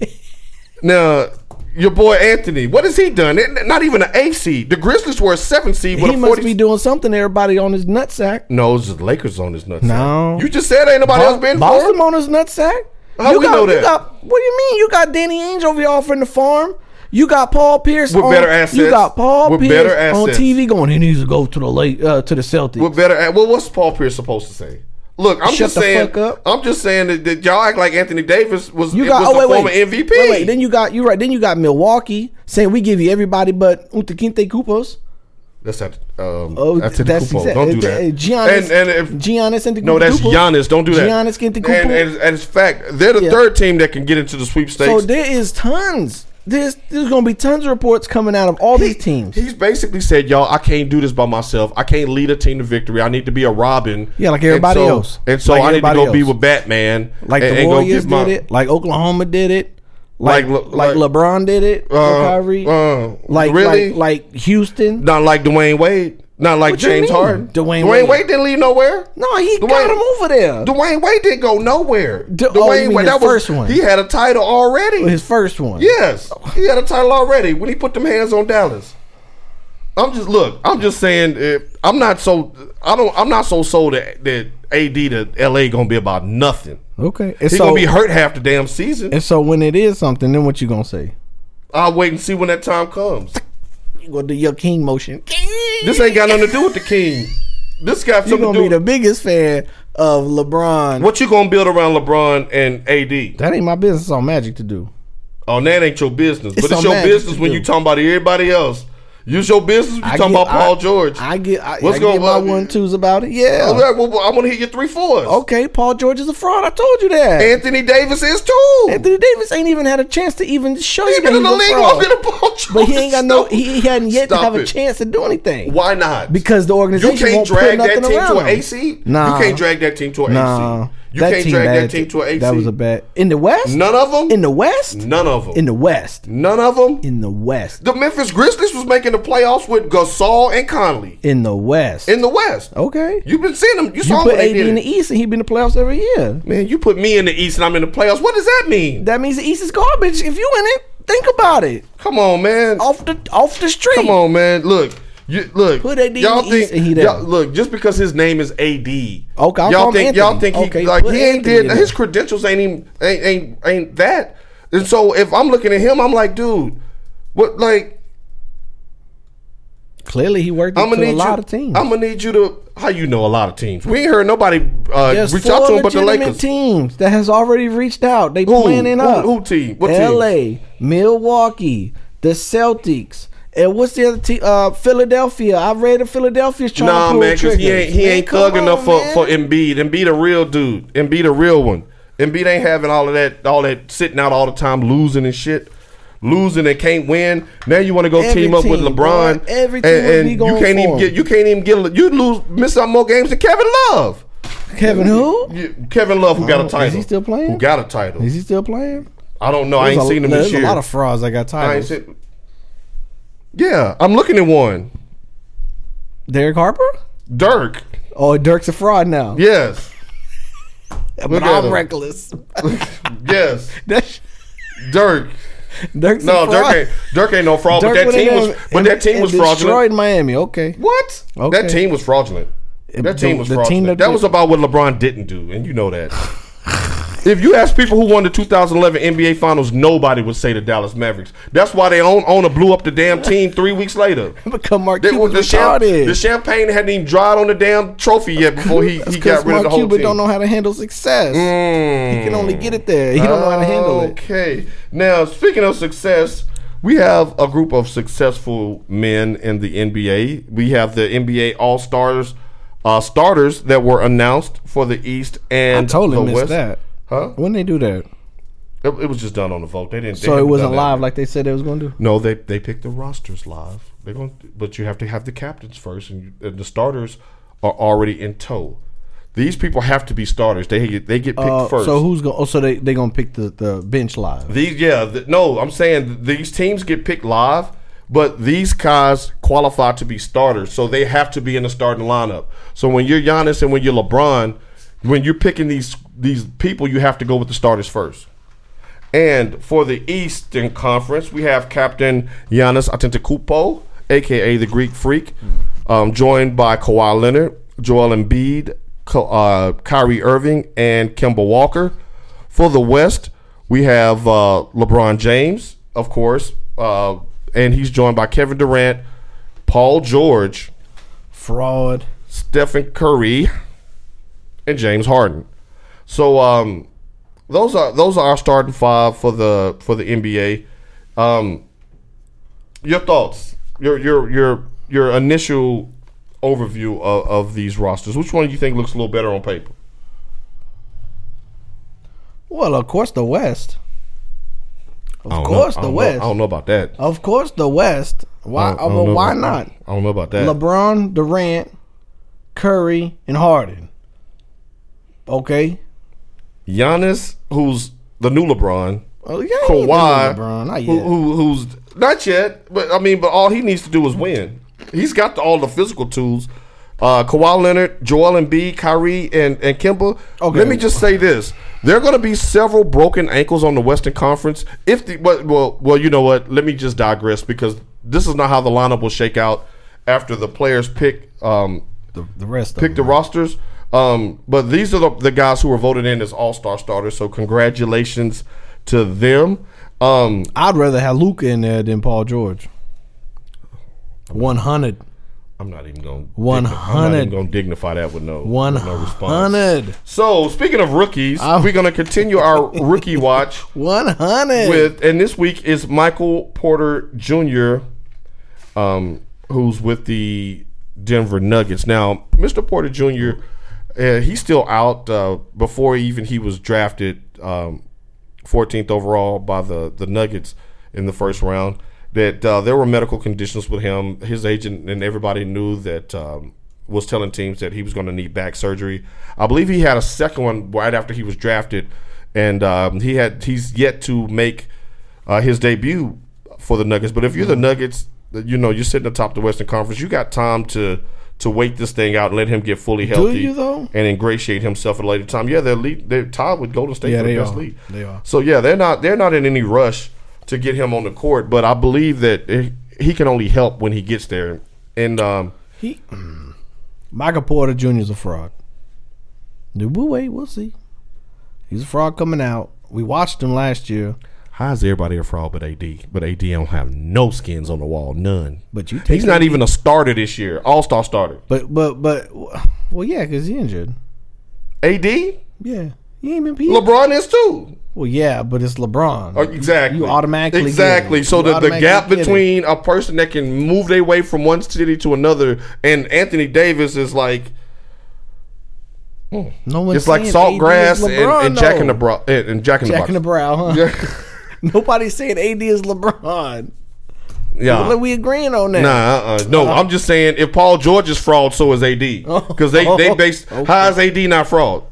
S4: now your boy Anthony. What has he done? It- Not even an eighth seed. The Grizzlies were a seventh seed. With
S2: He
S4: a
S2: must
S4: 40
S2: be doing something. to Everybody on his nutsack.
S4: No, it's just the Lakers on his nuts.
S2: No.
S4: you just said ain't nobody else been for him?
S2: Boston on his nutsack.
S4: How
S2: you
S4: we
S2: got,
S4: know
S2: you
S4: that?
S2: got- what do you mean? You got Danny Ainge over here offering the farm. You got Paul Pierce
S4: With
S2: on-
S4: better assets.
S2: You got Paul
S4: With
S2: Pierce
S4: better
S2: on
S4: assets.
S2: TV going. He needs to go to the late uh, to the Celtics.
S4: What better? At, well, what's Paul Pierce supposed to say? Look, I'm
S2: Shut
S4: just
S2: the
S4: saying.
S2: fuck up.
S4: I'm just saying that, that y'all act like Anthony Davis was
S2: You
S4: it
S2: got
S4: was
S2: oh
S4: a
S2: wait
S4: former
S2: wait
S4: MVP.
S2: Wait, wait then you got you right then you got Milwaukee saying we give you everybody but Utakinte Kupos.
S4: That's at um,
S2: Oh,
S4: that's
S2: that's
S4: Antetokounmpo.
S2: exact-
S4: Don't do
S2: uh,
S4: that.
S2: uh, Giannis,
S4: and, and if,
S2: Giannis and
S4: no, that's Giannis. Don't do that.
S2: Giannis Antetokounmpo.
S4: And, and, and it's fact. They're the
S2: Yeah.
S4: third team that can get into the
S2: So
S4: sweepstakes.
S2: there is tons. There's there's gonna be tons of reports coming out of all these teams.
S4: He's basically said, "Y'all, I can't do this by myself. I can't lead a team to victory. I need to be a Robin."
S2: Yeah, like
S4: And
S2: everybody
S4: so-
S2: else.
S4: And so
S2: Like
S4: I need to
S2: everybody
S4: go be
S2: else.
S4: with Batman.
S2: Like
S4: and-
S2: the
S4: and go
S2: Warriors
S4: get my-
S2: did it. Like Oklahoma did it. Like
S4: Like
S2: like,
S4: Le- like-
S2: LeBron did it. with
S4: Uh,
S2: Kyrie.
S4: uh,
S2: like
S4: really?
S2: like, like Houston.
S4: Not like Dwayne Wade. Not like
S2: What you
S4: James
S2: mean,
S4: Harden.
S2: Dwayne Wade?
S4: Wade. didn't leave nowhere.
S2: No, he
S4: Dwayne-
S2: got him over there.
S4: Dwayne Wade didn't go nowhere.
S2: D- oh, you mean his first one.
S4: He had a title already.
S2: his first one.
S4: Yes, he had a title already when he put them hands on Dallas. I'm just look. I'm just saying. eh, I'm not so. I don't. I'm not so sold that, that AD to LA gonna be about nothing.
S2: Okay. And
S4: He's
S2: so
S4: gonna be hurt half the damn season.
S2: and so when it is something, then what you gonna say?
S4: I'll wait and see when that time comes.
S2: You gonna do your king motion.
S4: This ain't got nothing to do with the king. This got
S2: You're
S4: something to
S2: gonna
S4: do.
S2: be the biggest fan of LeBron.
S4: what you gonna build around LeBron and AD?
S2: That ain't my business it's on Magic to do.
S4: Oh, that ain't your business.
S2: It's
S4: but
S2: on
S4: it's your
S2: Magic
S4: business
S2: to
S4: when
S2: do.
S4: you talking about everybody else. Use your business. when You
S2: I
S4: talking
S2: get-
S4: about Paul
S2: I-
S4: George.
S2: I get I,
S4: What's
S2: I
S4: going
S2: get my
S4: on?
S2: one twos about it. Yeah.
S4: All right, well, well, I want to hear your three fours.
S2: Okay, Paul George is a fraud. I told you that.
S4: Anthony Davis is too.
S2: Anthony Davis ain't even had a chance to even show
S4: He's
S2: you that
S4: been in
S2: he's
S4: the
S2: a
S4: league
S2: fraud.
S4: longer than Paul George.
S2: But he ain't got no.
S4: Stop
S2: He, he hadn't yet to
S4: Stop
S2: have a
S4: it.
S2: chance to do anything.
S4: Why not?
S2: Because the
S4: you
S2: organization
S4: can't
S2: won't
S4: drag
S2: put
S4: that
S2: nothing
S4: team
S2: around
S4: to an
S2: him.
S4: AC.
S2: Nah.
S4: You can't drag that team to an
S2: Nah,
S4: AC. You can't drag
S2: bad.
S4: that team to an AC.
S2: That was a bad in the West.
S4: None of them.
S2: in the West.
S4: None of them.
S2: In the West.
S4: None of them.
S2: In the West.
S4: the Memphis Grizzlies was making the playoffs with Gasol and Conley
S2: In the West.
S4: in the West.
S2: okay.
S4: You've been seeing them. You
S2: You
S4: saw
S2: put
S4: what they
S2: AD
S4: did.
S2: in the East, and he been in the playoffs every year.
S4: Man, you put me in the East and I'm in the playoffs. What does that mean?
S2: That means the East is garbage. If you in it, think about it.
S4: Come on, man.
S2: Off the off the street.
S4: Come on, man. Look, you look.
S2: Put AD in
S4: y'all
S2: the
S4: think
S2: East and he
S4: y'all-
S2: down.
S4: look just because his name is AD.
S2: I'll call
S4: y'all
S2: him
S4: think y'all
S2: Anthony.
S4: think he
S2: Okay,
S4: like
S2: put
S4: he ain't
S2: Anthony
S4: did
S2: in
S4: his
S2: there.
S4: credentials ain't even ain't, ain't ain't that. And so if I'm looking at him, I'm like, dude, what like
S2: Clearly, he worked
S4: I'm
S2: into
S4: gonna
S2: a
S4: need
S2: lot
S4: you,
S2: of teams.
S4: I'm gonna need you to how you know a lot of teams. We ain't heard nobody uh,
S2: There's
S4: reach
S2: four
S4: out to him but the
S2: legitimate
S4: Lakers.
S2: teams that has already reached out. They
S4: Who?
S2: planning
S4: Who-
S2: up.
S4: who team? What team?
S2: L.A., Milwaukee, the Celtics, and what's the other team? Uh, Philadelphia. I read the Philadelphia's trying to
S4: Nah,
S2: pull
S4: man, because
S2: triggers.
S4: he ain't he
S2: Man,
S4: ain't
S2: come
S4: thug
S2: on,
S4: enough for,
S2: man.
S4: for Embiid. Embiid a real dude. Embiid a real one. Embiid ain't having all of that all that sitting out all the time, losing and shit. Losing and can't win. Now you want to go
S2: Every
S4: team up with
S2: team,
S4: LeBron.
S2: boy. Every team
S4: and,
S2: would
S4: and
S2: be
S4: you
S2: going
S4: can't even
S2: for
S4: get
S2: him.
S4: you can't even get you lose miss out more games than Kevin Love.
S2: Kevin who?
S4: You- Kevin Love who got a
S2: Oh, is
S4: title.
S2: he still playing?
S4: Who got a title?
S2: Is he still playing?
S4: I don't know. I
S2: There's
S4: ain't
S2: a-
S4: seen him
S2: There's
S4: this year.
S2: a lot of frauds that got
S4: I
S2: titles.
S4: ain't seen, yeah, I'm looking at one.
S2: Derek Harper?
S4: Dirk.
S2: Oh, Dirk's a fraud now.
S4: Yes.
S2: but
S4: look at
S2: I'm
S4: him.
S2: reckless. [LAUGHS]
S4: Yes.
S2: That's-
S4: Dirk.
S2: Dirk's a
S4: No,
S2: fraud.
S4: Dirk ain't, Dirk ain't no fraud.
S2: Dirk
S4: but
S2: went
S4: that
S2: in
S4: team
S2: there
S4: was,
S2: and-
S4: but that team
S2: and
S4: was
S2: destroyed
S4: fraudulent.
S2: Miami. Okay.
S4: What?
S2: Okay.
S4: That team was fraudulent. That team was
S2: the
S4: fraudulent.
S2: team that
S4: that,
S2: did-
S4: was about what LeBron didn't do, and you
S2: [SIGHS]
S4: know that. if you ask people who won the 2011 NBA Finals, nobody would say the Dallas Mavericks. That's why they own owner blew up the damn team three
S2: [LAUGHS]
S4: weeks later.
S2: Become Mark
S4: They,
S2: Cuban
S4: the, champ,
S2: retarded.
S4: the champagne hadn't even dried on the damn trophy yet before he, he
S2: Because
S4: got rid of the
S2: Mark
S4: whole
S2: Cuban
S4: team. Mm.
S2: don't know how to handle success. He can only get it there. He don't know how to handle it.
S4: Okay. Now, speaking of success, we have a group of successful men in the NBA. We have the NBA All Stars uh, starters that were announced for the East
S2: I
S4: and
S2: totally
S4: the
S2: missed
S4: West.
S2: that.
S4: Huh?
S2: When they do that,
S4: It, it was just done on the vote. They didn't. they
S2: so it
S4: haven't
S2: wasn't
S4: done that
S2: live
S4: yet.
S2: like they said they was going to do.
S4: No, they they pick the rosters live. They're going, to, but you have to have the captains first, and, you, and the starters are already in tow. These people have to be starters. They get they get picked
S2: Uh,
S4: first.
S2: so who's going? Oh, so they they gonna pick the, the bench live?
S4: These, yeah, th- no, I'm saying th- these teams get picked live, but these guys qualify to be starters, so they have to be in the starting lineup. So when you're Giannis and when you're LeBron, when you're picking these these people, you have to go with the starters first. And for the Eastern Conference, we have Captain Giannis Antetokounmpo, aka the Greek Freak, um, joined by Kawhi Leonard, Joel Embiid, Ka- uh, Kyrie Irving, and Kemba Walker. For the West, we have uh, LeBron James, of course, uh, and he's joined by Kevin Durant, Paul George,
S2: Fraud.
S4: Stephen Curry, and James Harden. So um, those are those are our starting five for the for the NBA. Um, your thoughts? Your your your your initial overview of, of these rosters, which one do you think looks a little better on paper?
S2: Well, of course, the West. Of
S4: I don't know.
S2: course,
S4: I
S2: the
S4: don't know-
S2: West.
S4: I don't know about that.
S2: Of course, the West. Why?
S4: I don't- I don't
S2: well,
S4: know
S2: why
S4: about-
S2: not?
S4: I don't know about that.
S2: LeBron, Durant, Curry, and Harden. Okay.
S4: Giannis, who's the new LeBron.
S2: Well, Oh, yeah, I ain't even
S4: Kawhi,
S2: LeBron, not
S4: who,
S2: yet.
S4: who, who's not yet, but I mean, but all he needs to do is win. He's got the, all the physical tools. Uh, Kawhi Leonard, Joel Embiid, Kyrie, and and Kimba.
S2: Okay.
S4: Let me just say this: there are going to be several broken ankles on the Western Conference. If the well, well, well, you know what? Let me just digress because this is not how the lineup will shake out after the players pick um,
S2: The, the rest
S4: pick
S2: of
S4: the
S2: them.
S4: rosters. Um, but these are the, the guys who were voted in as all star starters. So congratulations to them. Um,
S2: I'd rather have Luca in there than Paul George. One hundred.
S4: I'm not even going.
S2: 100.
S4: Going to dignify that with no
S2: One
S4: with no response.
S2: hundred.
S4: So speaking of rookies,
S2: I'm-
S4: we're going to continue our rookie watch
S2: One hundred.
S4: with, and this week is Michael Porter Jr., um, who's with the Denver Nuggets. Now, Mr. Porter Jr., uh, he's still out uh, before even he was drafted um, 14th overall by the, the Nuggets in the first round. That uh, there were medical conditions with him. His agent and everybody knew that um, was telling teams that he was going to need back surgery. I believe he had a second one right after he was drafted, and um, he had he's yet to make uh, his debut for the Nuggets. But if you're the Nuggets, you know you're sitting atop the Western Conference. You got time to to wait this thing out and let him get fully healthy.
S2: you, though?
S4: And ingratiate himself at a later time. Yeah, they're lead, they're tied with Golden State
S2: Yeah,
S4: for the
S2: they
S4: best
S2: are.
S4: league.
S2: They are.
S4: So yeah, they're not they're not in any rush to get him on the court. But I believe that it, he can only help when he gets there. And um,
S2: He, mm, Michael Porter Jr. is a fraud. Do we wait? We'll see. He's a fraud coming out. We watched him last year,
S4: How is everybody a fraud but AD? But AD don't have no skins on the wall, none.
S2: but you take
S4: He's not even a starter this year, All Star starter.
S2: But but but well, yeah, because he injured.
S4: AD,
S2: Yeah, he ain't been. He,
S4: LeBron is too.
S2: well, yeah, but it's LeBron.
S4: Uh, Exactly.
S2: You automatically get it.
S4: exactly. So
S2: You
S4: the, the
S2: automatically
S4: gap
S2: get it.
S4: between a person that can move their way from one city to another and Anthony Davis is like
S2: no one's
S4: it's like
S2: saying
S4: salt
S2: AD is
S4: grass and,
S2: LeBron,
S4: and Jack in the
S2: though.
S4: Bro- and, and Jack in
S2: Jack in
S4: the
S2: the
S4: Box.
S2: brow, huh?
S4: [LAUGHS]
S2: [LAUGHS] Nobody's saying AD is LeBron.
S4: yeah.
S2: Look, we agreeing on that. Uh-huh.
S4: Nah, uh-uh. no. I'm just saying, if Paul George is fraud, so is AD.
S2: [LAUGHS]
S4: Because they they base
S2: Oh. Okay.
S4: how is AD not fraud?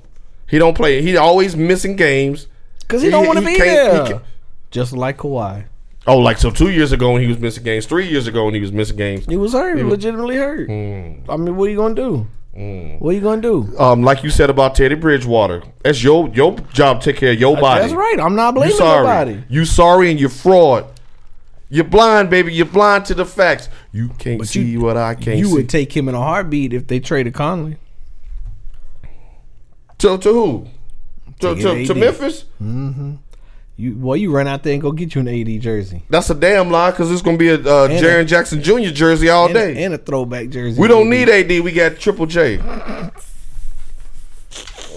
S4: He don't play. He always missing games.
S2: because he, don't
S4: he-
S2: want to
S4: he
S2: be
S4: can't- he
S2: there.
S4: can't-
S2: Just like Kawhi,
S4: Oh, like so two years ago when he was missing games, three years ago when he was missing games.
S2: he was hurt, legitimately hurt.
S4: Mm.
S2: I mean, what are you gonna do? What are you gonna do?
S4: Um, like you said about Teddy Bridgewater, that's your your job. to Take care of your body.
S2: That's right. I'm not blaming
S4: you sorry.
S2: nobody.
S4: You sorry and you fraud. You're blind, baby. You're blind to the facts. You can't
S2: But
S4: see
S2: you-
S4: what I can't
S2: You
S4: see.
S2: would take him in a heartbeat if they traded Conley.
S4: to, to who? To,
S2: To
S4: to,
S2: AD.
S4: to Memphis?
S2: You well, you run out there and go get you an AD jersey.
S4: That's a damn lie because it's going to be a uh,
S2: And
S4: Jaron
S2: a-
S4: Jackson Jr. jersey all
S2: and,
S4: day.
S2: A, and a throwback jersey.
S4: we don't need AD. We got Triple J.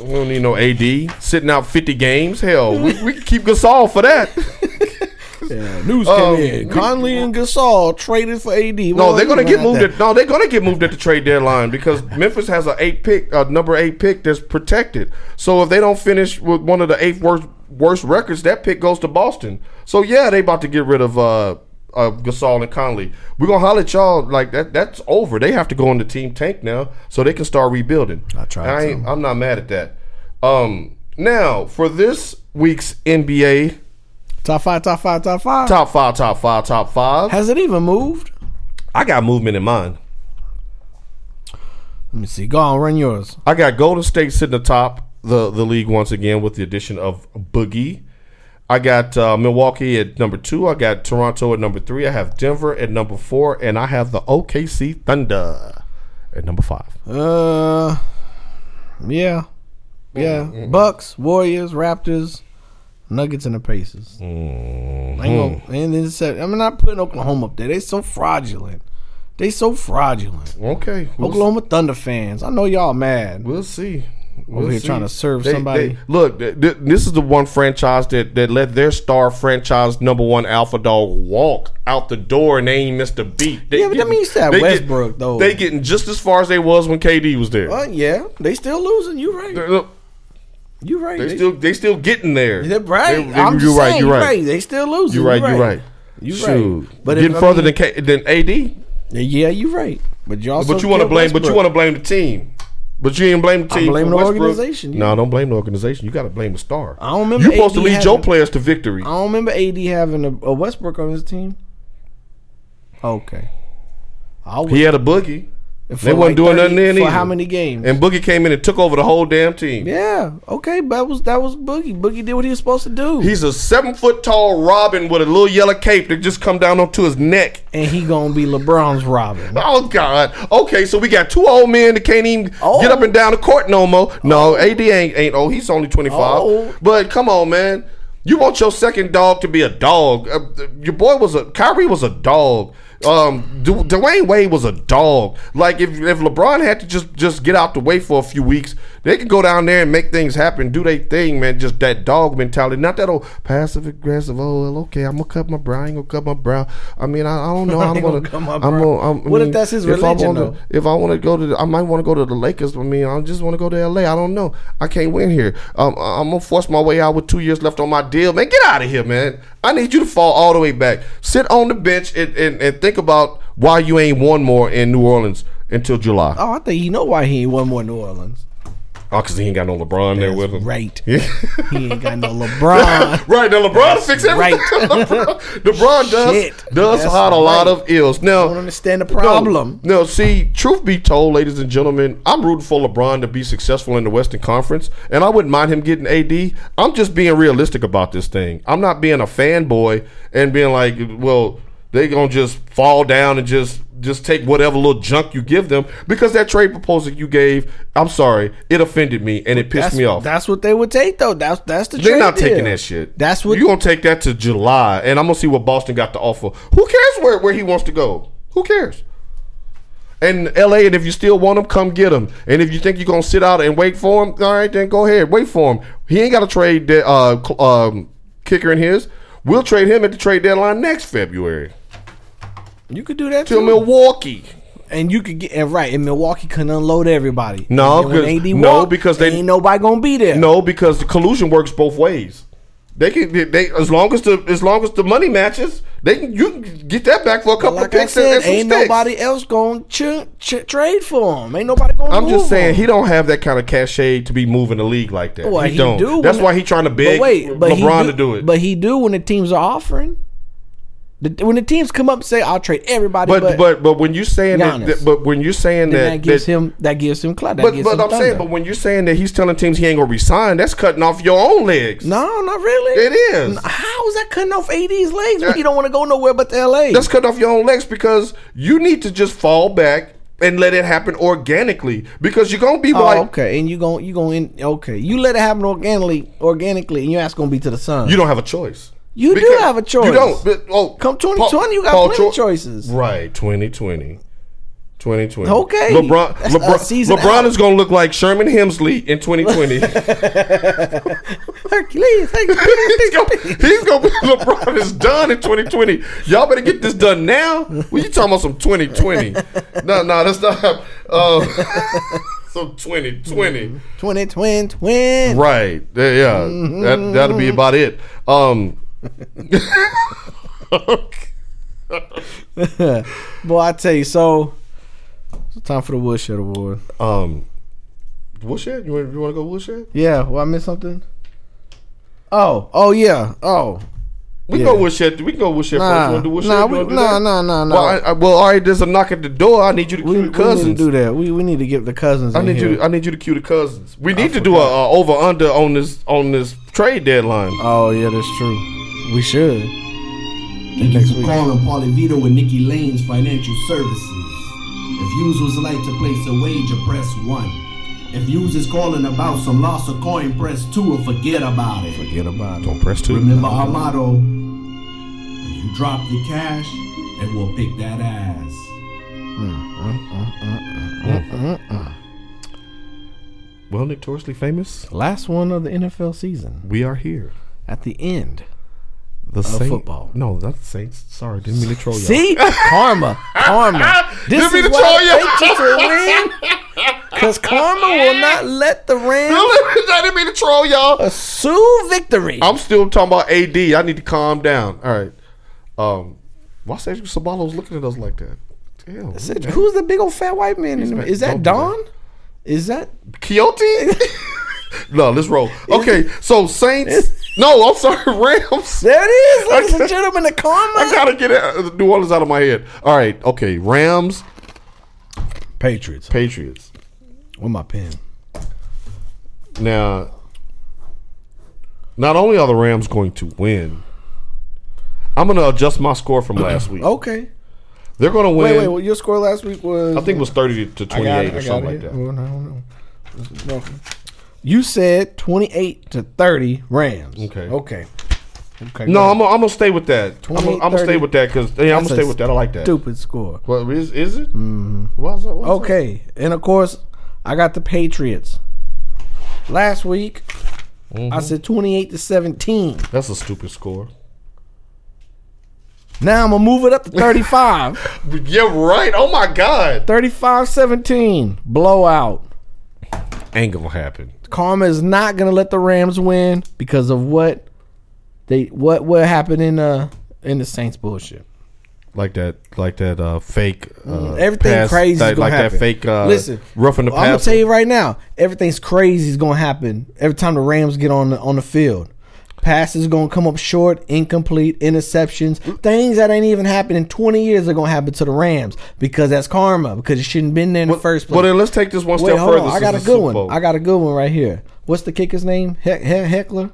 S4: We don't need no AD sitting out 50 games. Hell, we, we can keep Gasol for that. [LAUGHS]
S2: Yeah, news
S4: Um,
S2: came in. Conley and Gasol traded for AD. We
S4: No,
S2: don't
S4: they're
S2: need
S4: gonna
S2: to
S4: get
S2: run
S4: moved.
S2: out there.
S4: At, no, they're gonna get moved at the trade deadline because Memphis has a eight pick, a number eight pick that's protected. So if they don't finish with one of the eighth worst worst records, that pick goes to Boston. So yeah, they about to get rid of uh, uh Gasol and Conley. We're gonna holler at y'all like that. That's over. They have to go into team tank now, so they can start rebuilding.
S2: I tried
S4: I ain't, I'm not mad at that. Um, now for this week's NBA
S2: Top five, top five, top five.
S4: top five, top five, top five.
S2: Has it even moved?
S4: I got movement in mind.
S2: Let me see. Go on, run yours.
S4: I got Golden State sitting atop the the league once again with the addition of Boogie. I got uh, Milwaukee at number two. I got Toronto at number three. I have Denver at number four, and I have the OKC Thunder at number five.
S2: Uh, yeah, yeah. Bucks, Warriors, Raptors, Nuggets, and the Pacers. I ain't gonna, and then said, I'm not putting Oklahoma up there. They so fraudulent. They so fraudulent.
S4: Okay, we'll,
S2: Oklahoma Thunder fans, I know y'all mad.
S4: we'll see.
S2: Over here trying to serve
S4: They-
S2: somebody.
S4: they- look, th- th- this is the one franchise that, that let their star franchise number one alpha dog walk out the door and they ain't missed a beat. They
S2: Yeah, but that
S4: getting-
S2: means that
S4: they get-
S2: Westbrook, though.
S4: They getting just as far as they was when KD was there.
S2: Well, yeah, they still losing. You
S4: They're-
S2: right.
S4: Look,
S2: You right.
S4: they still they still getting there.
S2: They're right.
S4: They- they-
S2: I'm
S4: you
S2: just saying,
S4: you
S2: you right. They still losing.
S4: You're
S2: You
S4: right. You're right.
S2: You
S4: Shoot.
S2: right.
S4: But
S2: But if,
S4: getting
S2: I
S4: further
S2: mean,
S4: than K, than AD.
S2: yeah, you right. But you also
S4: But you want to
S2: killed
S4: blame. But you
S2: Westbrook.
S4: want to blame the team. But you ain't blame the team.
S2: blaming
S4: for
S2: the
S4: Westbrook.
S2: organization. You-
S4: No, don't blame the organization. You got to blame the star.
S2: I don't remember
S4: You're supposed to
S2: AD
S4: lead your
S2: having-
S4: players to victory.
S2: I don't remember AD having a, a Westbrook on his team. Okay. I would,
S4: He had a boogie,
S2: for
S4: they wasn't doing nothing then
S2: For
S4: either.
S2: how many games?
S4: and boogie came in and took over the whole damn team.
S2: yeah. Okay. but That was that was Boogie. Boogie did what he was supposed to do.
S4: He's a seven foot tall Robin with a little yellow cape that just come down onto his neck.
S2: and he gonna be LeBron's Robin.
S4: Oh God! Okay, so we got two old men that can't even
S2: Oh.
S4: get up and down the court no more. No, AD ain't ain't old. He's only twenty five.
S2: Oh.
S4: But come on, man, you want your second dog to be a dog? Uh, your boy was a Kyrie was a dog. Um, Du- Dwayne Wade was a dog. Like if if LeBron had to just just get out the way for a few weeks, they could go down there and make things happen, do their thing, man. Just that dog mentality, not that old passive aggressive. Oh, well, okay, I'm gonna cut my brow. I ain't gonna cut my brow. I mean, I, I don't
S2: [LAUGHS]
S4: know.
S2: I
S4: I'm
S2: ain't
S4: gonna.
S2: gonna cut my
S4: I'm
S2: brow.
S4: gonna I'm, I
S2: What if
S4: mean,
S2: that's his
S4: If I
S2: religion,
S4: wanna,
S2: though?
S4: if I want to go to, the, I might want to go to the Lakers. I mean, I just want to go to L.A. I don't know. I can't win here. Um, I- I'm gonna force my way out with two years left on my deal, man. Get out of here, man. I need you to fall all the way back. Sit on the bench and, and, and think about why you ain't won more in New Orleans until July. Oh,
S2: Oh, I think you know why he ain't won more New Orleans.
S4: cause he ain't got no LeBron there
S2: That's
S4: with him.
S2: right.
S4: [LAUGHS] Yeah.
S2: He ain't got no
S4: [LAUGHS]
S2: LeBron.
S4: Right now, LeBron fix
S2: Right.
S4: everything. LeBron, [LAUGHS] LeBron does
S2: Shit.
S4: does
S2: That's
S4: hide a lot
S2: right.
S4: of ills. Now,
S2: I don't understand the problem.
S4: No, no, see, truth be told, ladies and gentlemen, I'm rooting for LeBron to be successful in the Western Conference, and I wouldn't mind him getting AD. I'm just being realistic about this thing. I'm not being a fanboy and being like, well, they gonna just fall down and just just take whatever little junk you give them because that trade proposal you gave, I'm sorry, it offended me and it pissed
S2: That's,
S4: me off.
S2: that's what they would take though. That's that's the.
S4: They're
S2: trade
S4: not taking
S2: deal.
S4: that shit.
S2: That's what
S4: you're gonna take that to July, and I'm gonna see what Boston got to offer. Who cares where, where he wants to go? Who cares? And LA, and if you still want him, come get him. And if you think you're gonna sit out and wait for him, all right, then go ahead, wait for him. He ain't got to trade that uh, cl- um, kicker in his. We'll trade him at the trade deadline next February
S2: you could do that
S4: to
S2: too.
S4: Milwaukee.
S2: and you could get and right. And Milwaukee couldn't unload everybody.
S4: No,
S2: And then when
S4: because-
S2: AD
S4: no,
S2: walked,
S4: because they-
S2: ain't nobody gonna be there.
S4: No, because the collusion works both ways. They can they, they as long as the as long as the money matches, they can you can get that back for a couple
S2: like I
S4: picks and-
S2: said,
S4: and some
S2: ain't
S4: sticks.
S2: nobody else gonna ch- ch- trade for him. Ain't nobody gonna.
S4: I'm
S2: move
S4: just saying
S2: him.
S4: he don't have that kind of cachet to be moving the league like that.
S2: Well,
S4: he,
S2: he
S4: don't.
S2: do
S4: That's
S2: when-
S4: why he trying to beg
S2: But wait, but
S4: LeBron
S2: he do,
S4: to do it.
S2: But he do when the teams are offering. The, when the teams come up and say, "I'll trade everybody,"
S4: but, but but when you're saying that,
S2: Giannis.
S4: that- but when you're saying
S2: then that,
S4: that,
S2: gives
S4: that-
S2: him that gives him clout. That
S4: but
S2: gives
S4: but
S2: him
S4: I'm saying
S2: thunder.
S4: but when you're saying that he's telling teams he ain't gonna resign, that's cutting off your own legs.
S2: no, not really.
S4: It is.
S2: How is that cutting off AD's legs
S4: Yeah.
S2: when you don't want to go nowhere but to LA?
S4: That's cut off your own legs because you need to just fall back and let it happen organically because you're gonna be
S2: oh,
S4: like
S2: okay. And you gon' you gon' in okay. You let it happen organically, organically, and your ass gonna be to the sun.
S4: you don't have a choice.
S2: You do have a choice.
S4: You don't. But, oh,
S2: Come 2020, you got plenty of choices.
S4: Right, 2020. 2020.
S2: Okay.
S4: LeBron
S2: That's a
S4: LeBron,
S2: season
S4: LeBron
S2: out.
S4: is going to look like Sherman Hemsley in 2020.
S2: [LAUGHS]
S4: [LAUGHS]
S2: Hercules,
S4: [LAUGHS] he's
S2: Hercules.
S4: going he's gonna be LeBron is done in 2020. Y'all better get this done now. Well, you talking about some 2020. No, no, that's not uh, [LAUGHS] some 2020.
S2: Twenty twin twin.
S4: Right. Uh, Yeah. That that'll be about it. Um
S2: Boy, I tell you, so it's time for the Woodshed Award.
S4: um Woolshed? You want you want to go Woolshed?
S2: Yeah, well, I missed something. Oh, oh yeah, oh
S4: We
S2: Yeah.
S4: can go with shit. We can go with shit first. You
S2: nah,
S4: wanna do with shit?
S2: nah,
S4: You wanna
S2: we,
S4: do
S2: nah,
S4: that?
S2: nah, nah, nah.
S4: Well, I, I, well, all right. There's a knock at the door. I need you to
S2: we,
S4: cue
S2: we
S4: the cousins.
S2: need to do that. We we need to get the cousins.
S4: I
S2: in
S4: need
S2: here.
S4: you. To, I need you to cue the cousins. We need to do a, a over under on this on this trade deadline.
S2: oh yeah, that's true. We should. Next
S5: Thank you
S2: week.
S5: for calling Polivito and Nikki Lane's Financial Services. If yous would like to place a wager, press 1. If yous is calling about some loss of coin, press 2 or forget about it.
S2: Forget about it.
S4: Press two.
S5: Remember our motto, when you drop the cash, they will pick that ass.
S4: Well, notoriously famous,
S2: Last one of the NFL season
S4: we are here.
S2: at the end.
S4: The Saints.
S2: football.
S4: No, not the Saints. Sorry, didn't mean to troll y'all.
S2: See, karma,
S4: [LAUGHS]
S2: karma. This
S4: Didn't mean
S2: is
S4: to
S2: why
S4: troll
S2: it takes you to win,
S4: [LAUGHS]
S2: because karma will not let the Rams
S4: [LAUGHS] I didn't mean to troll y'all.
S2: pursue victory.
S4: I'm still talking about AD. I need to calm down. All right. Um, why Cedric Sabalo's looking at us like that? Damn.
S2: Said, Who's the big old fat white man? In the,
S4: back.
S2: is that
S4: Don't
S2: Don?
S4: do
S2: Is that [LAUGHS]
S4: Quixote? no, let's roll. Okay, so Saints. No, I'm sorry, [LAUGHS] Rams.
S2: there? It is, ladies and gentlemen. The karma.
S4: I gotta get out- New Orleans out of my head. All right, okay, Rams,
S2: Patriots.
S4: Patriots.
S2: With my pen.
S4: Now, not only are the Rams going to win, I'm gonna adjust my score from last week.
S2: Okay.
S4: They're gonna win.
S2: Oh. Wait, wait. Well, your score last week was
S4: I think it was 30 to
S2: I
S4: 28
S2: got it, I
S4: or
S2: got
S4: something
S2: it.
S4: like that.
S2: Well, no, I don't know. This is broken. You said twenty-eight to thirty Rams.
S4: Okay.
S2: Okay. Okay.
S4: No, I'm, gonna- I'm gonna stay with that. I'm, gonna-
S2: 28,
S4: I'm gonna stay
S2: 30.
S4: with that because yeah, I'm
S2: That's
S4: gonna
S2: a
S4: stay with that. I like that.
S2: Stupid score.
S4: What is is it? What's that? What's that?
S2: Okay, and of course, I got the Patriots. Last week,
S4: Mm-hmm.
S2: I said twenty-eight to seventeen.
S4: That's a stupid score.
S2: Now I'm gonna move it up to
S4: [LAUGHS]
S2: 35.
S4: Yeah, right. Oh my God.
S2: 35 17. Blowout.
S4: Ain't gonna happen.
S2: Karma is not gonna let the Rams win because of what they what what happened in uh in the Saints bullshit.
S4: Like that, like that uh, fake. Uh,
S2: Mm, Everything
S4: pass-
S2: crazy is
S4: that-
S2: gonna
S4: like
S2: happen.
S4: that fake. Uh,
S2: Listen,
S4: roughing the
S2: I'm gonna
S4: pass.
S2: tell you right now, everything's crazy is gonna happen every time the Rams get on the on the field. Passes gonna come up short, incomplete, interceptions, things that ain't even happened in 20 years are gonna happen to the Rams because that's karma because it shouldn't been there in the first place.
S4: Well, then let's take this one
S2: Wait,
S4: step
S2: hold
S4: further.
S2: on. I
S4: since
S2: got a
S4: it's Super
S2: good one.
S4: Bowl.
S2: I got a good one right here. What's the kicker's name? He- he- heckler,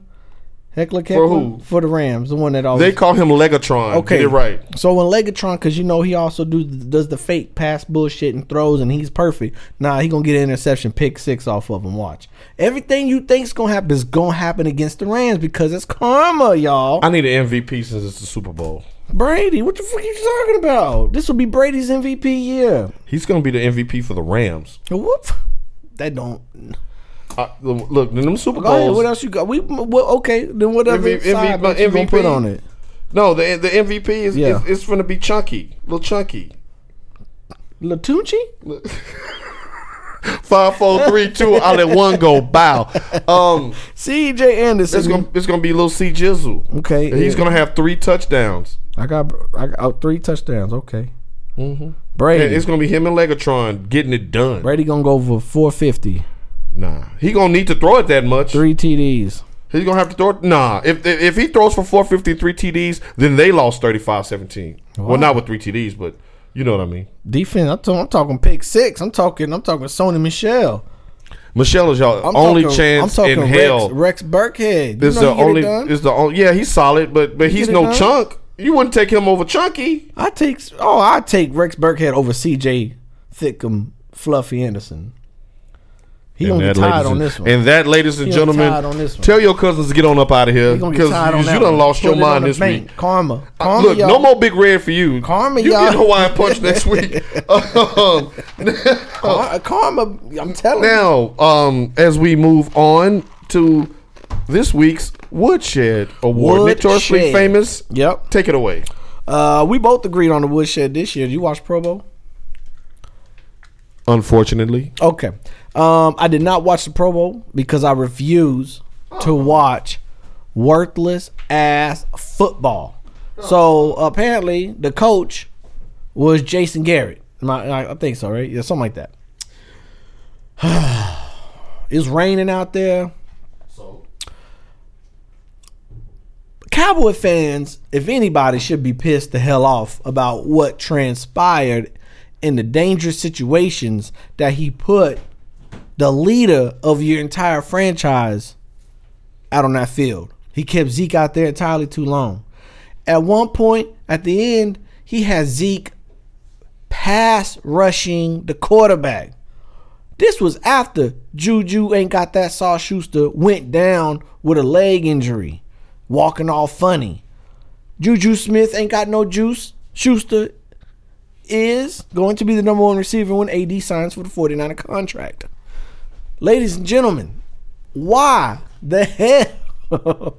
S2: heckler, Keckler?
S4: who?
S2: For the Rams, the one that always.
S4: They call him Legatron.
S2: okay,
S4: Okay, Get it right.
S2: So when Legatron, because you know he also do does the fake pass bullshit and throws, and he's perfect. Nah, he gonna get an interception, pick six off of him. Watch everything you think's gonna happen is gonna happen against the Rams because it's karma, y'all.
S4: I need an MVP since it's the Super Bowl.
S2: Brady, what the fuck you talking about? This will be Brady's MVP year.
S4: He's gonna be the MVP for the Rams.
S2: Whoop. That don't.
S4: Uh, look, them Super
S2: Go ahead.
S4: Bowls.
S2: What else you got? We well, okay. Then what other
S4: MVP
S2: side bet you gonna
S4: MVP?
S2: put on it?
S4: No, the the MVP is
S2: Yeah.
S4: is, is going to be chunky, little chunky.
S2: Latucci?
S4: Five, four, three,
S2: [LAUGHS]
S4: two. I'll let one go. Bow. Um,
S2: C.J. Anderson.
S4: it's gonna it's gonna be little C Jizzle.
S2: Okay,
S4: And he's
S2: yeah.
S4: gonna have three touchdowns.
S2: I got I got oh, three touchdowns. Okay. Mm-hmm.
S4: And
S2: Brady.
S4: it's gonna be him and Legatron getting it done.
S2: Brady gonna go for 450,
S4: Nah, he gonna need to throw it that much.
S2: three TDs.
S4: He's gonna have to throw it. Nah, if if, if he throws for 450 three TDs, then they lost 35-17. Well, not with three TDs, but you know what I mean.
S2: Defense. I'm, talking. I'm talking pick six. I'm talking. I'm talking Sony Michelle.
S4: Michelle is y'all
S2: I'm
S4: only
S2: talking,
S4: chance
S2: I'm talking
S4: in
S2: Rex,
S4: hell.
S2: Rex Burkhead. You
S4: It's
S2: know
S4: the
S2: he get it
S4: only.
S2: done?
S4: It's the only. Yeah, he's solid, but but he's
S2: get it
S4: no
S2: done?
S4: chunk. You wouldn't take him over Chunky.
S2: I take. Oh, I take Rex Burkhead over C.J. Thickum, Fluffy Anderson. He gonna get tired on this one.
S4: And that, ladies and
S2: He gonna get
S4: gentlemen,
S2: tired on this one.
S4: tell your cousins to get on up out of here
S2: He gonna get
S4: because
S2: tired on
S4: you
S2: that
S4: done
S2: one.
S4: lost
S2: Put
S4: your
S2: it
S4: mind
S2: on the
S4: this
S2: bank.
S4: week.
S2: Karma.
S4: Uh,
S2: Karma
S4: Look,
S2: y'all.
S4: no more big red for you.
S2: Karma,
S4: you
S2: y'all.
S4: get Hawaiian
S2: [LAUGHS]
S4: punch next week. Um,
S2: Kar- Karma. I'm telling you.
S4: now, um, as we move on to this week's Woodshed Award, notoriously
S2: Woodshed.
S4: famous.
S2: Yep.
S4: Take it away.
S2: Uh, we both agreed on the woodshed this year. Did you watch Pro Bowl?
S4: Unfortunately,
S2: Okay. Um, I did not watch the Pro Bowl because I refuse to watch worthless ass football. So apparently, the coach was Jason Garrett. Am I, I- I think so, right? Yeah, something like that. [SIGHS] it's raining out there. Cowboy fans, if anybody, should be pissed the hell off about what transpired in the dangerous situations that he put the leader of your entire franchise out on that field. He kept Zeke out there entirely too long. At one point, at the end, he had Zeke pass rushing the quarterback. This was after Juju ain't got that Saw Schuster went down with a leg injury, walking all funny. Juju Smith ain't got no juice. Schuster is going to be the number one receiver when AD signs for the 49er contract. Ladies and gentlemen, why the hell? [LAUGHS]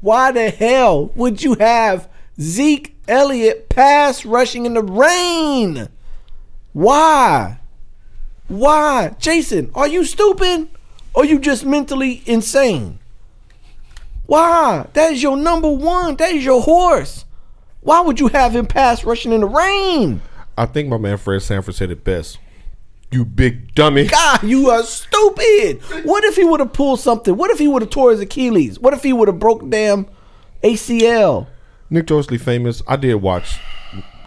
S2: why the hell would you have Zeke Elliott pass rushing in the rain? Why? Why? Jason, are you stupid? Or you just mentally insane? Why? That is your number one. That is your horse. Why would you have him pass rushing in the rain?
S4: I think my man Fred Sanford said it best. You big dummy.
S2: God, you are stupid. What if he would have pulled something? What if he would have tore his Achilles? What if he would have broke damn ACL?
S4: Notoriously famous. I did watch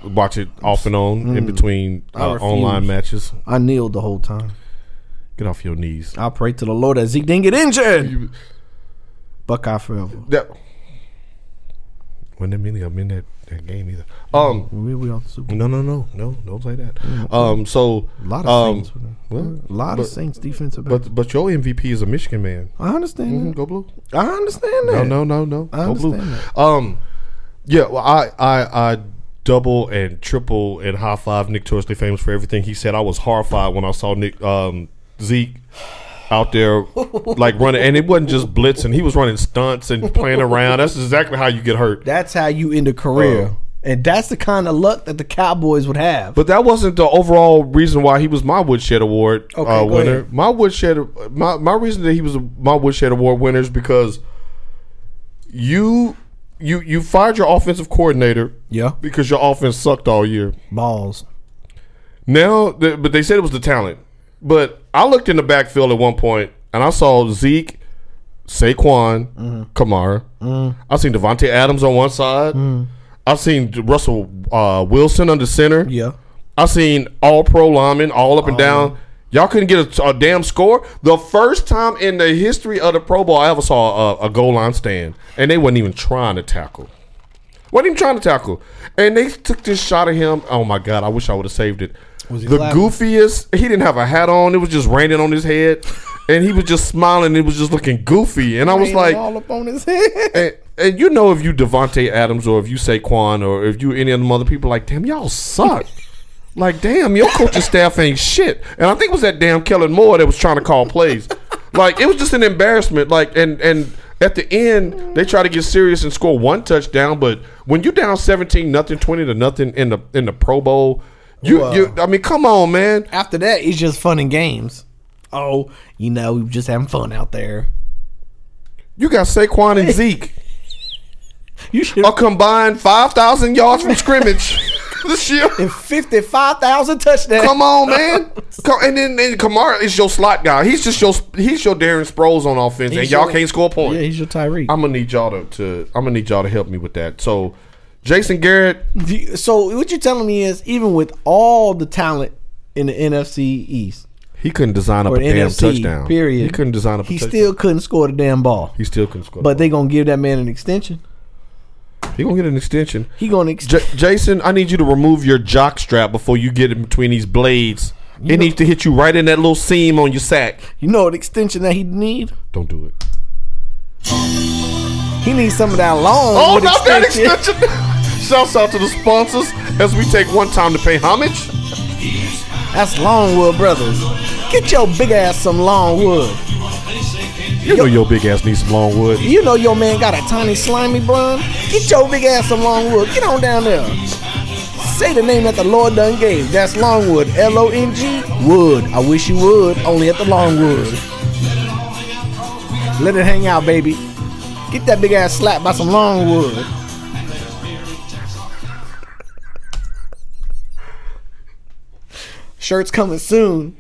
S4: watch it off and on in between
S2: Mm. I
S4: uh,
S2: refuse.
S4: online matches.
S2: I kneeled the whole time.
S4: Get off your knees.
S2: I prayed to the Lord that Zeke didn't get injured. Buckeye forever.
S4: That wasn't that many I'm in that, that game either. Um
S2: We we on Super
S4: No, no, no, no, don't play that. Um, so
S2: Mm-hmm. A lot of
S4: um,
S2: Saints.
S4: well,
S2: a lot of
S4: but-
S2: Saints defensive. But
S4: But Mm-hmm. but your MVP is a Michigan man.
S2: I understand. that.
S4: Go blue.
S2: I understand
S4: No,
S2: that.
S4: no, no, no.
S2: Mm-hmm. I
S4: Go blue.
S2: understand
S4: Um, yeah. Well, I I I double and triple and high five Nick Torsley famous for everything he said. I was horrified when I saw Nick um, Zeke out there like running, and it wasn't just blitzing. He was running stunts and playing around. That's exactly how you get hurt.
S2: That's how you end a career,
S4: Oh.
S2: and that's the kind of luck that the Cowboys would have.
S4: But that wasn't the overall reason why he was my Woodshed Award
S2: Okay, go
S4: uh, winner.
S2: ahead.
S4: My Woodshed, my my reason that he was my Woodshed Award winner is because you you you fired your offensive coordinator
S2: yeah,
S4: because your offense sucked all year.
S2: balls.
S4: Now, th- but they said it was the talent. But I looked in the backfield at one point and I saw Zeke, Saquon,
S2: Mm-hmm.
S4: Kamara. I seen Devontae Adams on one side.
S2: Mm-hmm.
S4: I seen Russell uh, Wilson under center.
S2: Yeah,
S4: I seen all pro linemen all up and
S2: Oh.
S4: down. Y'all couldn't get a, a damn score. The first time in the history of the Pro Bowl I ever saw a, a goal line stand, and they wasn't even trying to tackle. wasn't even trying to tackle, and they took this shot of him. Oh my god! I wish I would have saved it.
S2: Was he
S4: the
S2: laughing?
S4: goofiest. He didn't have a hat on. It was just raining on his head, and he was just smiling. It was just looking goofy, and I was like,
S2: all up on his head. [LAUGHS]
S4: and, and you know if you Devonte Adams or if you Saquon or if you any of them other people like damn y'all suck. like damn your coaching staff ain't shit. And I think it was that damn Kellen Moore that was trying to call plays. like it was just an embarrassment. Like and and at the end they try to get serious and score one touchdown, but when you down seventeen nothing, twenty to nothing in the in the Pro Bowl, you
S2: Wow.
S4: you I mean come on man.
S2: After that, it's just fun and games. Oh, you know, we were just having fun out there.
S4: You got Saquon and Zeke.
S2: You should
S4: A combined five thousand yards from scrimmage this year.
S2: have fifty-five thousand touchdowns. [LAUGHS]
S4: Come on, man. Come, and then and Kamara is your slot guy. He's just your he's your Darren Sproles on offense, and
S2: He's
S4: y'all
S2: your-
S4: can't score a
S2: yeah,
S4: point.
S2: he's your Tyreek.
S4: I'm gonna need y'all to, to I'm gonna need y'all to help me with that. So, Jason Garrett,
S2: Do you- So what you're telling me is, even with all the talent in the NFC East
S4: he couldn't design up
S2: or
S4: a
S2: the
S4: damn
S2: NFC
S4: touchdown.
S2: period,
S4: He couldn't design up. A
S2: He
S4: touchdown.
S2: still couldn't score the damn ball.
S4: he still couldn't score.
S2: But
S4: the
S2: they gonna give that man an extension.
S4: ball. he gonna get an extension.
S2: He gonna ex-
S4: J- Jason, I need you to remove your jock strap before you get in between these blades. it needs to hit you right in that little seam on your sack.
S2: you know, an extension that he need.
S4: Don't do it.
S2: He needs some of that loan.
S4: Oh,
S2: with
S4: not that extension. [LAUGHS] Shouts out to the sponsors as we take one time to pay homage.
S2: That's Longwood Brothers. Get your big ass some Longwood.
S4: You know your big ass needs some long wood.
S2: You know your man got a tiny slimy bun. Get your big ass some Longwood. Get on down there. Say the name that the Lord done gave. That's Longwood. L O N G Wood. I wish you would. Only at the Longwood. Let it hang out, baby. Get that big ass slapped by some Longwood. Shirts coming soon.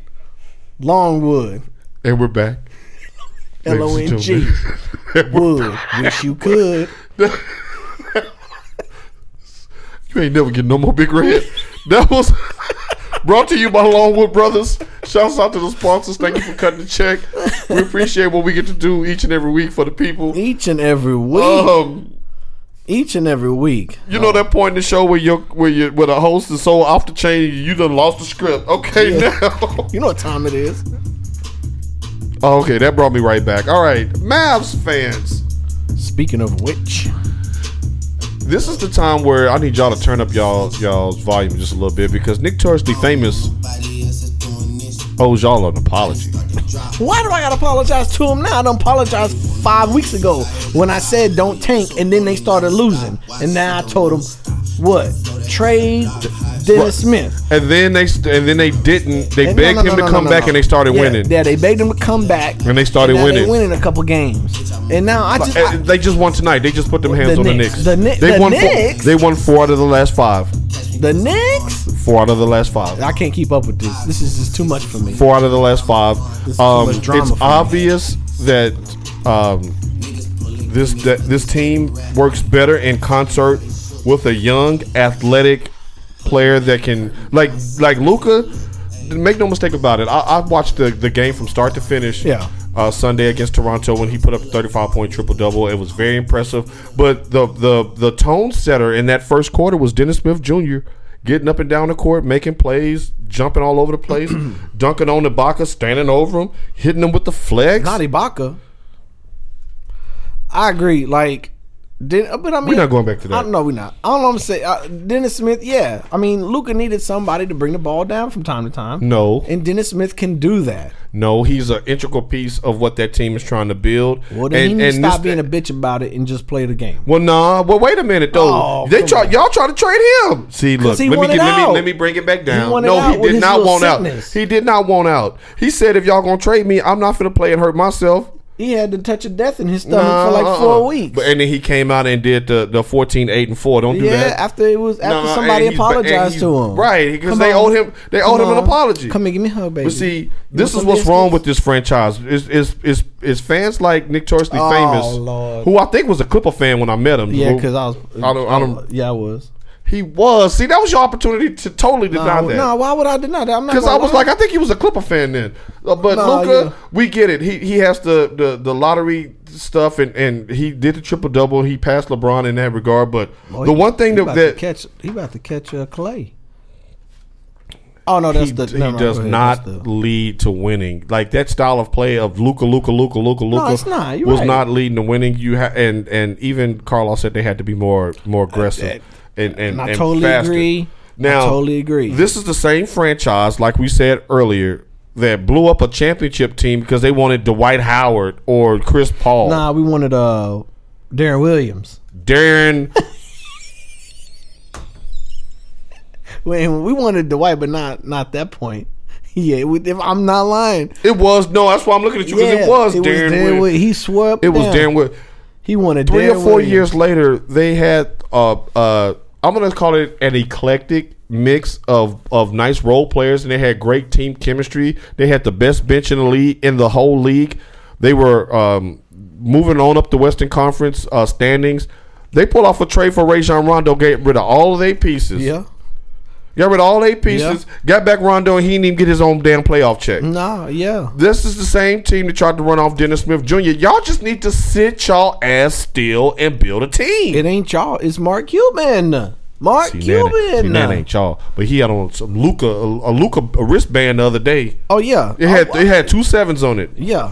S2: Longwood.
S4: And we're back. [LAUGHS]
S2: L O N G. Wood. Wish you could.
S4: You ain't never getting no more big red. That was [LAUGHS] brought to you by Longwood Brothers. Shouts out to the sponsors. Thank you for cutting the check. We appreciate what we get to do each and every week for the people.
S2: Each and every week.
S4: Um,
S2: Each and every week.
S4: you know that point in the show where you where you where the host is so off the chain, you done lost the script. Okay,
S2: Yeah.
S4: now. [LAUGHS]
S2: You know what time it is.
S4: Oh, okay, that brought me right back. All right, Mavs fans.
S2: Speaking of which,
S4: This is the time where I need y'all to turn up y'all y'all's volume just a little bit because Nick Torres the famous
S3: Nobody else is doing this.
S4: owes y'all an apology.
S2: Why do I gotta apologize to him now? I done apologized five weeks ago when I said don't tank, and then they started losing. And now I told them, what? Trade Dennis Smith.
S4: And then they st- and then they didn't. They
S2: And- no,
S4: begged
S2: no, no,
S4: him
S2: no, no,
S4: to come
S2: no,
S4: back,
S2: no.
S4: and they started
S2: Yeah,
S4: winning.
S2: Yeah, they begged him to come back,
S4: And they started
S2: now
S4: winning.
S2: They winning uh, a couple games, and now I just. I-
S4: And they just won tonight. They just put them hands
S2: The
S4: on
S2: Knicks.
S4: the
S2: The
S4: Knicks.
S2: Kni-
S4: they
S2: the
S4: won
S2: Knicks?
S4: Four, they won four out of the last five.
S2: the Knicks.
S4: Four out of the last five.
S2: I can't keep up with this. This is just too much for me.
S4: Four out of the last five.
S2: is too
S4: Um,
S2: much drama
S4: it's
S2: for me.
S4: obvious that um, this that this team works better in concert with a young, athletic player that can like like Luca. Make no mistake about it. I, I watched the, the game from start to finish.
S2: Yeah.
S4: Uh, Sunday against Toronto when he put up a 35 point triple double. It was very impressive. But the the the tone setter in that first quarter was Dennis Smith Jr. getting up and down the court, making plays, jumping all over the place, [CLEARS THROAT] dunking on Ibaka, standing over him, hitting him with the flex.
S2: Not Ibaka. I agree. Like, did, but I mean,
S4: not going back to that.
S2: I, no, we're not. All I'm saying, uh, Dennis Smith. Yeah, I mean, Luca needed somebody to bring the ball down from time to time.
S4: no.
S2: and Dennis Smith can do that.
S4: No, he's an integral piece of what that team is trying to build.
S2: Well, then he needs to stop
S4: this-
S2: being a bitch about it and just play the game.
S4: Well, nah. Well, wait a minute though.
S2: Oh,
S4: they
S2: come
S4: try.
S2: on.
S4: Y'all try to trade him. See, look.
S2: he
S4: Let me,
S2: wanted
S4: get, let me
S2: out.
S4: let me bring it back down.
S2: wanted
S4: no,
S2: out
S4: he
S2: with
S4: did
S2: his
S4: not
S2: little
S4: want
S2: sickness.
S4: out. He did not want out. He said, "If y'all gonna trade me, I'm not gonna play and hurt myself."
S2: He had the touch of death in his stomach
S4: Nah,
S2: for like
S4: uh-uh.
S2: four weeks.
S4: But and then he came out and did the the 14, 8, and four. Don't do
S2: yeah,
S4: that.
S2: after it was after
S4: Nah,
S2: somebody
S4: and he's- and
S2: apologized
S4: he's-
S2: to him,
S4: Right, because
S2: Come
S4: they
S2: on.
S4: owed him. They
S2: Come
S4: owed him an
S2: on.
S4: apology.
S2: Come and give me a hug, baby.
S4: But see,
S2: You want
S4: this is
S2: some
S4: what's wrong
S2: biscuits?
S4: with this franchise. Is is is is fans like notoriously
S2: Oh,
S4: famous,
S2: Lord.
S4: who I think was a Clipper fan when I met him.
S2: Yeah,
S4: who-
S2: because I was.
S4: I don't, I don't,
S2: yeah, I was.
S4: he was. See, that was your opportunity to totally deny
S2: No,
S4: that.
S2: no, Oh, why would I deny that? I'm not.
S4: Because
S2: gonna
S4: I was
S2: lie.
S4: like, I think he was a Clipper fan then. Uh, but
S2: Nah,
S4: Luca,
S2: yeah.
S4: we get it. He he has the the, the lottery stuff, and, and he did the triple double. He passed LeBron in that regard. But
S2: Oh,
S4: the
S2: he-
S4: one thing
S2: he
S4: that,
S2: about to
S4: that
S2: catch, he about to catch uh, Clay. Oh no, that's
S4: he,
S2: the
S4: he
S2: never mind,
S4: does
S2: go ahead,
S4: not
S2: that's the-
S4: lead to winning. Like that style of play of Luca, Luca, Luca, Luca, Luca
S2: it's not. You're
S4: was
S2: right.
S4: not leading to winning. You ha- and and even Carlos said they had to be more more aggressive and and,
S2: and I
S4: and
S2: totally
S4: faster.
S2: agree.
S4: Now
S2: I totally agree.
S4: This is the same franchise, like we said earlier, that blew up a championship team because they wanted Dwight Howard or Chris Paul,
S2: Nah, we wanted uh Darren Williams. [LAUGHS]
S4: Darren.
S2: When we wanted Dwight, but not not that point. [LAUGHS] Yeah, we- if I'm not lying,
S4: it was no. That's why I'm looking at you because
S2: yeah,
S4: it was Darren. Wi-
S2: Wi- He swore up.
S4: it was
S2: down.
S4: Darren. Wi-
S2: He wanted
S4: three
S2: Darren
S4: or four
S2: Williams.
S4: years later, they had uh uh I'm gonna call it an eclectic mix of of nice role players, and they had great team chemistry. They had the best bench in the league in the whole league. They were um, moving on up the Western Conference uh, standings. They pulled off a trade for Rajon Rondo, get rid of all of their pieces.
S2: Yeah.
S4: got rid of all their pieces. Got back Rondo, and he didn't even get his own damn playoff check.
S2: Nah. Yeah.
S4: This is the same team that tried to run off Dennis Smith Jr. Y'all just need to sit y'all ass still and build a team.
S2: It ain't y'all. It's Mark Cuban. Mark
S4: See,
S2: Cuban.
S4: That ain't, see, that ain't y'all. But he had on some Luca a, a Luca a wristband the other day.
S2: oh yeah.
S4: It had it had two sevens on it.
S2: yeah.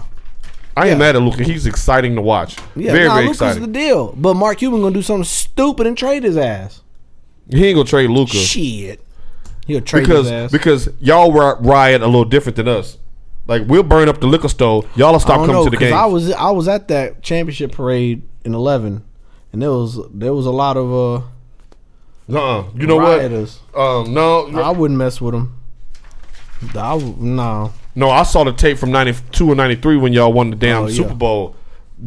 S4: I ain't
S2: Yeah.
S4: mad at Luca. He's exciting to watch.
S2: Yeah.
S4: very
S2: nah,
S4: very
S2: Luka's
S4: exciting.
S2: the deal. But Mark Cuban gonna do something stupid and trade his ass.
S4: he ain't gonna trade Luca
S2: Shit. He'll trade his
S4: because
S2: ass.
S4: because y'all ri- riot a little different than us. Like we'll burn up the liquor store. Y'all will
S2: I
S4: stop
S2: don't
S4: coming
S2: know,
S4: to the
S2: 'cause
S4: game.
S2: I was I was at that championship parade in eleven, and there was there was a lot of
S4: uh You
S2: uh,
S4: know
S2: rioters.
S4: what? Um, no,
S2: I wouldn't mess with them. I w- no.
S4: no. I saw the tape from '92 or '93 when y'all won the damn
S2: Oh, yeah.
S4: Super Bowl,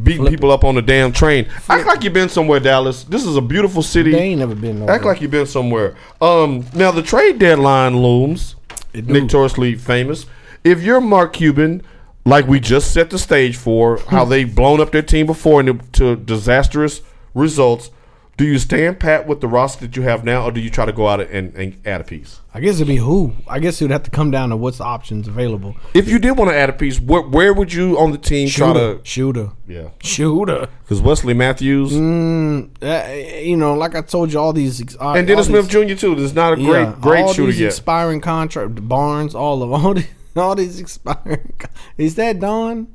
S4: beating people up on the damn train. Act like you've been somewhere, Dallas. This is a beautiful city.
S2: They ain't never been.
S4: Act like you've been somewhere. Um, now the trade deadline looms.
S2: do.
S4: Notoriously famous. If you're Mark Cuban, like we just set the stage for,
S2: Hmm.
S4: how they've blown up their team before into to disastrous results, do you stand pat with the roster that you have now, or do you try to go out and, and add a piece?
S2: I guess it'd be who. I guess it would have to come down to what's the options available.
S4: If you did want to add a piece, where, where would you on the team
S2: Shooter,
S4: try to?
S2: shooter,
S4: Yeah,
S2: shooter.
S4: because Wesley Matthews
S2: Uh, you know, like I told you, all these ex- all,
S4: and Dennis
S2: all these-
S4: Smith Jr. too. There's not a great
S2: yeah,
S4: great
S2: all
S4: shooter
S2: these
S4: yet.
S2: Expiring contract, Barnes, all of all these, [LAUGHS] all these expiring. con- Is that Don?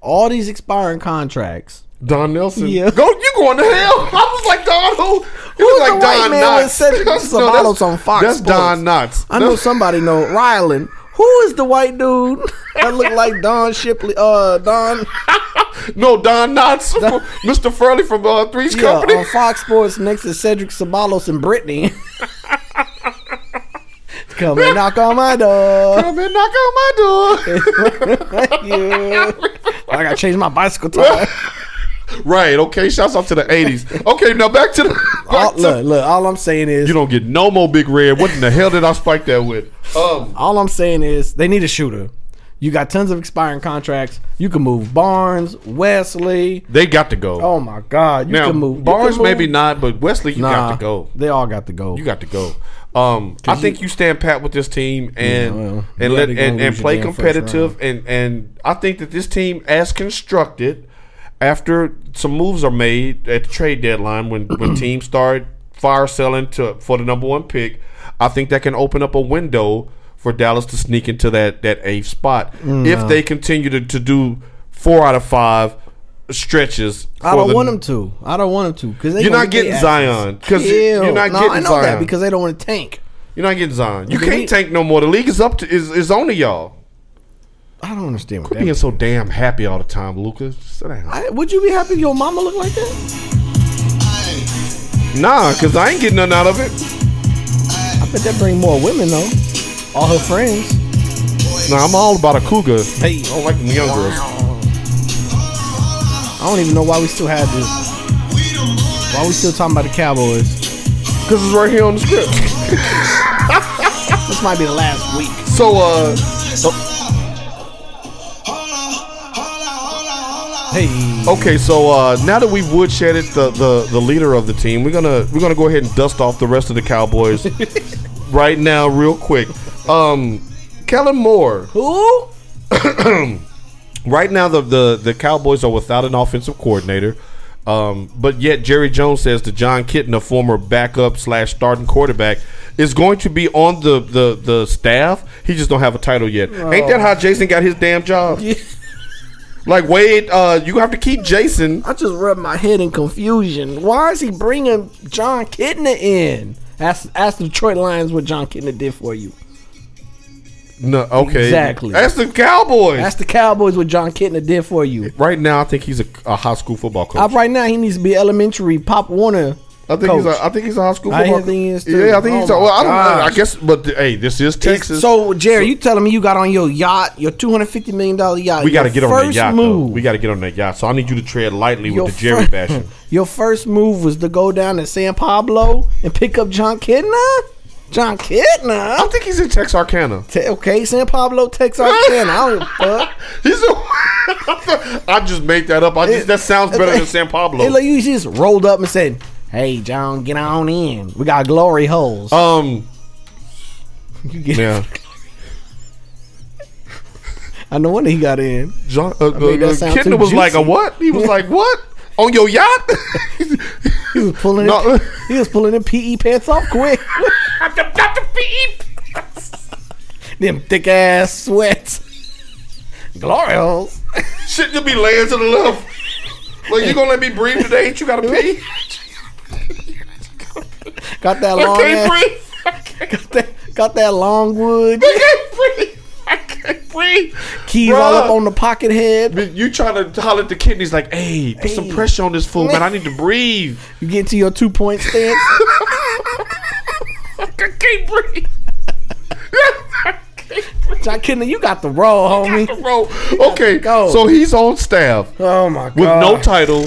S2: All these expiring contracts.
S4: Don Nelson.
S2: Yeah.
S4: [LAUGHS] Go, you going to hell? I was like, Don, who?
S2: Who's
S4: like
S2: the
S4: Don
S2: white man that
S4: Knotts.
S2: said
S4: [LAUGHS] No,
S2: some bottles
S4: that's-
S2: on Fox?
S4: that's
S2: Sports?
S4: Don Knotts.
S2: I
S4: No. [LAUGHS]
S2: know somebody know Ryland. Who is the white dude [LAUGHS] that look like Don Shipley? Uh, Don
S4: No, Don
S2: [LAUGHS]
S4: Knotts, from- Mr. Furley from uh, Three's
S2: yeah,
S4: Company.
S2: on Fox Sports next to Cedric Sabalos and Brittany. [LAUGHS] Come and knock on my door.
S4: [LAUGHS] Come and knock on my
S2: [LAUGHS] Thank you. I gotta change my bicycle tire.
S4: door. right. Okay. Shouts out to the
S2: [LAUGHS]
S4: eighties. Okay. Now back to the.
S2: All-
S4: back to-
S2: Uh, look, look. All I'm saying is,
S4: You don't get no more big red. What in the hell did I spike that with? Um,
S2: All I'm saying is they need a shooter. You got tons of expiring contracts. You can move Barnes, Wesley.
S4: they got to go.
S2: Oh my God, you
S4: now
S2: can move you
S4: Barnes
S2: can move-
S4: maybe not, but Wesley, you
S2: Nah,
S4: got to go.
S2: They all got to go.
S4: You got to go. Um, I think you stand pat with this team and
S2: Yeah, well, you
S4: and let
S2: already gonna
S4: and, and
S2: lose your
S4: play
S2: damn first
S4: competitive and and I think that this team as constructed after some moves are made at the trade deadline when
S2: [CLEARS THROAT]
S4: when teams start fire selling to for the number one pick, I think that can open up a window for Dallas to sneak into that that eighth spot
S2: Mm,
S4: if they continue to, to do four out of five stretches.
S2: I
S4: for
S2: don't
S4: the-
S2: want them to. I don't want them to because
S4: You're not getting Zion because you're not
S2: no,
S4: getting
S2: I know
S4: Zion
S2: that because they don't want to tank.
S4: you're not getting Zion. You
S2: The
S4: can't
S2: league-
S4: tank no more. The league is up to is is on to y'all.
S2: I don't understand what
S4: Quit
S2: that
S4: being so damn happy all the time, Lucas. Sit down.
S2: I, would you be happy your mama looked like that?
S4: Nah, cause I ain't getting nothing out of it.
S2: I bet that bring more women though. All her friends.
S4: Nah, I'm all about a cougar. I
S2: Hey,
S4: don't like them young girls.
S2: I don't even know why we still had this. Why we still talking about the Cowboys?
S4: Cause it's right here on the script.
S2: This might be the last week.
S4: So uh,
S2: Hey.
S4: okay, so uh, now that we've woodshedded the, the the leader of the team, we're gonna we're gonna go ahead and dust off the rest of the Cowboys right now, real quick. Um, Kellen Moore.
S2: Who?
S4: Right now, the, the the Cowboys are without an offensive coordinator, um, but yet Jerry Jones says that John Kitten, a former backup slash starting quarterback, is going to be on the the the staff. He just don't have a title yet. Ain't that how Jason got his damn job? [LAUGHS] Like Wade, uh, you have to keep Jason.
S2: I just rubbed my head in confusion. Why is he bringing John Kitna in? Ask, ask the Detroit Lions what John Kitna did for you.
S4: No, okay,
S2: Exactly.
S4: That's the Cowboys.
S2: Ask the Cowboys what John Kitna did for you.
S4: right now, I think he's a, a high school football coach.
S2: Uh, right now, he needs to be elementary Pop Warner.
S4: I think
S2: coach.
S4: he's a, I think he's a high school
S2: I
S4: football.
S2: think he is,
S4: coach.
S2: too.
S4: Yeah, I think he's. A,
S2: Oh my
S4: well, I don't. know. I
S2: gosh.
S4: guess, but hey, this is Texas.
S2: So, Jerry, you telling me you got on your yacht, your two hundred fifty million dollar yacht?
S4: We got to
S2: your
S4: get on that
S2: first
S4: yacht. Though. We got to get on that yacht. So I need you to tread lightly
S2: your
S4: with the Jerry
S2: fir-
S4: bashing.
S2: [LAUGHS] Your first move was to go down to San Pablo and pick up John Kitna. John Kitna.
S4: [LAUGHS] I think he's in Texarkana.
S2: Te- okay, San Pablo, Texarkana. I don't give a fuck.
S4: He's. A, [LAUGHS] I just made that up. I just, that sounds better than San Pablo.
S2: Hey, look, you just rolled up and said, "Hey, John, get on in. We got glory holes."
S4: um.
S2: [LAUGHS] You get-
S4: Yeah.
S2: I no wonder he got in.
S4: John. Uh, uh,
S2: made that
S4: uh,
S2: sound
S4: Kinder
S2: too
S4: was like a
S2: juicy.
S4: what? He was like what? On your yacht? [LAUGHS]
S2: He was pulling.
S4: No.
S2: [LAUGHS] In, he was pulling in PE pants off quick. [LAUGHS] Them thick ass sweats. Glory holes.
S4: Shit, you'll be laying to the left. Like you gonna let me breathe today? Ain't you
S2: [LAUGHS]
S4: gotta pee?
S2: Got that
S4: I
S2: long.
S4: can't
S2: ass,
S4: breathe. I
S2: [LAUGHS]
S4: can't,
S2: got that long wood.
S4: I can't breathe. I can't breathe.
S2: Keys all
S4: Bruh.
S2: up on the pocket head.
S4: But you trying to holler at the kidneys like, hey, put some
S2: Hey.
S4: pressure on this fool, man. I need to breathe.
S2: You get to your two point
S4: [LAUGHS]
S2: stance.
S4: I can't breathe. I can't breathe.
S2: John Kitna, you got the roll, homie.
S4: Bro, okay,
S2: Go.
S4: so he's on staff
S2: Oh my god.
S4: with no title.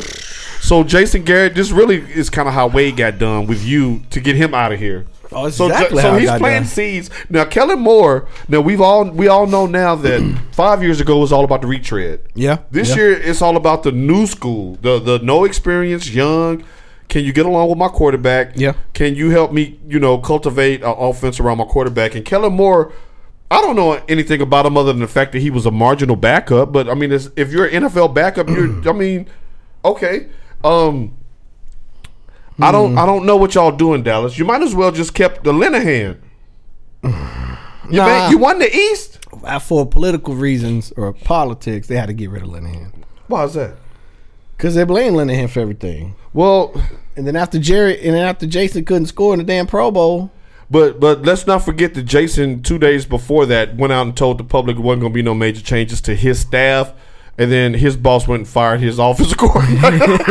S4: So Jason Garrett, this really is kind of how Wade got done with you to get him out of here.
S2: Oh,
S4: So, Ja-
S2: exactly
S4: so
S2: how I
S4: he's
S2: got
S4: playing
S2: done.
S4: seeds now. Kellen Moore. Now we've all we all know now
S2: [CLEARS THROAT]
S4: that five years ago was all about the retread.
S2: Yeah,
S4: This
S2: yeah.
S4: year it's all about the new school, the the no experience, young. Can you get along with my quarterback?
S2: Yeah.
S4: Can you help me? You know, cultivate an offense around my quarterback. And Kellen Moore. I don't know anything about him other than the fact that he was a marginal backup. But I mean, it's, if you're an NFL
S2: [CLEARS THROAT]
S4: backup, you're. I mean, okay. Um, I
S2: Hmm.
S4: don't I don't know what y'all doing, Dallas. You might as well just kept the Linehan. You,
S2: Nah.
S4: man, you won the East.
S2: Uh, for political reasons or politics, they had to get rid of Linehan
S4: Why is that?
S2: because they blame Linehan for everything.
S4: Well,
S2: And then after Jerry, and then after Jason couldn't score in the damn Pro Bowl, [LAUGHS]
S4: But but let's not forget that Jason two days before that went out and told the public there wasn't going to be no major changes to his staff, and then his boss went and fired his [LAUGHS] offensive coordinator.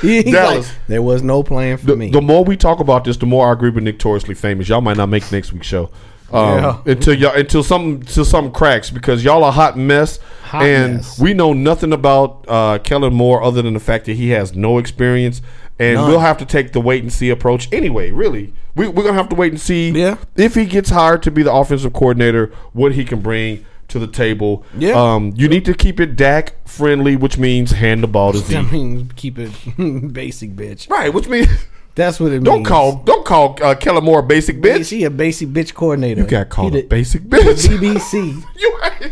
S2: he's
S4: Dallas.
S2: like, there was no plan for
S4: the,
S2: me.
S4: the more we talk about this, the more I agree with notoriously famous. Y'all might not make next week's show. Um,
S2: Yeah.
S4: Until y'all, until something, until something cracks because y'all a hot mess,
S2: Hot
S4: and
S2: mess.
S4: we know nothing about uh, Kellen Moore other than the fact that he has no experience, and
S2: None.
S4: we'll have to take the wait and see approach anyway. Really, we, we're gonna have to wait and see
S2: Yeah.
S4: if he gets hired to be the offensive coordinator, what he can bring to the table.
S2: Yeah.
S4: um, you need to keep it Dak friendly, which means hand the ball
S2: [LAUGHS]
S4: to
S2: I
S4: Z.
S2: mean, keep it [LAUGHS] basic, bitch.
S4: Right, which means. [LAUGHS]
S2: That's what it
S4: Don't
S2: means.
S4: call don't call uh, Keller Moore a basic
S2: Bitch.
S4: bitch.
S2: She a basic bitch coordinator.
S4: You got called
S2: He
S4: a
S2: the- [LAUGHS]
S4: basic
S2: he the
S4: bitch. [LAUGHS]
S2: BBC.
S4: you ain't-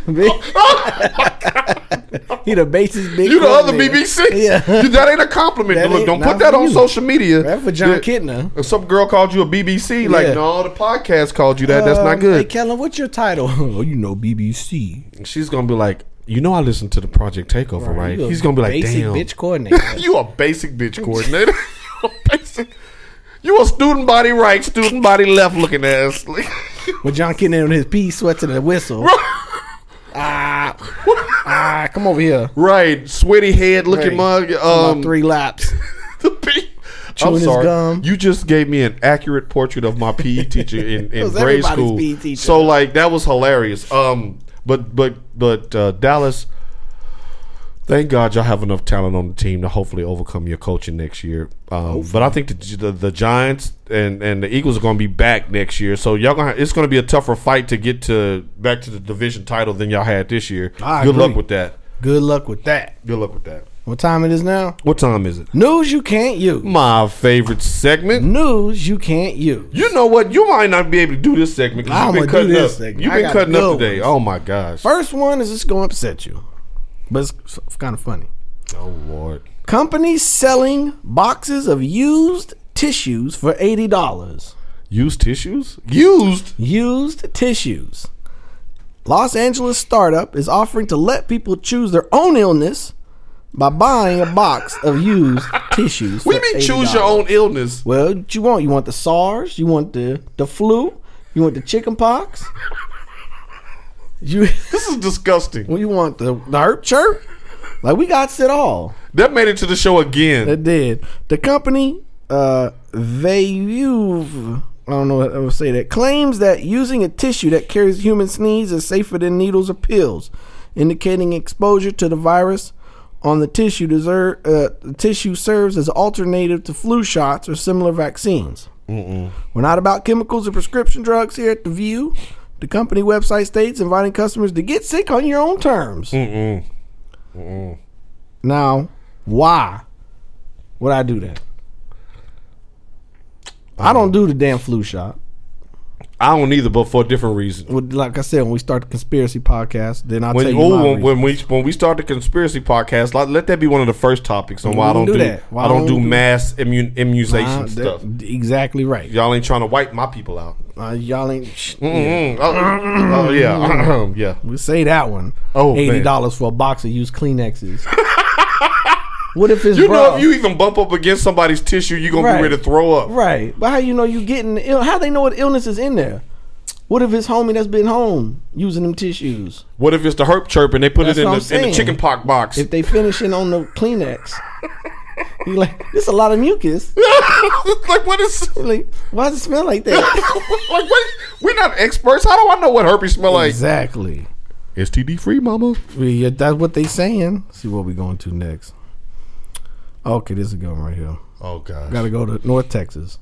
S2: he the basic bitch.
S4: [LAUGHS] you the other
S2: coordinator.
S4: BBC.
S2: [LAUGHS] Yeah.
S4: You- that ain't a compliment.
S2: That
S4: Look,
S2: ain't-
S4: don't
S2: not
S4: put that
S2: for
S4: on
S2: you.
S4: social media.
S2: That for John
S4: Yeah.
S2: Kidner.
S4: If Some girl called you a BBC.
S2: Yeah.
S4: Like, no, the podcast called you that. That's
S2: Um,
S4: not
S2: Hey,
S4: good.
S2: Kellen, what's your title? [LAUGHS] oh, you know BBC.
S4: She's gonna be like, you know, I listened to the Project Takeover, right?
S2: You a
S4: He's gonna be like,
S2: basic
S4: damn,
S2: bitch coordinator.
S4: you a basic bitch coordinator. [LAUGHS] You a basic. You a student body right, student body left looking ass. [LAUGHS] Like,
S2: With John Kidner on his pee, sweats and a whistle. ah, ah, come over here.
S4: right, sweaty head looking
S2: Right.
S4: mug.
S2: About
S4: Um,
S2: three laps.
S4: [LAUGHS]
S2: [LAUGHS]
S4: the pee.
S2: Chewing
S4: I'm
S2: his
S4: sorry.
S2: gum.
S4: You just gave me an accurate portrait of
S2: [LAUGHS]
S4: my PE teacher in, in
S2: was
S4: grade
S2: everybody's
S4: school.
S2: PE teacher.
S4: So like that was hilarious. Um, but but but uh, Dallas. Thank God y'all have enough talent on the team to hopefully overcome your coaching next year. Um, but I think the, the the Giants and and the Eagles are going to be back next year. So y'all gonna it's going to be a tougher fight to get to back to the division title than y'all had this year.
S2: I
S4: Good luck
S2: agree.
S4: with that.
S2: Good luck with that.
S4: Good luck with that.
S2: What time it is now?
S4: What time is it?
S2: News you can't use.
S4: My favorite segment.
S2: News you can't use.
S4: You know what? You might not be able to do this segment because
S2: I'ma
S4: you've been
S2: do
S4: cutting
S2: this
S4: up.
S2: segment.
S4: You've
S2: I
S4: been
S2: got
S4: cutting up
S2: good
S4: today.
S2: ones.
S4: Oh my gosh!
S2: First one is just going to upset you, but it's, kind of funny.
S4: oh lord!
S2: Companies selling boxes of used tissues for eighty dollars.
S4: Used tissues? Used?
S2: Used tissues. Los Angeles startup is offering to let people choose their own illness by buying a box of
S4: [LAUGHS]
S2: used tissues.
S4: We
S2: for
S4: mean choose your
S2: $80.
S4: own illness.
S2: Well, what you want you want the SARS, you want the the flu, you want the chicken pox. You [LAUGHS]
S4: This is disgusting.
S2: well, you want the the herp chirp? Like we got it all.
S4: That made it to the show again.
S2: It did. The company uh Vayuv I don't know how to say that claims that using a tissue that carries human sneeze is safer than needles or pills, indicating exposure to the virus on the tissue deserve, uh, the tissue serves as alternative to flu shots or similar vaccines. We're not about chemicals or prescription drugs here at The View. The company website states inviting customers to get sick on your own terms. Now, why would I do that? I don't do the damn flu shot.
S4: I don't either, but for a different reason.
S2: With- Like I said, when we start the conspiracy podcast, then I'll
S4: When,
S2: tell you
S4: oh,
S2: my
S4: when,
S2: reason.
S4: when we when we start the conspiracy podcast, let, let that be one of the first topics on why I
S2: We
S4: don't
S2: do
S4: do,
S2: that. Why
S4: I don't,
S2: don't
S4: do
S2: we-
S4: mass immun, immunization
S2: Uh, that-
S4: stuff.
S2: Exactly right.
S4: Y'all ain't trying to wipe my people out.
S2: Uh, y'all ain't. Sh-
S4: Mm-mm. Oh, oh, yeah, [CLEARS THROAT] yeah.
S2: We say that one.
S4: Oh, man.
S2: eighty dollars for a box of used
S4: [LAUGHS]
S2: Kleenexes. what if it's
S4: You
S2: bro?
S4: know, if you even bump up against somebody's tissue, you're gonna
S2: Right.
S4: be ready to throw up.
S2: right? But how you know you getting ill? How they know what illness is in there? What if it's homie that's been home using them tissues?
S4: What if it's the herp chirp and they put
S2: That's
S4: it in
S2: what
S4: the,
S2: I'm
S4: in the
S2: saying.
S4: chicken pock box?
S2: If they finishing on the Kleenex, you like this a lot of mucus.
S4: [LAUGHS] like what is [LAUGHS]
S2: Like why does it smell like that?
S4: like what? We're not experts. How do I know what herpes smell like?
S2: exactly.
S4: STD free, mama.
S2: We, yeah, that's what they saying. see what we going to next. Okay, this is going right here.
S4: Oh god.
S2: Gotta go to North Texas.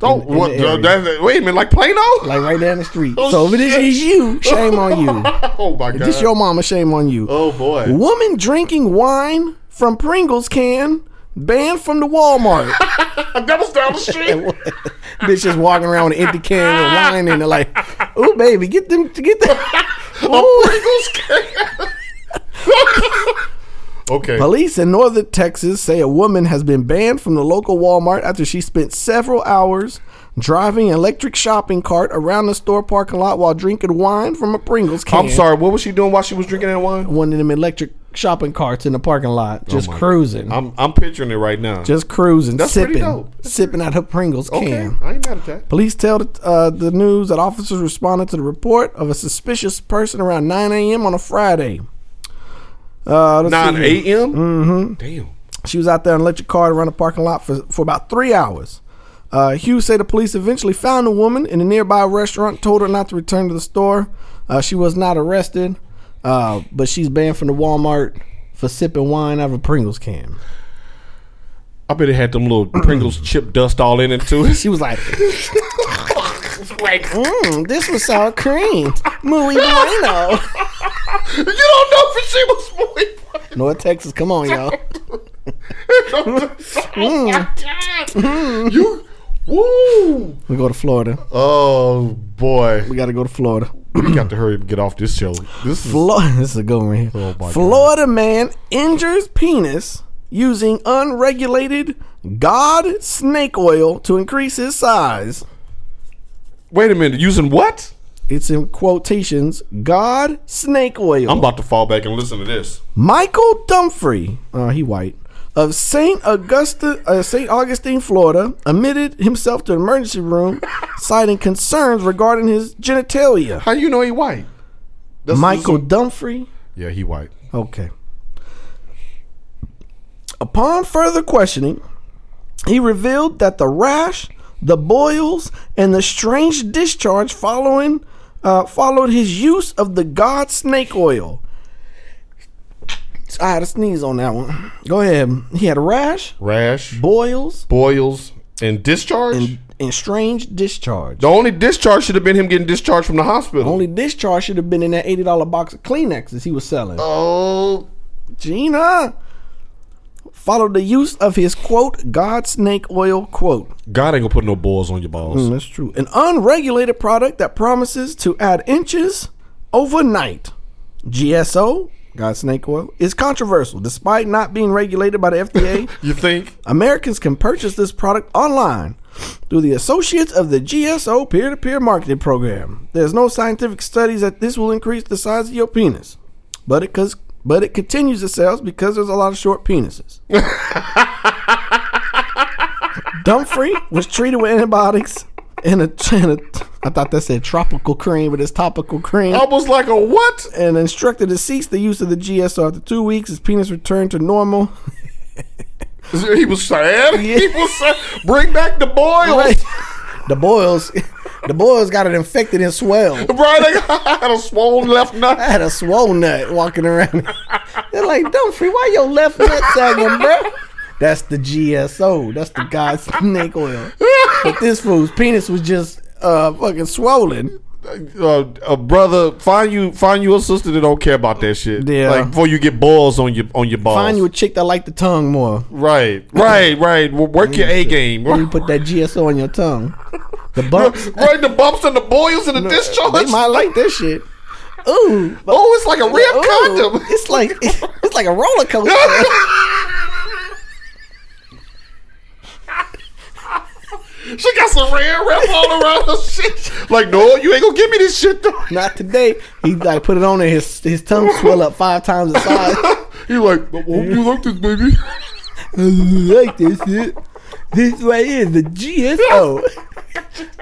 S4: Don't
S2: in
S4: what,
S2: the area.
S4: that- wait a minute, like Plano?
S2: like right down the street.
S4: Oh,
S2: so if it is,
S4: shit.
S2: is you, shame on you.
S4: [LAUGHS] oh my
S2: If
S4: god.
S2: this your mama, shame on you.
S4: oh boy.
S2: Woman drinking wine from Pringles can banned from the Walmart.
S4: That was down the street.
S2: Bitch just walking around with an empty can of wine and they're like, "Ooh, baby, get them, get
S4: [LAUGHS]
S2: that." Ooh.
S4: okay.
S2: Police in northern Texas say a woman has been banned from the local Walmart after she spent several hours driving an electric shopping cart around the store parking lot while drinking wine from a Pringles can.
S4: I'm sorry. What was she doing while she was drinking that wine?
S2: One of them electric shopping carts in the parking lot, just cruising,
S4: Oh I'm I'm picturing it right now.
S2: just cruising,
S4: That's pretty
S2: sipping,
S4: dope. That's
S2: sipping out her Pringles
S4: okay.
S2: can.
S4: I ain't mad at that.
S2: Police tell the, uh, the news that officers responded to the report of a suspicious person around 9 a.m. on a Friday. Uh, let's see
S4: Nine
S2: here.
S4: a.m. Mm-hmm. Damn.
S2: She was out there in an electric car around the parking lot for, for about three hours. Uh, Hughes say the police eventually found the woman in a nearby restaurant, told her not to return to the store. Uh, she was not arrested, uh, but she's banned from the Walmart for sipping wine out of a Pringles can.
S4: I bet it had them little Pringles chip dust all in it too. [LAUGHS]
S2: She was like, mm, this was sour cream. Muy bueno.
S4: you don't know if she was sweet.
S2: North Texas, come on, y'all.
S4: [LAUGHS] You, woo.
S2: We go to Florida.
S4: Oh boy,
S2: We got to go to Florida.
S4: we got to hurry and get off this show. This is
S2: Florida, [LAUGHS] this is a good one right here.
S4: Oh, my God.
S2: Florida man injures penis using unregulated god snake oil to increase his size.
S4: wait a minute. Using what?
S2: It's in quotations, god snake oil.
S4: I'm about to fall back and listen to this.
S2: Michael Dumfrey, uh, he white, of Saint Augusta, uh, Saint Augustine, Florida, admitted himself to an emergency room, citing concerns regarding his genitalia.
S4: How you know he white? That's-
S2: Michael Dumfrey.
S4: Yeah, he white.
S2: Okay. Upon further questioning, he revealed that the rash, the boils, and the strange discharge following uh, followed his use of the god snake oil. I had a sneeze on that one. Go ahead. He had a rash,
S4: Rash,
S2: boils,
S4: boils, and discharge.
S2: and, and strange discharge.
S4: the only discharge should have been him getting discharged from the hospital.
S2: Only discharge should have been in that eighty dollar box of Kleenexes he was selling.
S4: oh,
S2: Gina followed the use of his quote God snake oil quote.
S4: God ain't gonna put no boils on your balls.
S2: That's true. An unregulated product that promises to add inches overnight. GSO, God snake oil, is controversial despite not being regulated by the FDA.
S4: You think?
S2: Americans can purchase this product online through the Associates of the GSO Peer to Peer Marketing Program. There's no scientific studies that this will increase the size of your penis, but it cause, but it continues the sales because there's a lot of short penises. Dumfrey was treated with antibiotics and a, and a I thought that said tropical cream, but it's topical cream
S4: Almost like a what?
S2: and instructed to cease the use of the GSO after two weeks. His penis returned to normal.
S4: He was sad. He was sad. Bring back the boils.
S2: Right. the boils, the boils got it infected and swelled.
S4: Brian ain't- I had [LAUGHS] a swollen left
S2: I
S4: nut.
S2: had a swole nut walking around. They're like, Dumfrey, why your left nut sagging, bro? That's the GSO. That's the God snake oil. But this fool's penis was just uh fucking swollen.
S4: Uh, uh, brother, find you find you a sister that don't care about that shit.
S2: Yeah.
S4: Like before you get balls on your on your balls.
S2: Find you a chick that liked the tongue more. [LAUGHS]
S4: right, right, right. W- Work your A game.
S2: You
S4: [LAUGHS] Right,
S2: put that GSO on your tongue. The bumps. [LAUGHS]
S4: the bumps and the boils and the discharge.
S2: They might like this shit. Ooh,
S4: oh, it's like a rib
S2: Ooh, [LAUGHS]
S4: condom.
S2: It's like it's like a roller coaster.
S4: she got some red rip all around her shit. Like, no, you ain't gonna give me this shit though.
S2: Not today. He like put it on and his his tongue swell up five times the size. [LAUGHS]
S4: [LAUGHS] He like, I hope you like this, baby.
S2: like this shit. This right here is the GSO.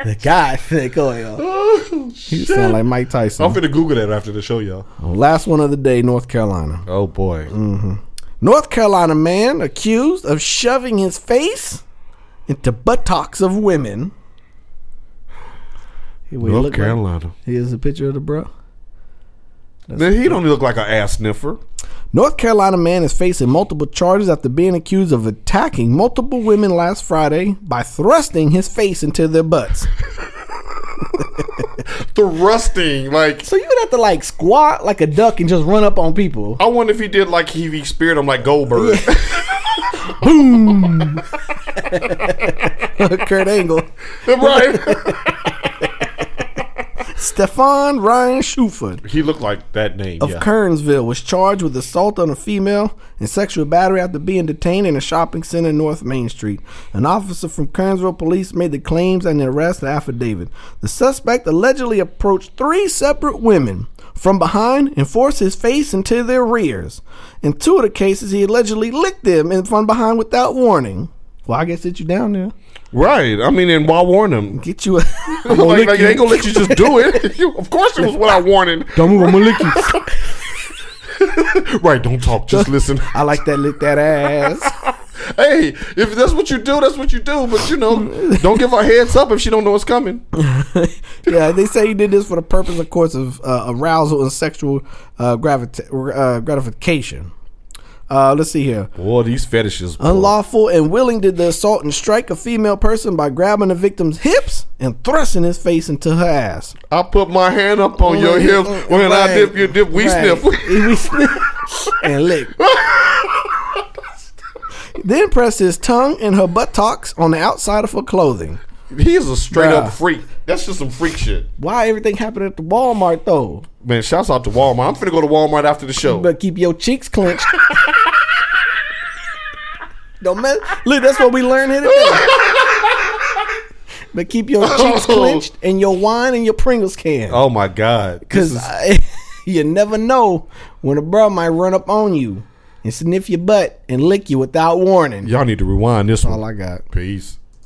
S2: the guy thick oil. He sound like Mike
S4: [LAUGHS] I'm
S2: Tyson.
S4: finna Google that after the show, y'all.
S2: Last one of the day, North Carolina.
S4: Oh boy.
S2: Mm, North Carolina man accused of shoving his face into buttocks of women. Hey, what he
S4: North
S2: look like?
S4: Carolina.
S2: Here's a picture of the bro.
S4: Then he don't look like an ass sniffer.
S2: North Carolina man is facing multiple charges after being accused of attacking multiple women last Friday by thrusting his face into their butts.
S4: Thrusting, like
S2: So you would have to like squat like a duck and just run up on people. [LAUGHS]
S4: I wonder if he did like he, he speared him like Goldberg.
S2: Kurt Angle.
S4: [LAUGHS] right.
S2: Stefan Ryan Shuford
S4: [LAUGHS] he looked like that name.
S2: of
S4: yeah.
S2: Kernsville was charged with assault on a female and sexual battery after being detained in a shopping center in North Main Street. An officer from Kernsville police made the claims and the arrest affidavit. The suspect allegedly approached three separate women from behind and forced his face into their rears. In two of the cases, he allegedly licked them in from behind without warning. Well, I guess sit you down there.
S4: Right. I mean, and why warn him?
S2: Get you a.
S4: [LAUGHS]
S2: [LAUGHS]
S4: Like, like, they ain't gonna let you just do it. [LAUGHS] You- of course, it was without warning.
S6: Don't move, I'm gonna lick you.
S4: [LAUGHS] Right. Don't talk. [LAUGHS] Just listen.
S2: [LAUGHS] I like that lick that ass.
S4: hey, if that's what you do, that's what you do. But you know, don't give her heads up if she don't know it's coming.
S2: [LAUGHS] yeah, they say he did this for the purpose, of course, of uh, arousal and sexual uh, gravita- uh, gratification. Uh, let's see here.
S4: Boy, these fetishes. boy.
S2: Unlawful and willing did the assault and strike a female person by grabbing the victim's hips and thrusting his face into her ass. Mm,
S4: I put my hand up on your hips when I dip you dip. We
S2: Right.
S4: sniff.
S2: [LAUGHS]
S4: [LAUGHS]
S2: we sniff and lick. then pressed his tongue and her buttocks on the outside of her clothing.
S4: he is a straight
S2: Bruh.
S4: up freak. That's just some freak shit.
S2: Why everything happened at the Walmart though?
S4: Man, shouts out to Walmart. I'm finna go to Walmart after the show.
S2: But keep your cheeks clenched. Don't mess. Look, that's what we learned here today. but keep your cheeks clenched and your wine and your Pringles can.
S4: oh my god.
S2: Because [LAUGHS] you never know when a bro might run up on you and sniff your butt and lick you without warning.
S4: Y'all need to rewind this one.
S2: All I got.
S4: Peace.